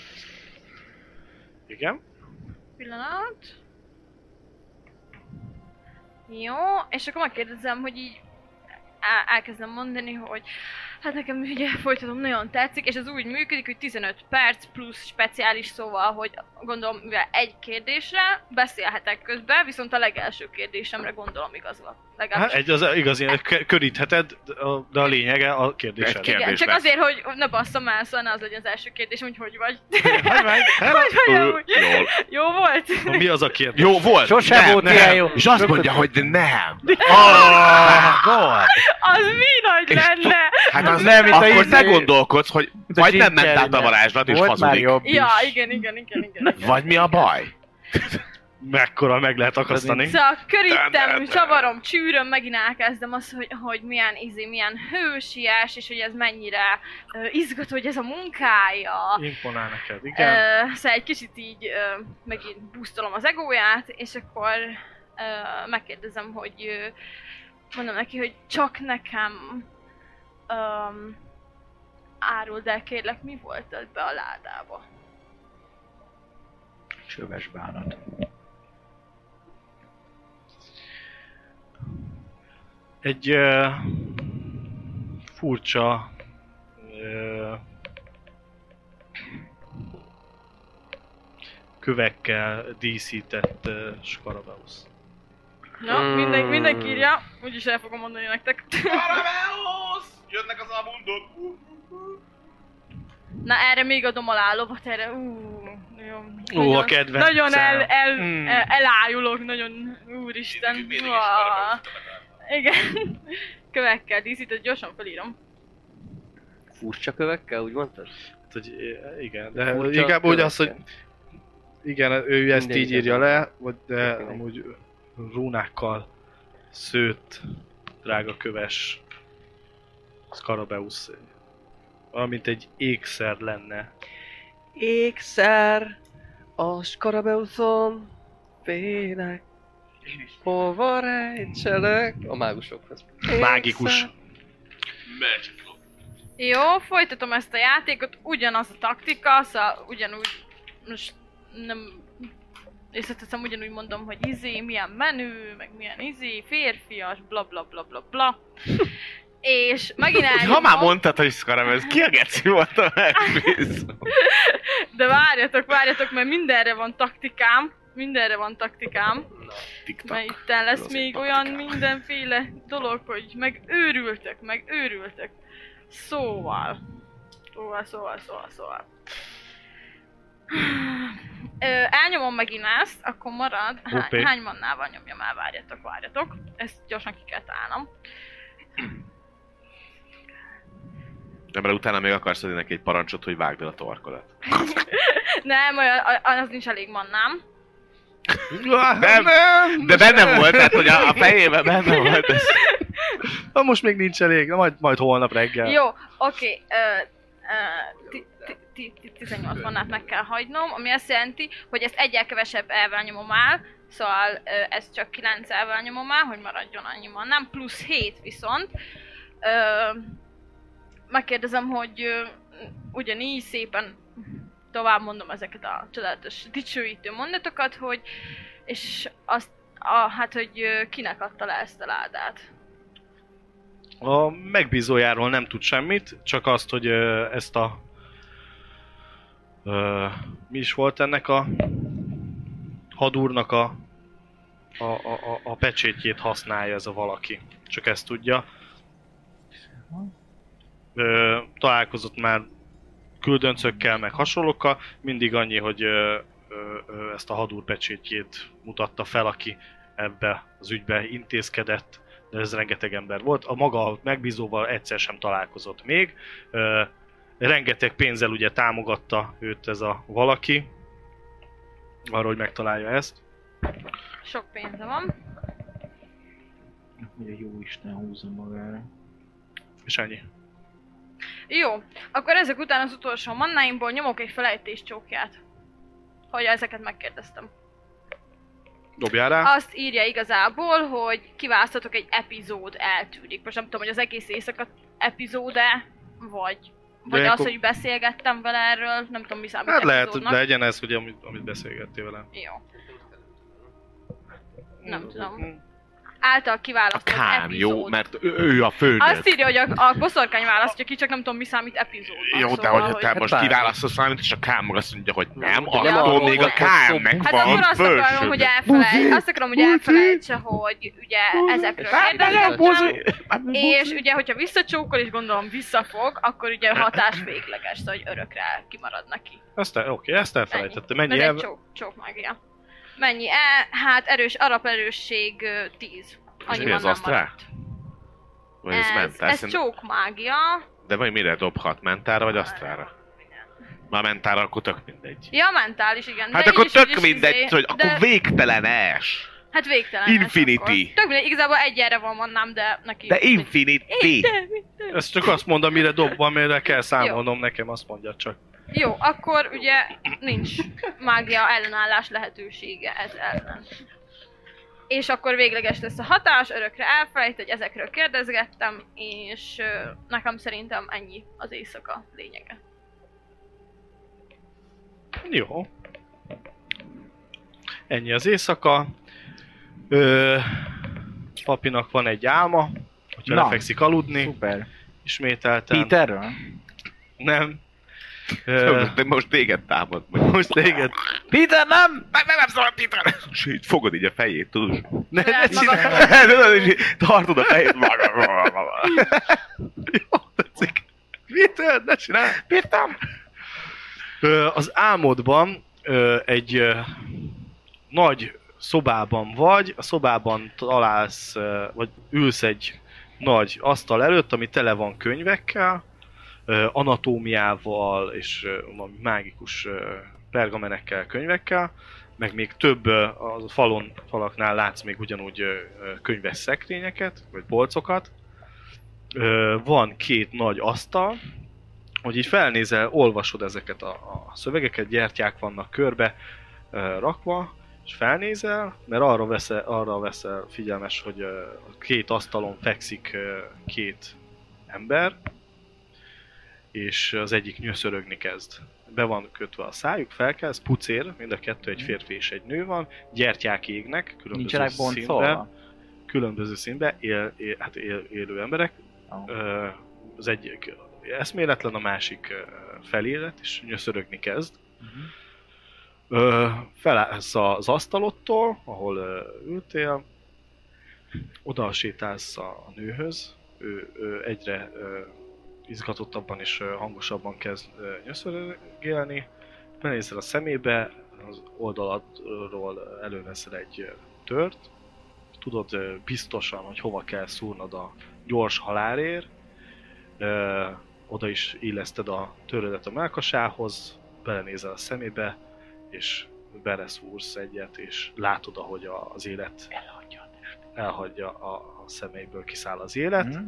Igen.
Pillanat. Jó, és akkor megkérdezem, hogy így el- elkezdem mondani, hogy hát nekem ugye folytatom nagyon tetszik, és ez úgy működik, hogy 15 perc plusz speciális szóval, hogy gondolom, mivel egy kérdésre beszélhetek közben, viszont a legelső kérdésemre gondolom igazol.
Hát
Legalábbis
egy az igazán kö- körítheted, de a- de a lényege a kérdésed.
Egy kérdés.
Igen, csak
lesz.
azért, hogy ne basszam el, szóval ne az legyen az első kérdés, hogy hogy vagy.
Hogy vagy? Hello?
hogy vagy
Ö,
amúgy?
Jól.
Jó volt?
Na, Mi az a kérdés?
Jó volt!
Sose
nem,
volt
nem.
ilyen jó.
És azt
Rögtön-
mondja, hogy nem.
Ah, God!
Az mi nagy
És
lenne?
Hát az nem,
Nem, itt a
akkor
izé-
te gondolkodsz, hogy
Mint a
vagy nem
Jim
ment át a
Carrey-nek.
Hát
varázslat és
Volt már
hazudik.
jobb
Ja,
is.
igen, igen, igen, igen. igen.
Vagy mi a baj?
Mekkora meg lehet akasztani?
Szóval
Dun, dun,
körítem,
dun.
csavarom, csűröm, megint elkezdem azt, hogy, hogy milyen izé, milyen hősies, és hogy ez mennyire ö, izgató, hogy ez a munkája.
Imponál neked, igen.
Ö, szóval egy kicsit így ö, megint busztolom az egóját, és akkor ö, megkérdezem, hogy ö, mondom neki, hogy csak nekem ö, áruld el kérlek, mi volt az be a ládába?
Csöves bánat.
egy ö, furcsa ö, kövekkel díszített ö, skarabeusz.
Na,
Hmm.
Mm.
mindenki, mindenki írja, úgyis el fogom mondani nektek.
Jönnek az abundok!
Na erre még adom alá a lovat, erre ú, nagyon,
Ó, a kedvencem.
Nagyon el, el,
Mm.
el, elájulok, nagyon, úristen. Uá. ah. Igen. Kövekkel díszített, gyorsan felírom.
Furcsa kövekkel, úgy mondtad?
Hát, hogy i- igen, de
Furcsa
Hát, inkább úgy az, hogy
kövekkel.
igen, ő ezt
Mindegy,
így írja le, vagy de
Mindenki.
amúgy rúnákkal szőtt, drága köves Skarabeusz. Valamint egy ékszer lenne.
Ékszer a Skarabeuszon félek. Hova rejtselek? A mágusokhoz.
Mágikus.
Jó, folytatom ezt a játékot, ugyanaz a taktika, szóval ugyanúgy, most nem, és azt hiszem ugyanúgy mondom, hogy izé, milyen menő, meg milyen izé, férfias, bla bla bla bla bla. és megint
Hogy ha már
elnyomom-
mondtad, hogy szkaram, ez ki a geci volt a megvész?
De várjatok, várjatok, mert mindenre van taktikám. Mindenre van taktikám.
Tiktak.
Mert itt lesz
az
még
én
olyan
taktikám.
mindenféle dolog, hogy meg őrültek, meg őrültek. Szóval. Szóval, szóval, szóval, szóval. Ö, elnyomom megint ezt, akkor marad.
Hoppé.
Hány, hány mannával nyomjam el, várjatok, várjatok. Ezt gyorsan ki kell tálnom.
De mert utána még akarsz adni neki egy parancsot, hogy vágd el a torkodat.
Nem, olyan- az nincs elég mannám.
Nem,
nem,
De benne volt, tehát hogy a, a fejében benne volt ez.
Na most még nincs elég, na majd, majd holnap reggel.
Jó, oké. ö, ö, ti- ti- ti- ti- 18 mannát meg kell hagynom, ami azt jelenti, hogy ezt egyel kevesebb elvel nyomom el, szóval ö, ezt csak 9 elvel nyomom el, hogy maradjon annyi mannám, plusz 7 viszont. Ö, megkérdezem, hogy ö, ugyanígy szépen tovább mondom ezeket a csodálatos dicsőítő mondatokat, hogy és azt, a, hát, hogy ö, kinek adta le ezt a ládát.
A megbízójáról nem tud semmit, csak azt, hogy ö, ezt a... Ö, mi is volt ennek a hadúrnak a, a, a, a, a pecsétjét használja ez a valaki. Csak ezt tudja. Ö, találkozott már küldöncökkel, meg hasonlókkal, mindig annyi, hogy ö, ö, ö, ezt a hadúr pecsétjét mutatta fel, aki ebbe az ügybe intézkedett, de ez rengeteg ember volt. A maga megbízóval egyszer sem találkozott még. Ö, rengeteg pénzzel ugye támogatta őt ez a valaki, arra, hogy megtalálja ezt.
Sok pénze van.
Hogy a jó Isten húzza magára.
És ennyi.
Jó, akkor ezek után az utolsó mannáimból nyomok egy felejtés csókját. Hogy ezeket megkérdeztem.
Dobjál rá.
Azt írja igazából, hogy kiválasztatok egy epizód eltűnik. Most nem tudom, hogy az egész éjszaka epizóde, vagy... Vagy
De
az,
akkor-
hogy beszélgettem vele erről, nem tudom mi számít
Hát lehet, hogy
epizódnak.
legyen ez, hogy amit, amit beszélgettél vele.
Jó. Nem tudom. Által kiválasztott
Kám,
epizód.
Hát, jó, mert ő, ő a főnök.
Azt írja, hogy a, a boszorkány választja ki, csak nem tudom mi számít epizódnak.
Jó, de
szóval,
hogyha te
hogy-
most
Hát
kiválasztasz valamit, és a Kám meg azt mondja, hogy nem,
Nem,
attól
akkor
még a
volt
Kámnek
Hát
van
akkor azt akarom, hogy elfelejts, azt akarom, hogy elfelejtse, hogy ugye ezekről kérdezgettem, és ugye, hogyha visszacsókol, és gondolom visszafog, akkor ugye a hatás végleges, szóval, hogy örökre kimarad neki.
Ezt el, oké, ezt elfelejtette. Mennyi
Ez egy
el...
csók, csók magia. Mennyi? E, hát erős, alaperősség ö, 10. Annyi
mi
van,
az
nem
asztrál?
maradt.
Vagy ez
Ez,
mentál,
ez
szerintem-
csók mágia.
De vagy mire dobhat? Mentára vagy asztrára? Már mentára, akkor tök mindegy.
Ja, mentális, igen.
Hát
de
akkor
így is, úgy
tök
is
mindegy, szóval,
izé-
hogy
de-
akkor végtelen es.
Hát végtelen.
Infinity.
Tök mindegy, igazából egy erre van mannám, de neki...
De infinity.
Ezt csak azt mondom, mire dob, amire kell számolnom, nekem azt mondja csak.
Jó, akkor ugye nincs mágia ellenállás lehetősége ez ellen. És akkor végleges lesz a hatás, örökre elfelejt, hogy ezekről kérdezgettem, és ö, nekem szerintem ennyi az éjszaka lényege.
Jó. Ennyi az éjszaka. Ö, papinak van egy álma, hogyha
Na.
lefekszik aludni,
Szuper.
ismételten.
Peterről?
Nem. Ö,
Ö, De most téged támad meg.
most téged.
Peter nem!
Nem, nem, nem szabad, Peter! És így fogod így a fejét, tudod?
Ne, ne
Saját magad.
csinálj!
Tudod, és így tartod a fejét.
Jó, tetszik. Peter, ne csinálj!
Peter!
Ö, az álmodban ö, egy ö, nagy szobában vagy, a szobában találsz, ö, vagy ülsz egy nagy asztal előtt, ami tele van könyvekkel, ö, anatómiával és ö, valami mágikus ö, pergamenekkel, könyvekkel, meg még több ö, a falon, falaknál látsz még ugyanúgy ö, ö, könyves szekrényeket, vagy polcokat. Ö, Van két nagy asztal, hogy így felnézel, olvasod ezeket a, a szövegeket, gyertyák vannak körbe ö, rakva, és felnézel, mert arra veszel, arra veszel figyelmes, hogy ö, a két asztalon fekszik ö, két ember, és az egyik nyöszörögni kezd. Be van kötve a szájuk, felkelsz, pucér, mind a kettő egy férfi és egy nő van, gyertyák égnek, különböző
Nincsenek
színben
boncolva?
különböző színbe, él, él, hát él, élő emberek.
Ah.
Ö, az egyik eszméletlen, a másik ö, felélet, és nyöszörögni kezd. Ö, felállsz az asztalottól, ahol ö, ültél, oda sétálsz a a nőhöz, ő, ő egyre ö, izgatottabban és ö, hangosabban kezd ö, nyöszörögélni, benézel a szemébe, az oldaladról előveszel egy ö, tört, tudod ö, biztosan, hogy hova kell szúrnod a gyors halálér, ö, oda is illeszted a törödet a melkasához, belenézel a szemébe, és beleszúrsz egyet, és látod, ahogy a- az élet
Elhagyja a
elhagyja a, a szemeiből, kiszáll az élet.
Mhm.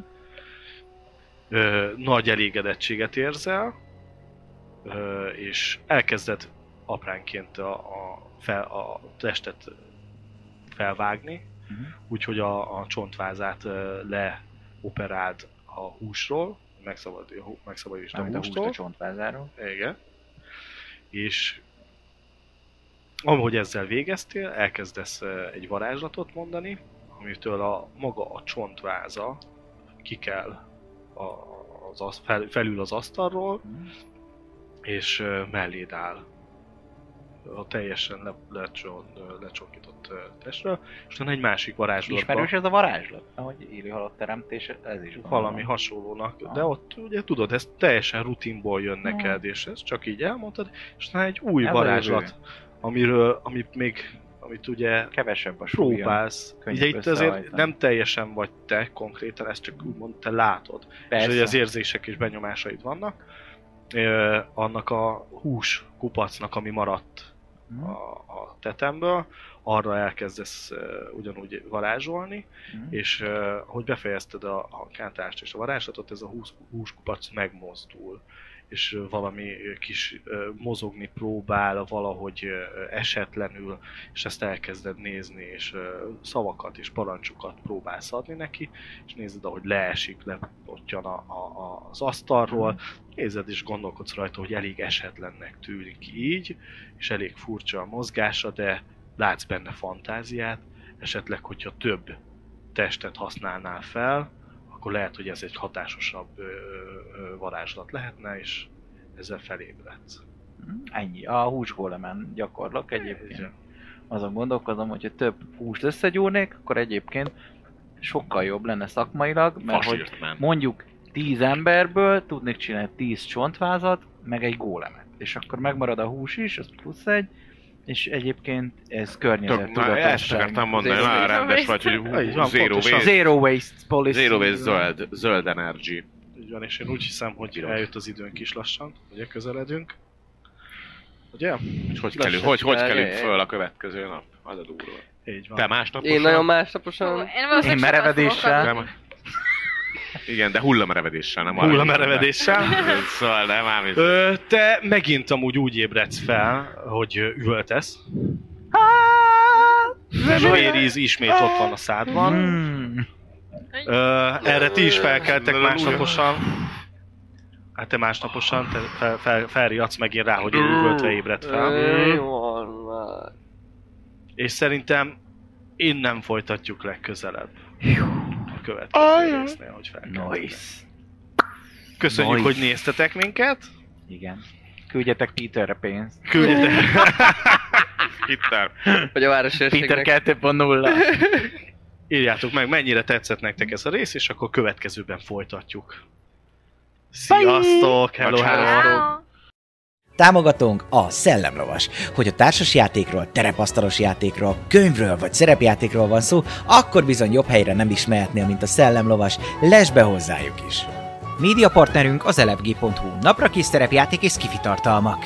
Ö, nagy elégedettséget érzel, ö, és elkezded apránként a, a, fel, a testet felvágni,
Mhm.
úgyhogy a, a csontvázát ö, leoperáld a húsról, megszabad, hú- megszabadítsd a
Mármint a húst
hústól.
a csontvázáról.
Igen. És ahogy ezzel végeztél, elkezdesz ö, egy varázslatot mondani, amitől a maga a csontváza kikel a, az, asz- fel, felül az asztalról,
Mhm.
és ö, melléd áll a teljesen le, lecson, ö, lecsonkított ö, testről, és utána egy másik varázslatba
Ismerős ez a varázslat? Ahogy élő halott teremtés, ez is van.
valami hasonlónak, de
Aha.
ott ugye tudod, ez teljesen rutinból jön neked, és ezt csak így elmondtad, és utána egy új
Ez a
varázslat, amiről, amit még, amit ugye
Kevesebb a súlya.
próbálsz.
Könnyebb
Ugye itt azért
összehajtani.
nem teljesen vagy te konkrétan, ezt csak úgymond te látod. És hogy az érzések és benyomásaid vannak, ö, annak a hús kupacnak, ami maradt
Mhm.
a, a tetemből, arra elkezdesz ö, ugyanúgy varázsolni,
Mhm.
és ö, ahogy befejezted a, a kántást és a varázslatot, ez a hús, húskupac megmozdul, és ö, valami ö, kis ö, mozogni próbál valahogy ö, ö, esetlenül, és ezt elkezded nézni, és ö, szavakat és parancsokat próbálsz adni neki, és nézed, ahogy leesik, lepottyan a, a, a, az asztalról, nézed és gondolkodsz rajta, hogy elég esetlennek tűnik így, és elég furcsa a mozgása, de látsz benne fantáziát, esetleg, hogyha több testet használnál fel, akkor lehet, hogy ez egy hatásosabb ö, ö, varázslat lehetne, és ezzel felébredsz.
Mhm. Ennyi. A húsgólemen gyakorlok egyébként.
Igen.
Azon gondolkozom, hogyha több húst összegyúrnék, akkor egyébként sokkal jobb lenne szakmailag, mert hogy
Fasírt ment.
mondjuk 10 emberből tudnék csinálni 10 csontvázat, meg egy gólemet. És akkor megmarad a hús is, az plusz egy, és egyébként ez környezet
Tök, na, ezt akartam mondani,
Zero
nagyon
waste.
rendes vagy, hogy hú,
Így van,
zero
pontosan.
waste,
Zero waste policy.
zero waste zöld, zöld energy.
Így van, és én úgy hiszem, hogy
Piros.
eljött az időnk is lassan, ugye közeledünk. Ugye?
És hogy
Lassan
kelünk, hogy, hogy
kell,
kelünk
jaj,
föl a következő nap? Az a durva.
Így van.
Te másnap
Én nagyon másnaposan...
Én valószínűleg
Én
sokat
merevedéssel.
fogok adni.
Igen, de hullamerevedéssel, nem arra.
Hullamerevedéssel.
Szóval nem ám, ez-
Ö, te megint amúgy úgy ébredsz fel, hogy ö, üvöltesz. És a véríz ismét ott van a szádban.
Hmm.
Ö, erre ti is felkeltek másnaposan. Hát te másnaposan, te fel, fel, felriadsz megint rá, hogy én üvöltve ébredt fel.
Ö, Jól van.
És szerintem innen folytatjuk legközelebb. A következő résznél, hogy felkeltek.
Nice.
Köszönjük,
Nice.
hogy néztetek minket.
Igen. Küldjetek Peterre pénzt.
Küldjetek,
Hittem.
Vagy a
Peter
városőrségnek.
2.0.
írjátok meg, mennyire tetszett nektek ez a rész, és akkor következőben folytatjuk. Sziasztok! Hello, hello!
Ciao.
Támogatónk a Szellemlovas. Hogy a társas játékról, terepasztalos játékról, könyvről vagy szerepjátékról van szó, akkor bizony jobb helyre nem is mehetnél, mint a Szellemlovas. Lesz be hozzájuk is! Média partnerünk az elefg.hu, napra kis szerepjáték és kifitartalmak.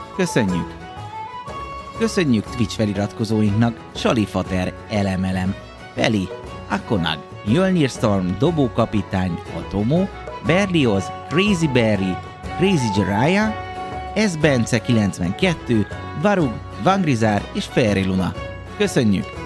köszönjük! Köszönjük Twitch feliratkozóinknak Salifater, Elemelem, Peli, Akonag, Jölnir Storm, Dobókapitány, Atomo, Berlioz, Crazy Berry, Crazy Jiraiya, S. Bence 92, Varug, Vangrizár és Fairy Luna. Köszönjük!